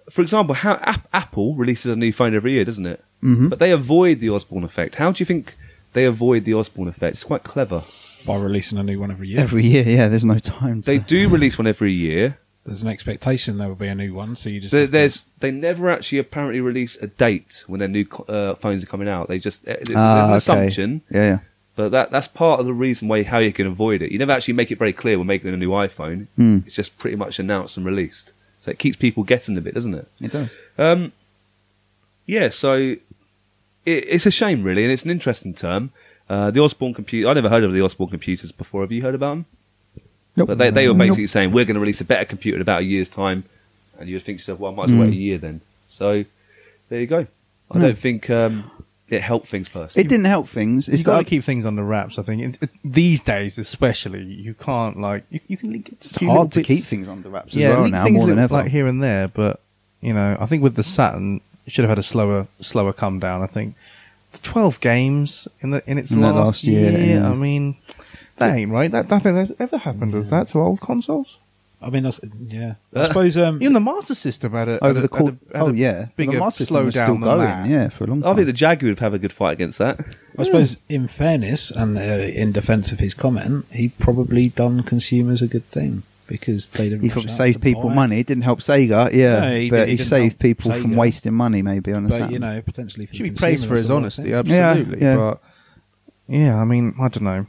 [SPEAKER 3] for example, how Ap- Apple releases a new phone every year, doesn't it?
[SPEAKER 1] Mhm.
[SPEAKER 3] But they avoid the Osborne effect. How do you think they avoid the Osborne effect? It's quite clever.
[SPEAKER 2] by releasing a new one every year.
[SPEAKER 1] Every year, yeah, there's no time to.
[SPEAKER 3] They do release one every year.
[SPEAKER 2] There's an expectation there will be a new one, so you just
[SPEAKER 3] There,
[SPEAKER 2] have to-
[SPEAKER 3] there's they never actually apparently release a date when their new co- uh, phones are coming out. They just eh, there's
[SPEAKER 1] Ah,
[SPEAKER 3] an
[SPEAKER 1] okay.
[SPEAKER 3] assumption,
[SPEAKER 1] Yeah, yeah.
[SPEAKER 3] but that that's part of the reason why how you can avoid it. You never actually make it very clear we're making a new iPhone.
[SPEAKER 1] Hmm.
[SPEAKER 3] It's just pretty much announced and released. So it keeps people guessing a bit, doesn't it?
[SPEAKER 1] It does.
[SPEAKER 3] Um, yeah, so it, it's a shame, really, and it's an interesting term. Uh, the Osborne computer. I never heard of the Osborne computers before. Have you heard about them?
[SPEAKER 1] Nope.
[SPEAKER 3] But they, they were basically
[SPEAKER 1] Nope.
[SPEAKER 3] saying we're going to release a better computer in about a year's time, and you'd think to yourself, well, I might as well
[SPEAKER 1] Mm.
[SPEAKER 3] wait a year then. So there you go. I
[SPEAKER 1] Hmm.
[SPEAKER 3] don't think um, it helped things
[SPEAKER 1] It
[SPEAKER 3] personally.
[SPEAKER 1] didn't help things.
[SPEAKER 4] It's
[SPEAKER 1] It's
[SPEAKER 4] you got to
[SPEAKER 1] like
[SPEAKER 4] keep things under wraps. I think And, uh, these days, especially, you can't like you, you can leak
[SPEAKER 1] it's hard to keep things under wraps as
[SPEAKER 4] yeah,
[SPEAKER 1] well
[SPEAKER 4] leak
[SPEAKER 1] now,
[SPEAKER 4] things
[SPEAKER 1] more than
[SPEAKER 4] little-
[SPEAKER 1] ever.
[SPEAKER 4] like here and there. But you know, I think with the Saturn, it should have had a slower slower come down. I think twelve games in the in its
[SPEAKER 1] In that
[SPEAKER 4] last,
[SPEAKER 1] last year, yeah.
[SPEAKER 4] I mean, that ain't right. That nothing has ever happened as that to old consoles.
[SPEAKER 2] I mean, that's, yeah. I suppose um,
[SPEAKER 4] Even the Master System had a
[SPEAKER 1] Over
[SPEAKER 4] had
[SPEAKER 1] the
[SPEAKER 4] a-
[SPEAKER 1] course,
[SPEAKER 4] had a- had
[SPEAKER 1] oh
[SPEAKER 4] a
[SPEAKER 1] yeah,
[SPEAKER 4] bigger
[SPEAKER 1] the Mars system
[SPEAKER 4] slowdown
[SPEAKER 1] was still
[SPEAKER 4] than
[SPEAKER 1] going,
[SPEAKER 4] that.
[SPEAKER 1] yeah, for a long time.
[SPEAKER 3] I think the Jaguar would have a good fight against that.
[SPEAKER 2] I suppose, in fairness and uh, in defence of his comment, he probably done consumers a good thing because they'd have
[SPEAKER 1] he
[SPEAKER 2] rushed
[SPEAKER 1] probably
[SPEAKER 2] out
[SPEAKER 1] saved
[SPEAKER 2] to
[SPEAKER 1] people
[SPEAKER 2] buy it.
[SPEAKER 1] money. It didn't help Sega, yeah,
[SPEAKER 2] No, he
[SPEAKER 1] but
[SPEAKER 2] didn't- he
[SPEAKER 1] he,
[SPEAKER 2] didn't
[SPEAKER 1] saved
[SPEAKER 2] help
[SPEAKER 1] people from
[SPEAKER 2] Sega.
[SPEAKER 1] wasting money maybe on a
[SPEAKER 2] But
[SPEAKER 1] Saturn.
[SPEAKER 2] you know, potentially for
[SPEAKER 4] should
[SPEAKER 2] the
[SPEAKER 4] be praised
[SPEAKER 2] consumer,
[SPEAKER 4] for
[SPEAKER 2] that's
[SPEAKER 4] his
[SPEAKER 2] the right
[SPEAKER 4] honesty,
[SPEAKER 2] thing.
[SPEAKER 1] Yeah,
[SPEAKER 4] absolutely.
[SPEAKER 1] yeah.
[SPEAKER 4] But yeah, I mean, I don't know.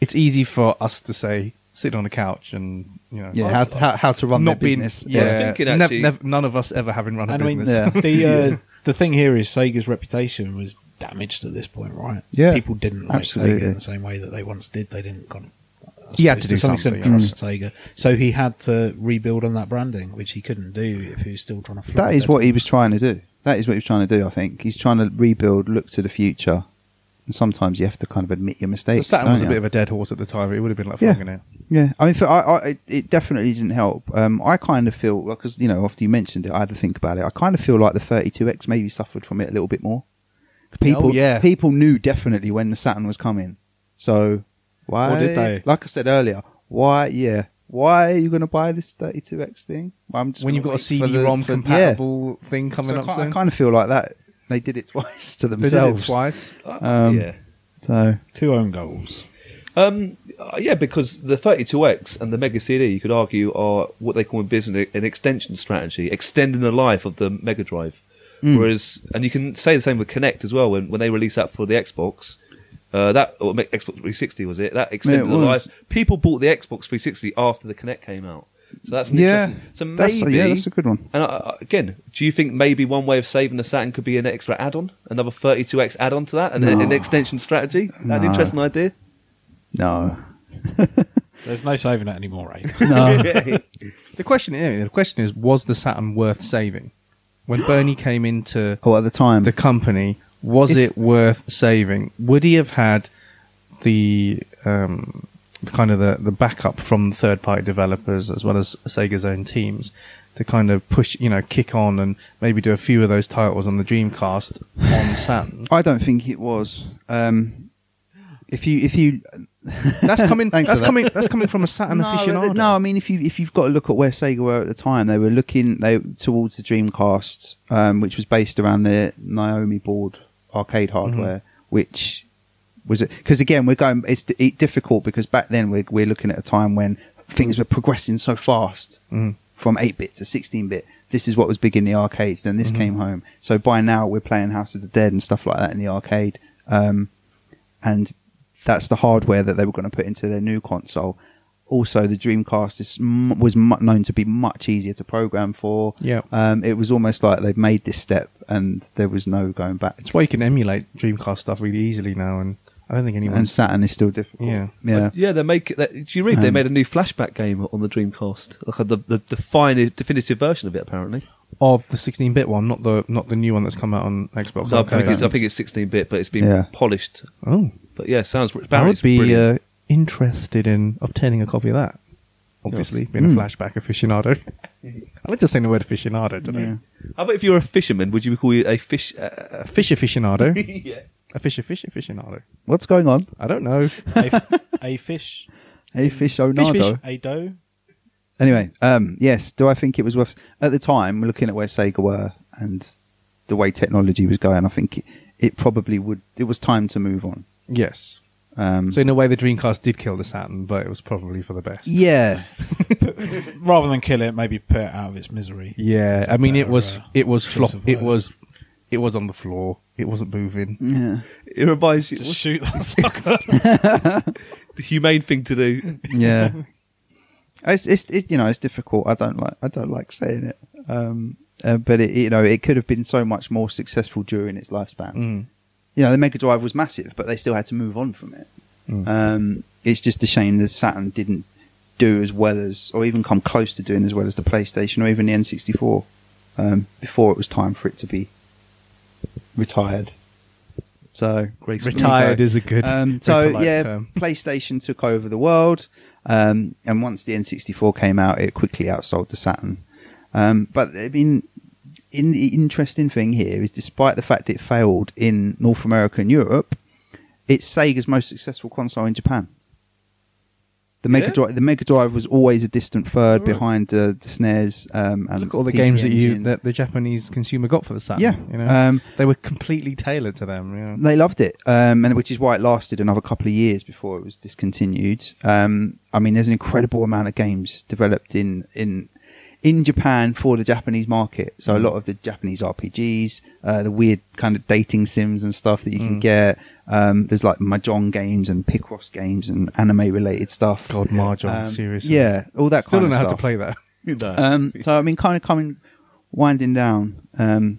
[SPEAKER 4] It's easy for us to say sit on a couch and you know,
[SPEAKER 1] yeah, how to, how, how to run
[SPEAKER 4] not
[SPEAKER 1] their
[SPEAKER 4] being
[SPEAKER 1] business.
[SPEAKER 4] yeah,
[SPEAKER 3] I was thinking,
[SPEAKER 4] nev-
[SPEAKER 3] actually-
[SPEAKER 4] nev- none of us ever having run a
[SPEAKER 2] And I mean,
[SPEAKER 4] business.
[SPEAKER 1] Yeah.
[SPEAKER 2] the uh, the thing here is Sega's reputation was damaged at this point, right?
[SPEAKER 1] Yeah.
[SPEAKER 2] people didn't like
[SPEAKER 1] Absolutely.
[SPEAKER 2] Sega in the same way that they once did. They didn't. Kind of, I
[SPEAKER 4] He had
[SPEAKER 2] suppose,
[SPEAKER 4] to do
[SPEAKER 2] some
[SPEAKER 4] something,
[SPEAKER 2] extent Trust Sega, so he had to rebuild on that branding, which he couldn't do if he was still trying to. flog
[SPEAKER 1] That is
[SPEAKER 2] dead
[SPEAKER 1] what he was trying to do. That is what he was trying to do. I think he's trying to rebuild, look to the future, and sometimes you have to kind of admit your
[SPEAKER 4] the
[SPEAKER 1] mistakes.
[SPEAKER 4] Saturn was a
[SPEAKER 1] don't
[SPEAKER 4] bit
[SPEAKER 1] you?
[SPEAKER 4] of a dead horse at the time. It would have been like
[SPEAKER 1] Yeah.
[SPEAKER 4] flogging it.
[SPEAKER 1] Yeah, I mean, for, I, I, it- it definitely didn't help. Um, I kind of feel because you know, after you mentioned it, I had to think about it. I kind of feel like the 32x maybe suffered from it a little bit more. People,
[SPEAKER 4] Oh, yeah.
[SPEAKER 1] people knew definitely when the Saturn was coming. So why
[SPEAKER 2] Or did they?
[SPEAKER 1] Like I said earlier, why? Yeah, why are you going to buy this 32x thing? I'm just
[SPEAKER 4] When
[SPEAKER 1] gonna
[SPEAKER 4] you've got a
[SPEAKER 1] wait for the-
[SPEAKER 4] CD-ROM
[SPEAKER 1] for- yeah.
[SPEAKER 4] compatible thing coming
[SPEAKER 1] So I
[SPEAKER 4] up
[SPEAKER 1] ki-
[SPEAKER 4] soon,
[SPEAKER 1] I kind of feel like that they did it twice to
[SPEAKER 4] they did it
[SPEAKER 1] themselves.
[SPEAKER 4] twice.
[SPEAKER 1] Um,
[SPEAKER 3] yeah.
[SPEAKER 1] So
[SPEAKER 2] two own goals.
[SPEAKER 3] Um, uh, yeah, because the 32X and the Mega CD, you could argue, are what they call in business an extension strategy, extending the life of the Mega Drive.
[SPEAKER 1] Hmm.
[SPEAKER 3] Whereas, and you can say the same with Connect as well, when, when they release that for the Xbox. Uh, that or Ma- Xbox 360 was it? That extended the life.
[SPEAKER 1] was.
[SPEAKER 3] People bought the Xbox 360 after the Connect came out, so that's an
[SPEAKER 1] Yeah.
[SPEAKER 3] interesting. So
[SPEAKER 1] That's-
[SPEAKER 3] maybe
[SPEAKER 1] yeah, that's a good one.
[SPEAKER 3] And I- I, again, do you think maybe one way of saving the Saturn could be an extra add-on, another 32x add-on to that, and a-
[SPEAKER 1] No.
[SPEAKER 3] an extension strategy? An
[SPEAKER 1] No.
[SPEAKER 3] interesting idea.
[SPEAKER 1] no,
[SPEAKER 2] There's no saving that anymore, eh? right?
[SPEAKER 1] Um,
[SPEAKER 4] The question, yeah, the question is, was the Saturn worth saving? When Bernie came into
[SPEAKER 1] or Oh, at the time,
[SPEAKER 4] the company, was
[SPEAKER 1] If-
[SPEAKER 4] it worth saving? Would he have had the um, the kind of the, the backup from third party developers as well as Sega's own teams to kind of push, you know, kick on and maybe do a few of those titles on the Dreamcast on Saturn?
[SPEAKER 1] I don't think it was. Um, if you if you
[SPEAKER 4] That's coming.
[SPEAKER 1] Thanks
[SPEAKER 4] that's
[SPEAKER 1] for that.
[SPEAKER 4] coming. That's coming from a Saturn
[SPEAKER 1] no,
[SPEAKER 4] aficionado.
[SPEAKER 1] no, I mean if you if you've got to look at where Sega were at the time, they were looking they towards the Dreamcast, um, which was based around the Naomi board arcade hardware,
[SPEAKER 4] Mm-hmm.
[SPEAKER 1] which was it because again we're going it's di- it difficult because back then we're we're looking at a time when things were progressing so fast from eight bit to sixteen bit. This is what was big in the arcades. Then this came home. So by now we're playing House of the Dead and stuff like that in the arcade. Um, and that's the hardware that they were going to put into their new console. Also, the Dreamcast is, m- was mu known to be much easier to program for.
[SPEAKER 4] Yeah.
[SPEAKER 1] um, it was almost like they've made this step, and there was no going back.
[SPEAKER 4] It's why you can emulate Dreamcast stuff really easily now, and I don't think
[SPEAKER 1] And
[SPEAKER 4] anyone's.
[SPEAKER 1] Saturn is still difficult.
[SPEAKER 4] Yeah.
[SPEAKER 1] yeah.
[SPEAKER 3] Yeah, they make. They, do you read they
[SPEAKER 1] Um,
[SPEAKER 3] made a new flashback game on the Dreamcast, like the the, the fine definitive version of it? Apparently,
[SPEAKER 4] of the 16-bit one, not the not the new one that's come out on Xbox.
[SPEAKER 3] No, I, think
[SPEAKER 4] Arcade.
[SPEAKER 3] it's, I think it's 16-bit, but it's been
[SPEAKER 1] Yeah.
[SPEAKER 3] polished.
[SPEAKER 4] Oh,
[SPEAKER 3] But yeah, sounds.
[SPEAKER 4] I
[SPEAKER 3] apparently
[SPEAKER 4] would
[SPEAKER 3] it's
[SPEAKER 4] be
[SPEAKER 3] brilliant.
[SPEAKER 4] uh, interested in obtaining a copy of that. Obviously, being
[SPEAKER 1] Hmm.
[SPEAKER 4] a flashback aficionado. I like to say the word aficionado today.
[SPEAKER 1] Yeah.
[SPEAKER 3] How about if you're a fisherman? Would you call you a fish? Uh,
[SPEAKER 4] Fish aficionado.
[SPEAKER 3] yeah.
[SPEAKER 4] A fish, a fish, a aficionado.
[SPEAKER 1] What's going on?
[SPEAKER 4] I don't know.
[SPEAKER 2] a, a fish,
[SPEAKER 1] Hey, fish
[SPEAKER 2] fish,
[SPEAKER 1] Onado.
[SPEAKER 2] fish, a doe.
[SPEAKER 1] Anyway, um, yes, do I think it was worth? At the time, we're looking at where Sega were and the way technology was going. I think it, it probably would. It was time to move on.
[SPEAKER 4] yes.
[SPEAKER 1] Um,
[SPEAKER 4] So in a way, the Dreamcast did kill the Saturn, but it was probably for the best.
[SPEAKER 1] yeah,
[SPEAKER 2] Rather than kill it, maybe put it out of its misery.
[SPEAKER 4] Yeah,
[SPEAKER 2] It's a
[SPEAKER 4] I mean, it
[SPEAKER 2] better,
[SPEAKER 4] was
[SPEAKER 2] uh,
[SPEAKER 4] it was
[SPEAKER 2] piece
[SPEAKER 4] flop.
[SPEAKER 2] of
[SPEAKER 4] It
[SPEAKER 2] work.
[SPEAKER 4] was it was on the floor. It wasn't moving.
[SPEAKER 1] yeah,
[SPEAKER 3] It reminds you
[SPEAKER 2] Just shoot that sucker.
[SPEAKER 3] the humane thing to do.
[SPEAKER 1] yeah. it's, it's it, you know it's difficult. I don't like I don't like saying it. Um, uh, but it, you know it could have been so much more successful during its lifespan.
[SPEAKER 4] Mm.
[SPEAKER 1] You know the Mega Drive was massive, but they still had to move on from it.
[SPEAKER 4] Mm. Uh,
[SPEAKER 1] Um, it's just a shame that Saturn didn't do as well as, or even come close to doing as well as the PlayStation or even the N64 um, before it was time for it to be retired. So
[SPEAKER 3] Great
[SPEAKER 4] Retired is a good.
[SPEAKER 1] um, so
[SPEAKER 4] polite
[SPEAKER 1] yeah,
[SPEAKER 4] term.
[SPEAKER 1] PlayStation took over the world, um, and once the N64 came out, it quickly outsold the Saturn. Um, but I mean, in the interesting thing here is, despite the fact it failed in North America and Europe, it's Sega's most successful console in Japan. The Mega
[SPEAKER 3] Yeah?
[SPEAKER 1] Drive, the Mega Drive was always a distant third
[SPEAKER 3] Right.
[SPEAKER 1] behind uh, the SNES. Um, and
[SPEAKER 4] Look at all the
[SPEAKER 1] PC
[SPEAKER 4] games that you
[SPEAKER 1] Engine.
[SPEAKER 4] that the Japanese consumer got for the Saturn.
[SPEAKER 1] Yeah,
[SPEAKER 4] you know,
[SPEAKER 1] um,
[SPEAKER 4] they were completely tailored to them. You know?
[SPEAKER 1] They loved it, um, and which is why it lasted another couple of years before it was discontinued. Um, I mean, there's an incredible amount of games developed in in in Japan for the Japanese market. So a
[SPEAKER 4] Mm.
[SPEAKER 1] lot of the Japanese RPGs, uh, the weird kind of dating sims and stuff that you
[SPEAKER 4] Mm.
[SPEAKER 1] can get. Um, there's like mahjong games and Picross games and anime related stuff.
[SPEAKER 4] God, Mahjong,
[SPEAKER 1] Um,
[SPEAKER 4] seriously.
[SPEAKER 1] yeah, all that
[SPEAKER 4] Still
[SPEAKER 1] kind
[SPEAKER 4] don't
[SPEAKER 1] of
[SPEAKER 4] know how to
[SPEAKER 1] stuff.
[SPEAKER 4] play that.
[SPEAKER 1] Um, so I mean, kind of coming, winding down um,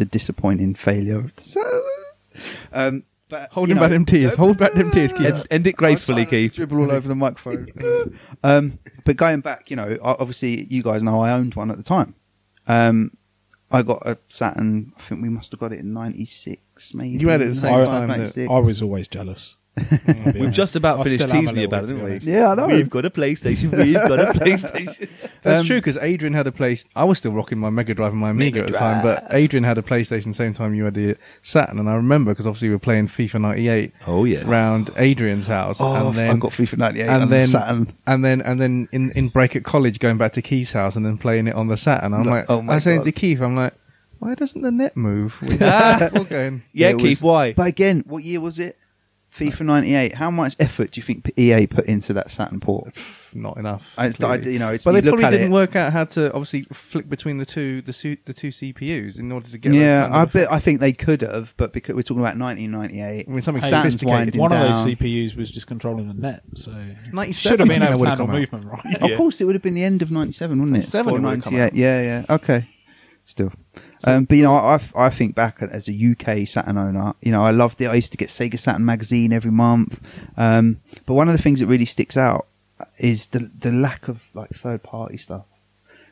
[SPEAKER 1] the disappointing failure of the Um, but
[SPEAKER 4] Holding back them tears. Hold back them tears, Keith.
[SPEAKER 3] End, end it gracefully, Keith.
[SPEAKER 1] Dribble all over the microphone. um, but going back, you know, o- obviously you guys know I owned one at the time. Um, I got a Saturn. I think we must have got it in '96, maybe.
[SPEAKER 4] You had it at the same
[SPEAKER 2] I,
[SPEAKER 1] 95,
[SPEAKER 4] time that
[SPEAKER 1] 96.
[SPEAKER 2] I was always jealous. We've
[SPEAKER 3] We've just about finished teasing you about it, didn't we?
[SPEAKER 1] Yeah, I know.
[SPEAKER 3] We've got a PlayStation. We've got a PlayStation.
[SPEAKER 4] That's
[SPEAKER 1] Um,
[SPEAKER 4] true because Adrian had a place. I was still rocking my Mega Drive and my Amiga at the
[SPEAKER 1] Mega
[SPEAKER 4] time,
[SPEAKER 1] Drive.
[SPEAKER 4] but Adrian had a PlayStation same time you had the Saturn, and I remember because obviously we were playing FIFA '98
[SPEAKER 3] Oh, yeah.
[SPEAKER 4] round Adrian's house,
[SPEAKER 1] Oh,
[SPEAKER 4] and then
[SPEAKER 1] I got FIFA '98
[SPEAKER 4] and,
[SPEAKER 1] and
[SPEAKER 4] then
[SPEAKER 1] Saturn.
[SPEAKER 4] and then and then in, in break at college going back to Keith's house and then playing it on the Saturn. I'm
[SPEAKER 1] No,
[SPEAKER 4] like,
[SPEAKER 1] oh
[SPEAKER 4] I
[SPEAKER 1] my
[SPEAKER 4] was saying
[SPEAKER 1] God.
[SPEAKER 4] to Keith, I'm like, why doesn't the net move? We're going.
[SPEAKER 3] Yeah,
[SPEAKER 1] It was-
[SPEAKER 3] Keith, why?
[SPEAKER 1] But again, what year was it? FIFA 98. How much effort do you think EA put into that Saturn port?
[SPEAKER 4] Pff, Not enough.
[SPEAKER 1] I- it's- I-
[SPEAKER 4] clearly.
[SPEAKER 1] you know, it's-
[SPEAKER 4] but
[SPEAKER 1] you
[SPEAKER 4] they
[SPEAKER 1] look
[SPEAKER 4] probably
[SPEAKER 1] at
[SPEAKER 4] didn't
[SPEAKER 1] it-
[SPEAKER 4] work out how to obviously flick between the two the, su- the two CPUs in order to get. those
[SPEAKER 1] Yeah,
[SPEAKER 4] kind of
[SPEAKER 1] I bet I think they could have, but because we're talking about 1998,
[SPEAKER 4] I mean, something
[SPEAKER 1] Saturn's
[SPEAKER 4] sophisticated.
[SPEAKER 1] winding
[SPEAKER 2] One
[SPEAKER 1] down.
[SPEAKER 2] of those CPUs was just controlling the net, so it
[SPEAKER 4] 97,
[SPEAKER 2] should have
[SPEAKER 4] I
[SPEAKER 2] been
[SPEAKER 4] think that
[SPEAKER 2] able to
[SPEAKER 4] would've
[SPEAKER 2] handle
[SPEAKER 4] come out.
[SPEAKER 2] movement, right?
[SPEAKER 1] Of course, it would have been the end of 97, wouldn't it?
[SPEAKER 4] 97
[SPEAKER 1] For
[SPEAKER 4] it would have come
[SPEAKER 1] 98, Yeah, yeah. Okay. Still. Um, but, you know, I, I- I think back at- as a UK Saturn owner, you know, I loved it. I used to get Sega Saturn magazine every month. Um, but one of the things that really sticks out is the, the lack of, like, third party stuff.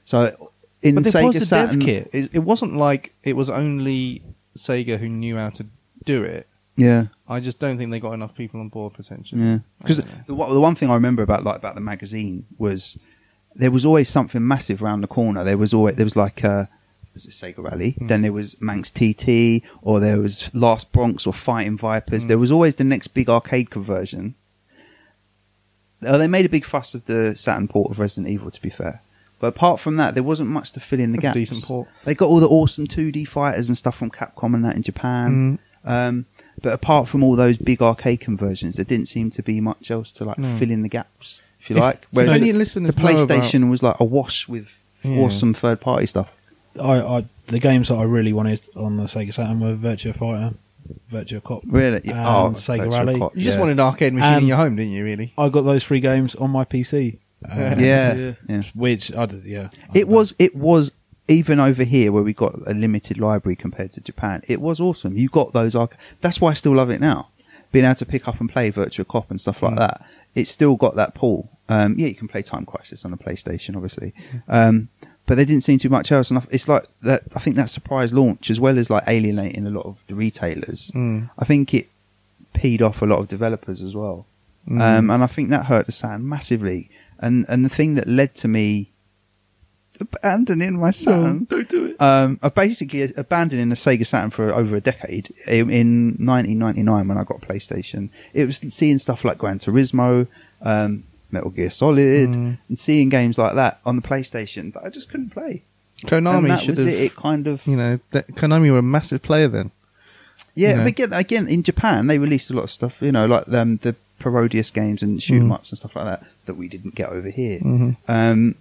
[SPEAKER 1] So, in
[SPEAKER 4] but there
[SPEAKER 1] Sega
[SPEAKER 4] was a
[SPEAKER 1] Saturn.
[SPEAKER 4] dev kit. It, it wasn't like it was only Sega who knew how to do it.
[SPEAKER 1] Yeah.
[SPEAKER 4] I just don't think they got enough people on board potentially.
[SPEAKER 1] Yeah,
[SPEAKER 4] I
[SPEAKER 1] because
[SPEAKER 4] don't know.
[SPEAKER 1] the, one- the one thing I remember about like about the magazine was there was always something massive round the corner. There was always there was like a was it Sega Rally,
[SPEAKER 4] Hmm.
[SPEAKER 1] then there was Manx TT, or there was Last Bronx or Fighting Vipers.
[SPEAKER 4] Hmm.
[SPEAKER 1] There was always the next big arcade conversion. Uh, they made a big fuss of the Saturn port of Resident Evil, to be fair. But apart from that, there wasn't much to fill in the
[SPEAKER 4] A
[SPEAKER 1] gaps.
[SPEAKER 4] decent port.
[SPEAKER 1] They got all the awesome 2D fighters and stuff from Capcom and that in Japan.
[SPEAKER 4] Mm.
[SPEAKER 1] Um, but apart from all those big arcade conversions, there didn't seem to be much else to like
[SPEAKER 4] No.
[SPEAKER 1] fill in the gaps, if you
[SPEAKER 4] If-
[SPEAKER 1] like.
[SPEAKER 4] if any
[SPEAKER 1] the,
[SPEAKER 4] listeners
[SPEAKER 1] the
[SPEAKER 4] know about-
[SPEAKER 1] PlayStation was like awash with
[SPEAKER 4] Yeah.
[SPEAKER 1] awesome third party stuff.
[SPEAKER 2] I, I the games that I really wanted on the Sega Saturn were Virtua Fighter, Virtua Cop,
[SPEAKER 1] Really?
[SPEAKER 2] and
[SPEAKER 1] Oh,
[SPEAKER 2] Sega
[SPEAKER 1] Virtua
[SPEAKER 2] Rally.
[SPEAKER 1] Cop.
[SPEAKER 4] you just
[SPEAKER 1] Yeah.
[SPEAKER 4] wanted an arcade machine
[SPEAKER 2] Um,
[SPEAKER 4] in your home, didn't you? Really?
[SPEAKER 2] I got those three games on my PC. Uh,
[SPEAKER 1] Yeah,
[SPEAKER 3] Yeah.
[SPEAKER 1] yeah.
[SPEAKER 2] Which I did, yeah. I
[SPEAKER 1] It was it was even over here where we got a limited library compared to Japan. It was awesome. You got those arc. That's why I still love it now. Being able to pick up and play Virtual Cop and stuff like that. It's still got that pull. Um, yeah, you can play Time Crisis on a PlayStation, obviously. Um, but there didn't seem to be much else. And I- it's like that. I think that surprise launch, as well as like alienating a lot of the retailers,
[SPEAKER 4] Mm.
[SPEAKER 1] I think it peed off a lot of developers as well.
[SPEAKER 4] Mm.
[SPEAKER 1] Um, and I think that hurt the sound massively. And and the thing that led to me abandoning my Saturn.
[SPEAKER 3] Don't do it.
[SPEAKER 1] Um, I basically abandoning the Sega Saturn for over a decade in, in 1999 when I got PlayStation. It was seeing stuff like Gran Turismo, um, Metal Gear Solid,
[SPEAKER 4] Mm.
[SPEAKER 1] and seeing games like that on the PlayStation that I just couldn't play. and
[SPEAKER 4] Konami
[SPEAKER 1] that
[SPEAKER 4] should
[SPEAKER 1] was
[SPEAKER 4] have.
[SPEAKER 1] it. It kind of
[SPEAKER 4] You know, that, Konami were a massive player then.
[SPEAKER 1] Yeah,
[SPEAKER 4] you know.
[SPEAKER 1] but again, again, in Japan, they released a lot of stuff, you know, like um, the Parodius games and shoot
[SPEAKER 4] Mm.
[SPEAKER 1] 'em ups and stuff like that that we didn't get over here.
[SPEAKER 4] Mm-hmm.
[SPEAKER 1] Um,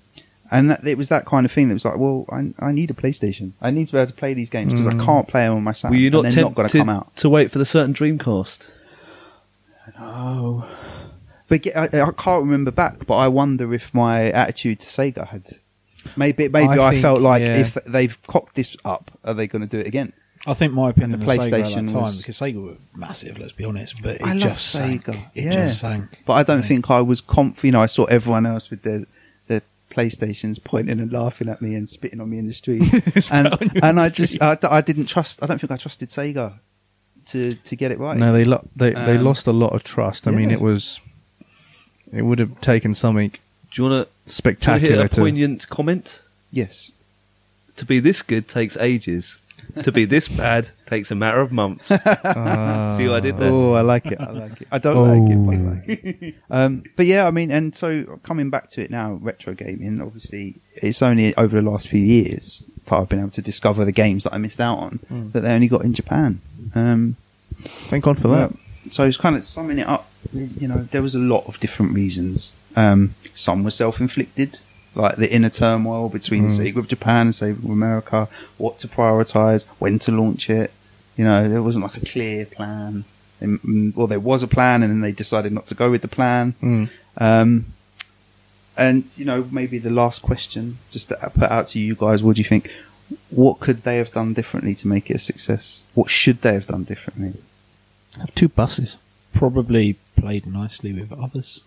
[SPEAKER 1] and that, it was that kind of thing that was like, well, I, I need a PlayStation. I need to be able to play these games because I can't play them on my Saturn.
[SPEAKER 3] Mm. Were you not
[SPEAKER 1] and they're not going to
[SPEAKER 3] tempted
[SPEAKER 1] come out.
[SPEAKER 3] to wait for the certain Dreamcast?
[SPEAKER 1] Oh. But ge- I, I can't remember back, but I wonder if my attitude to Sega had. Maybe, maybe I,
[SPEAKER 4] I think,
[SPEAKER 1] felt like
[SPEAKER 4] yeah.
[SPEAKER 1] if they've cocked this up, are they going to do it again?
[SPEAKER 2] I think my opinion
[SPEAKER 1] the
[SPEAKER 2] of Sega at
[SPEAKER 1] PlayStation
[SPEAKER 2] that time,
[SPEAKER 1] was-
[SPEAKER 2] because Sega were massive, let's be honest, but it
[SPEAKER 1] I love
[SPEAKER 2] just sank.
[SPEAKER 1] Sega,
[SPEAKER 2] It
[SPEAKER 1] yeah.
[SPEAKER 2] just sank.
[SPEAKER 1] But I don't
[SPEAKER 2] Yeah.
[SPEAKER 1] think I was conf. You know, I saw everyone else with their their PlayStations pointing and laughing at me and spitting on me in the street, and and I just I, d- I didn't trust. I don't think I trusted Sega to to get it right.
[SPEAKER 4] No, they lo- they they
[SPEAKER 1] Um,
[SPEAKER 4] lost a lot of trust. I mean,
[SPEAKER 1] yeah.
[SPEAKER 4] it was it would have taken something
[SPEAKER 3] Do you want to hear
[SPEAKER 4] spectacular
[SPEAKER 3] a
[SPEAKER 4] to.
[SPEAKER 3] poignant comment?
[SPEAKER 1] Yes.
[SPEAKER 3] To be this good takes ages. to be this bad takes a matter of months.
[SPEAKER 4] Ah.
[SPEAKER 3] See what I did there?
[SPEAKER 1] Oh, I like it. I like it. I don't like it, but I like it.
[SPEAKER 4] Oh.
[SPEAKER 1] Um, but yeah, I mean, and so coming back to it now, retro gaming. Obviously, it's only over the last few years that I've been able to discover the games that I missed out on that they only got in Japan. Um,
[SPEAKER 4] Thank God for that.
[SPEAKER 1] Yeah. So it's kind of summing it up. You know, there was a lot of different reasons. Um, some were self-inflicted, like the inner turmoil between Sega of Japan and Sega of America, what to prioritize, when to launch it. You know, there wasn't like a clear plan. And- mm, Well, there was a plan, and then they decided not to go with the plan.
[SPEAKER 4] Mm.
[SPEAKER 1] Um, and you know, maybe the last question, just to put out to you guys, what do you think? What could they have done differently to make it a success? What should they have done differently?
[SPEAKER 4] Have two buses.
[SPEAKER 2] probably played nicely with others.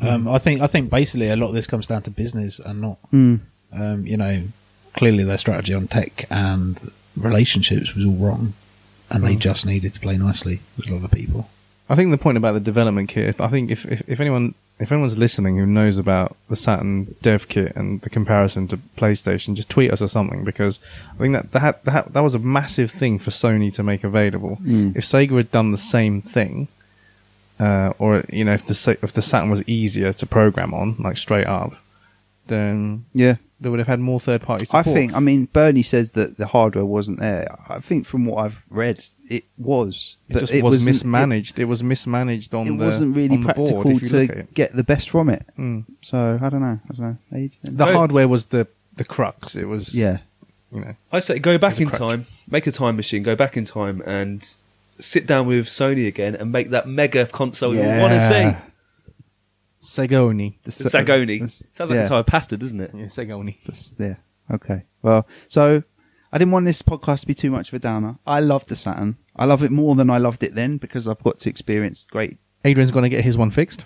[SPEAKER 1] Hmm.
[SPEAKER 2] Um, I think I think basically a lot of this comes down to business and not,
[SPEAKER 1] Hmm.
[SPEAKER 2] um, you know, clearly their strategy on tech and relationships was all wrong, and they just needed to play nicely with other people.
[SPEAKER 4] I think the point about the development kit. if- I think if, if, if anyone if anyone's listening who knows about the Saturn dev kit and the comparison to PlayStation, just tweet us or something because I think that that that, that was a massive thing for Sony to make available.
[SPEAKER 1] Mm.
[SPEAKER 4] If Sega had done the same thing, uh, or you know, if the Sa- if the Saturn was easier to program on, like straight up, then
[SPEAKER 1] Yeah.
[SPEAKER 4] they would have had more third party support.
[SPEAKER 1] I think. I mean, Bernie says that the hardware wasn't there. I think from what I've read, it was.
[SPEAKER 4] it
[SPEAKER 1] but
[SPEAKER 4] just was
[SPEAKER 1] wasn't-
[SPEAKER 4] mismanaged. It, was mismanaged on
[SPEAKER 1] It, it
[SPEAKER 4] the
[SPEAKER 1] wasn't really
[SPEAKER 4] on the
[SPEAKER 1] practical
[SPEAKER 4] board, if you look at
[SPEAKER 1] to
[SPEAKER 4] it.
[SPEAKER 1] get the best from it.
[SPEAKER 4] Mm.
[SPEAKER 1] So I don't know. I don't know. They-
[SPEAKER 4] The
[SPEAKER 1] they-
[SPEAKER 4] hardware was the the crux. It was
[SPEAKER 1] yeah.
[SPEAKER 4] you know.
[SPEAKER 3] I say go back
[SPEAKER 4] As a
[SPEAKER 3] in
[SPEAKER 4] crutch.
[SPEAKER 3] time, make a time machine, go back in time and sit down with Sony again and make that mega console you want to see.
[SPEAKER 4] Segoni.
[SPEAKER 1] The
[SPEAKER 3] The Sagoni.
[SPEAKER 1] the-
[SPEAKER 3] Sounds like
[SPEAKER 1] uh, yeah.
[SPEAKER 3] a type of pasta, doesn't it?
[SPEAKER 4] Yeah, Segoni.
[SPEAKER 1] That's- yeah. Okay. Well, so I didn't want this podcast to be too much of a downer. I love the Saturn. I love it more than I loved it then because I've got to experience great.
[SPEAKER 4] Adrian's going to get his one fixed.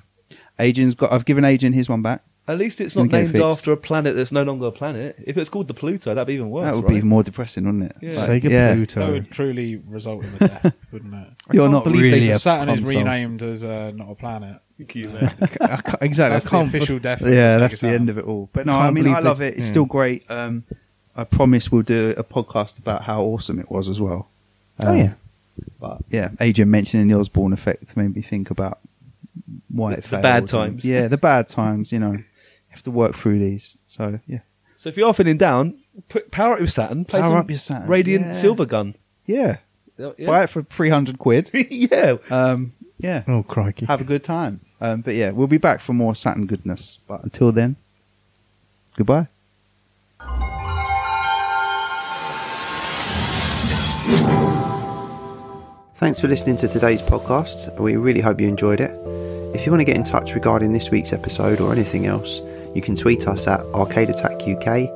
[SPEAKER 1] Adrian's got. I've given Adrian his one back.
[SPEAKER 3] At least it's
[SPEAKER 1] Can
[SPEAKER 3] not
[SPEAKER 1] we get it
[SPEAKER 3] named
[SPEAKER 1] fixed?
[SPEAKER 3] after a planet that's no longer a planet. If it's called the Pluto, that'd be even worse.
[SPEAKER 1] that would
[SPEAKER 3] Oh, right?
[SPEAKER 1] be even more depressing, wouldn't it?
[SPEAKER 3] Yeah.
[SPEAKER 1] Like,
[SPEAKER 4] Sega
[SPEAKER 1] yeah.
[SPEAKER 2] That
[SPEAKER 4] Pluto.
[SPEAKER 2] would truly result in the death, wouldn't it?
[SPEAKER 1] You're
[SPEAKER 4] can't
[SPEAKER 1] not
[SPEAKER 4] believe
[SPEAKER 1] really
[SPEAKER 4] they-
[SPEAKER 1] a
[SPEAKER 2] Saturn is
[SPEAKER 1] console.
[SPEAKER 2] renamed as uh, not a planet.
[SPEAKER 4] I can't- exactly.
[SPEAKER 2] That's
[SPEAKER 4] I
[SPEAKER 2] the
[SPEAKER 4] can't
[SPEAKER 2] official death.
[SPEAKER 1] yeah, that's the end of it all. But no,
[SPEAKER 4] Can't
[SPEAKER 1] I mean,
[SPEAKER 4] believe
[SPEAKER 1] I love
[SPEAKER 4] they-
[SPEAKER 1] it. It's
[SPEAKER 4] yeah.
[SPEAKER 1] still great. Um, I promise we'll do a podcast about how awesome it was as well. Um,
[SPEAKER 4] Oh, yeah.
[SPEAKER 1] but yeah, Adrian mentioning the Osborne effect made me think about why
[SPEAKER 3] The-
[SPEAKER 1] it
[SPEAKER 3] the
[SPEAKER 1] failed
[SPEAKER 3] bad
[SPEAKER 1] and-
[SPEAKER 3] times.
[SPEAKER 1] yeah, the bad times. You know, you have to work through these. So yeah,
[SPEAKER 3] So if you are feeling down, put, power up your Saturn, play
[SPEAKER 1] Power
[SPEAKER 3] some
[SPEAKER 1] up your Saturn,
[SPEAKER 3] Radiant
[SPEAKER 1] yeah.
[SPEAKER 3] Silver Gun.
[SPEAKER 1] yeah,
[SPEAKER 3] Yeah.
[SPEAKER 1] buy it for three hundred quid.
[SPEAKER 3] yeah.
[SPEAKER 1] Um, yeah,
[SPEAKER 4] Oh crikey!
[SPEAKER 1] have a good time. Um, but yeah, we'll be back for more Saturn goodness. But until then, goodbye.
[SPEAKER 5] Thanks for listening to today's podcast. and We really hope you enjoyed it. If you want to get in touch regarding this week's episode or anything else, you can tweet us at Arcade Attack UK,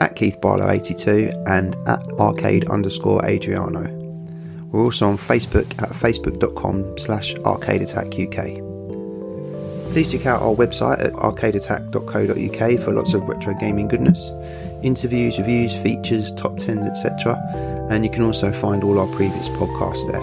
[SPEAKER 5] at Keith Barlow 82, and at arcade underscore Adriano. We're also on Facebook at facebook.com slash arcade attack UK. Please check out our website at arcadeattack.co.uk for lots of retro gaming goodness, interviews, reviews, features, top 10s, etc. And you can also find all our previous podcasts there.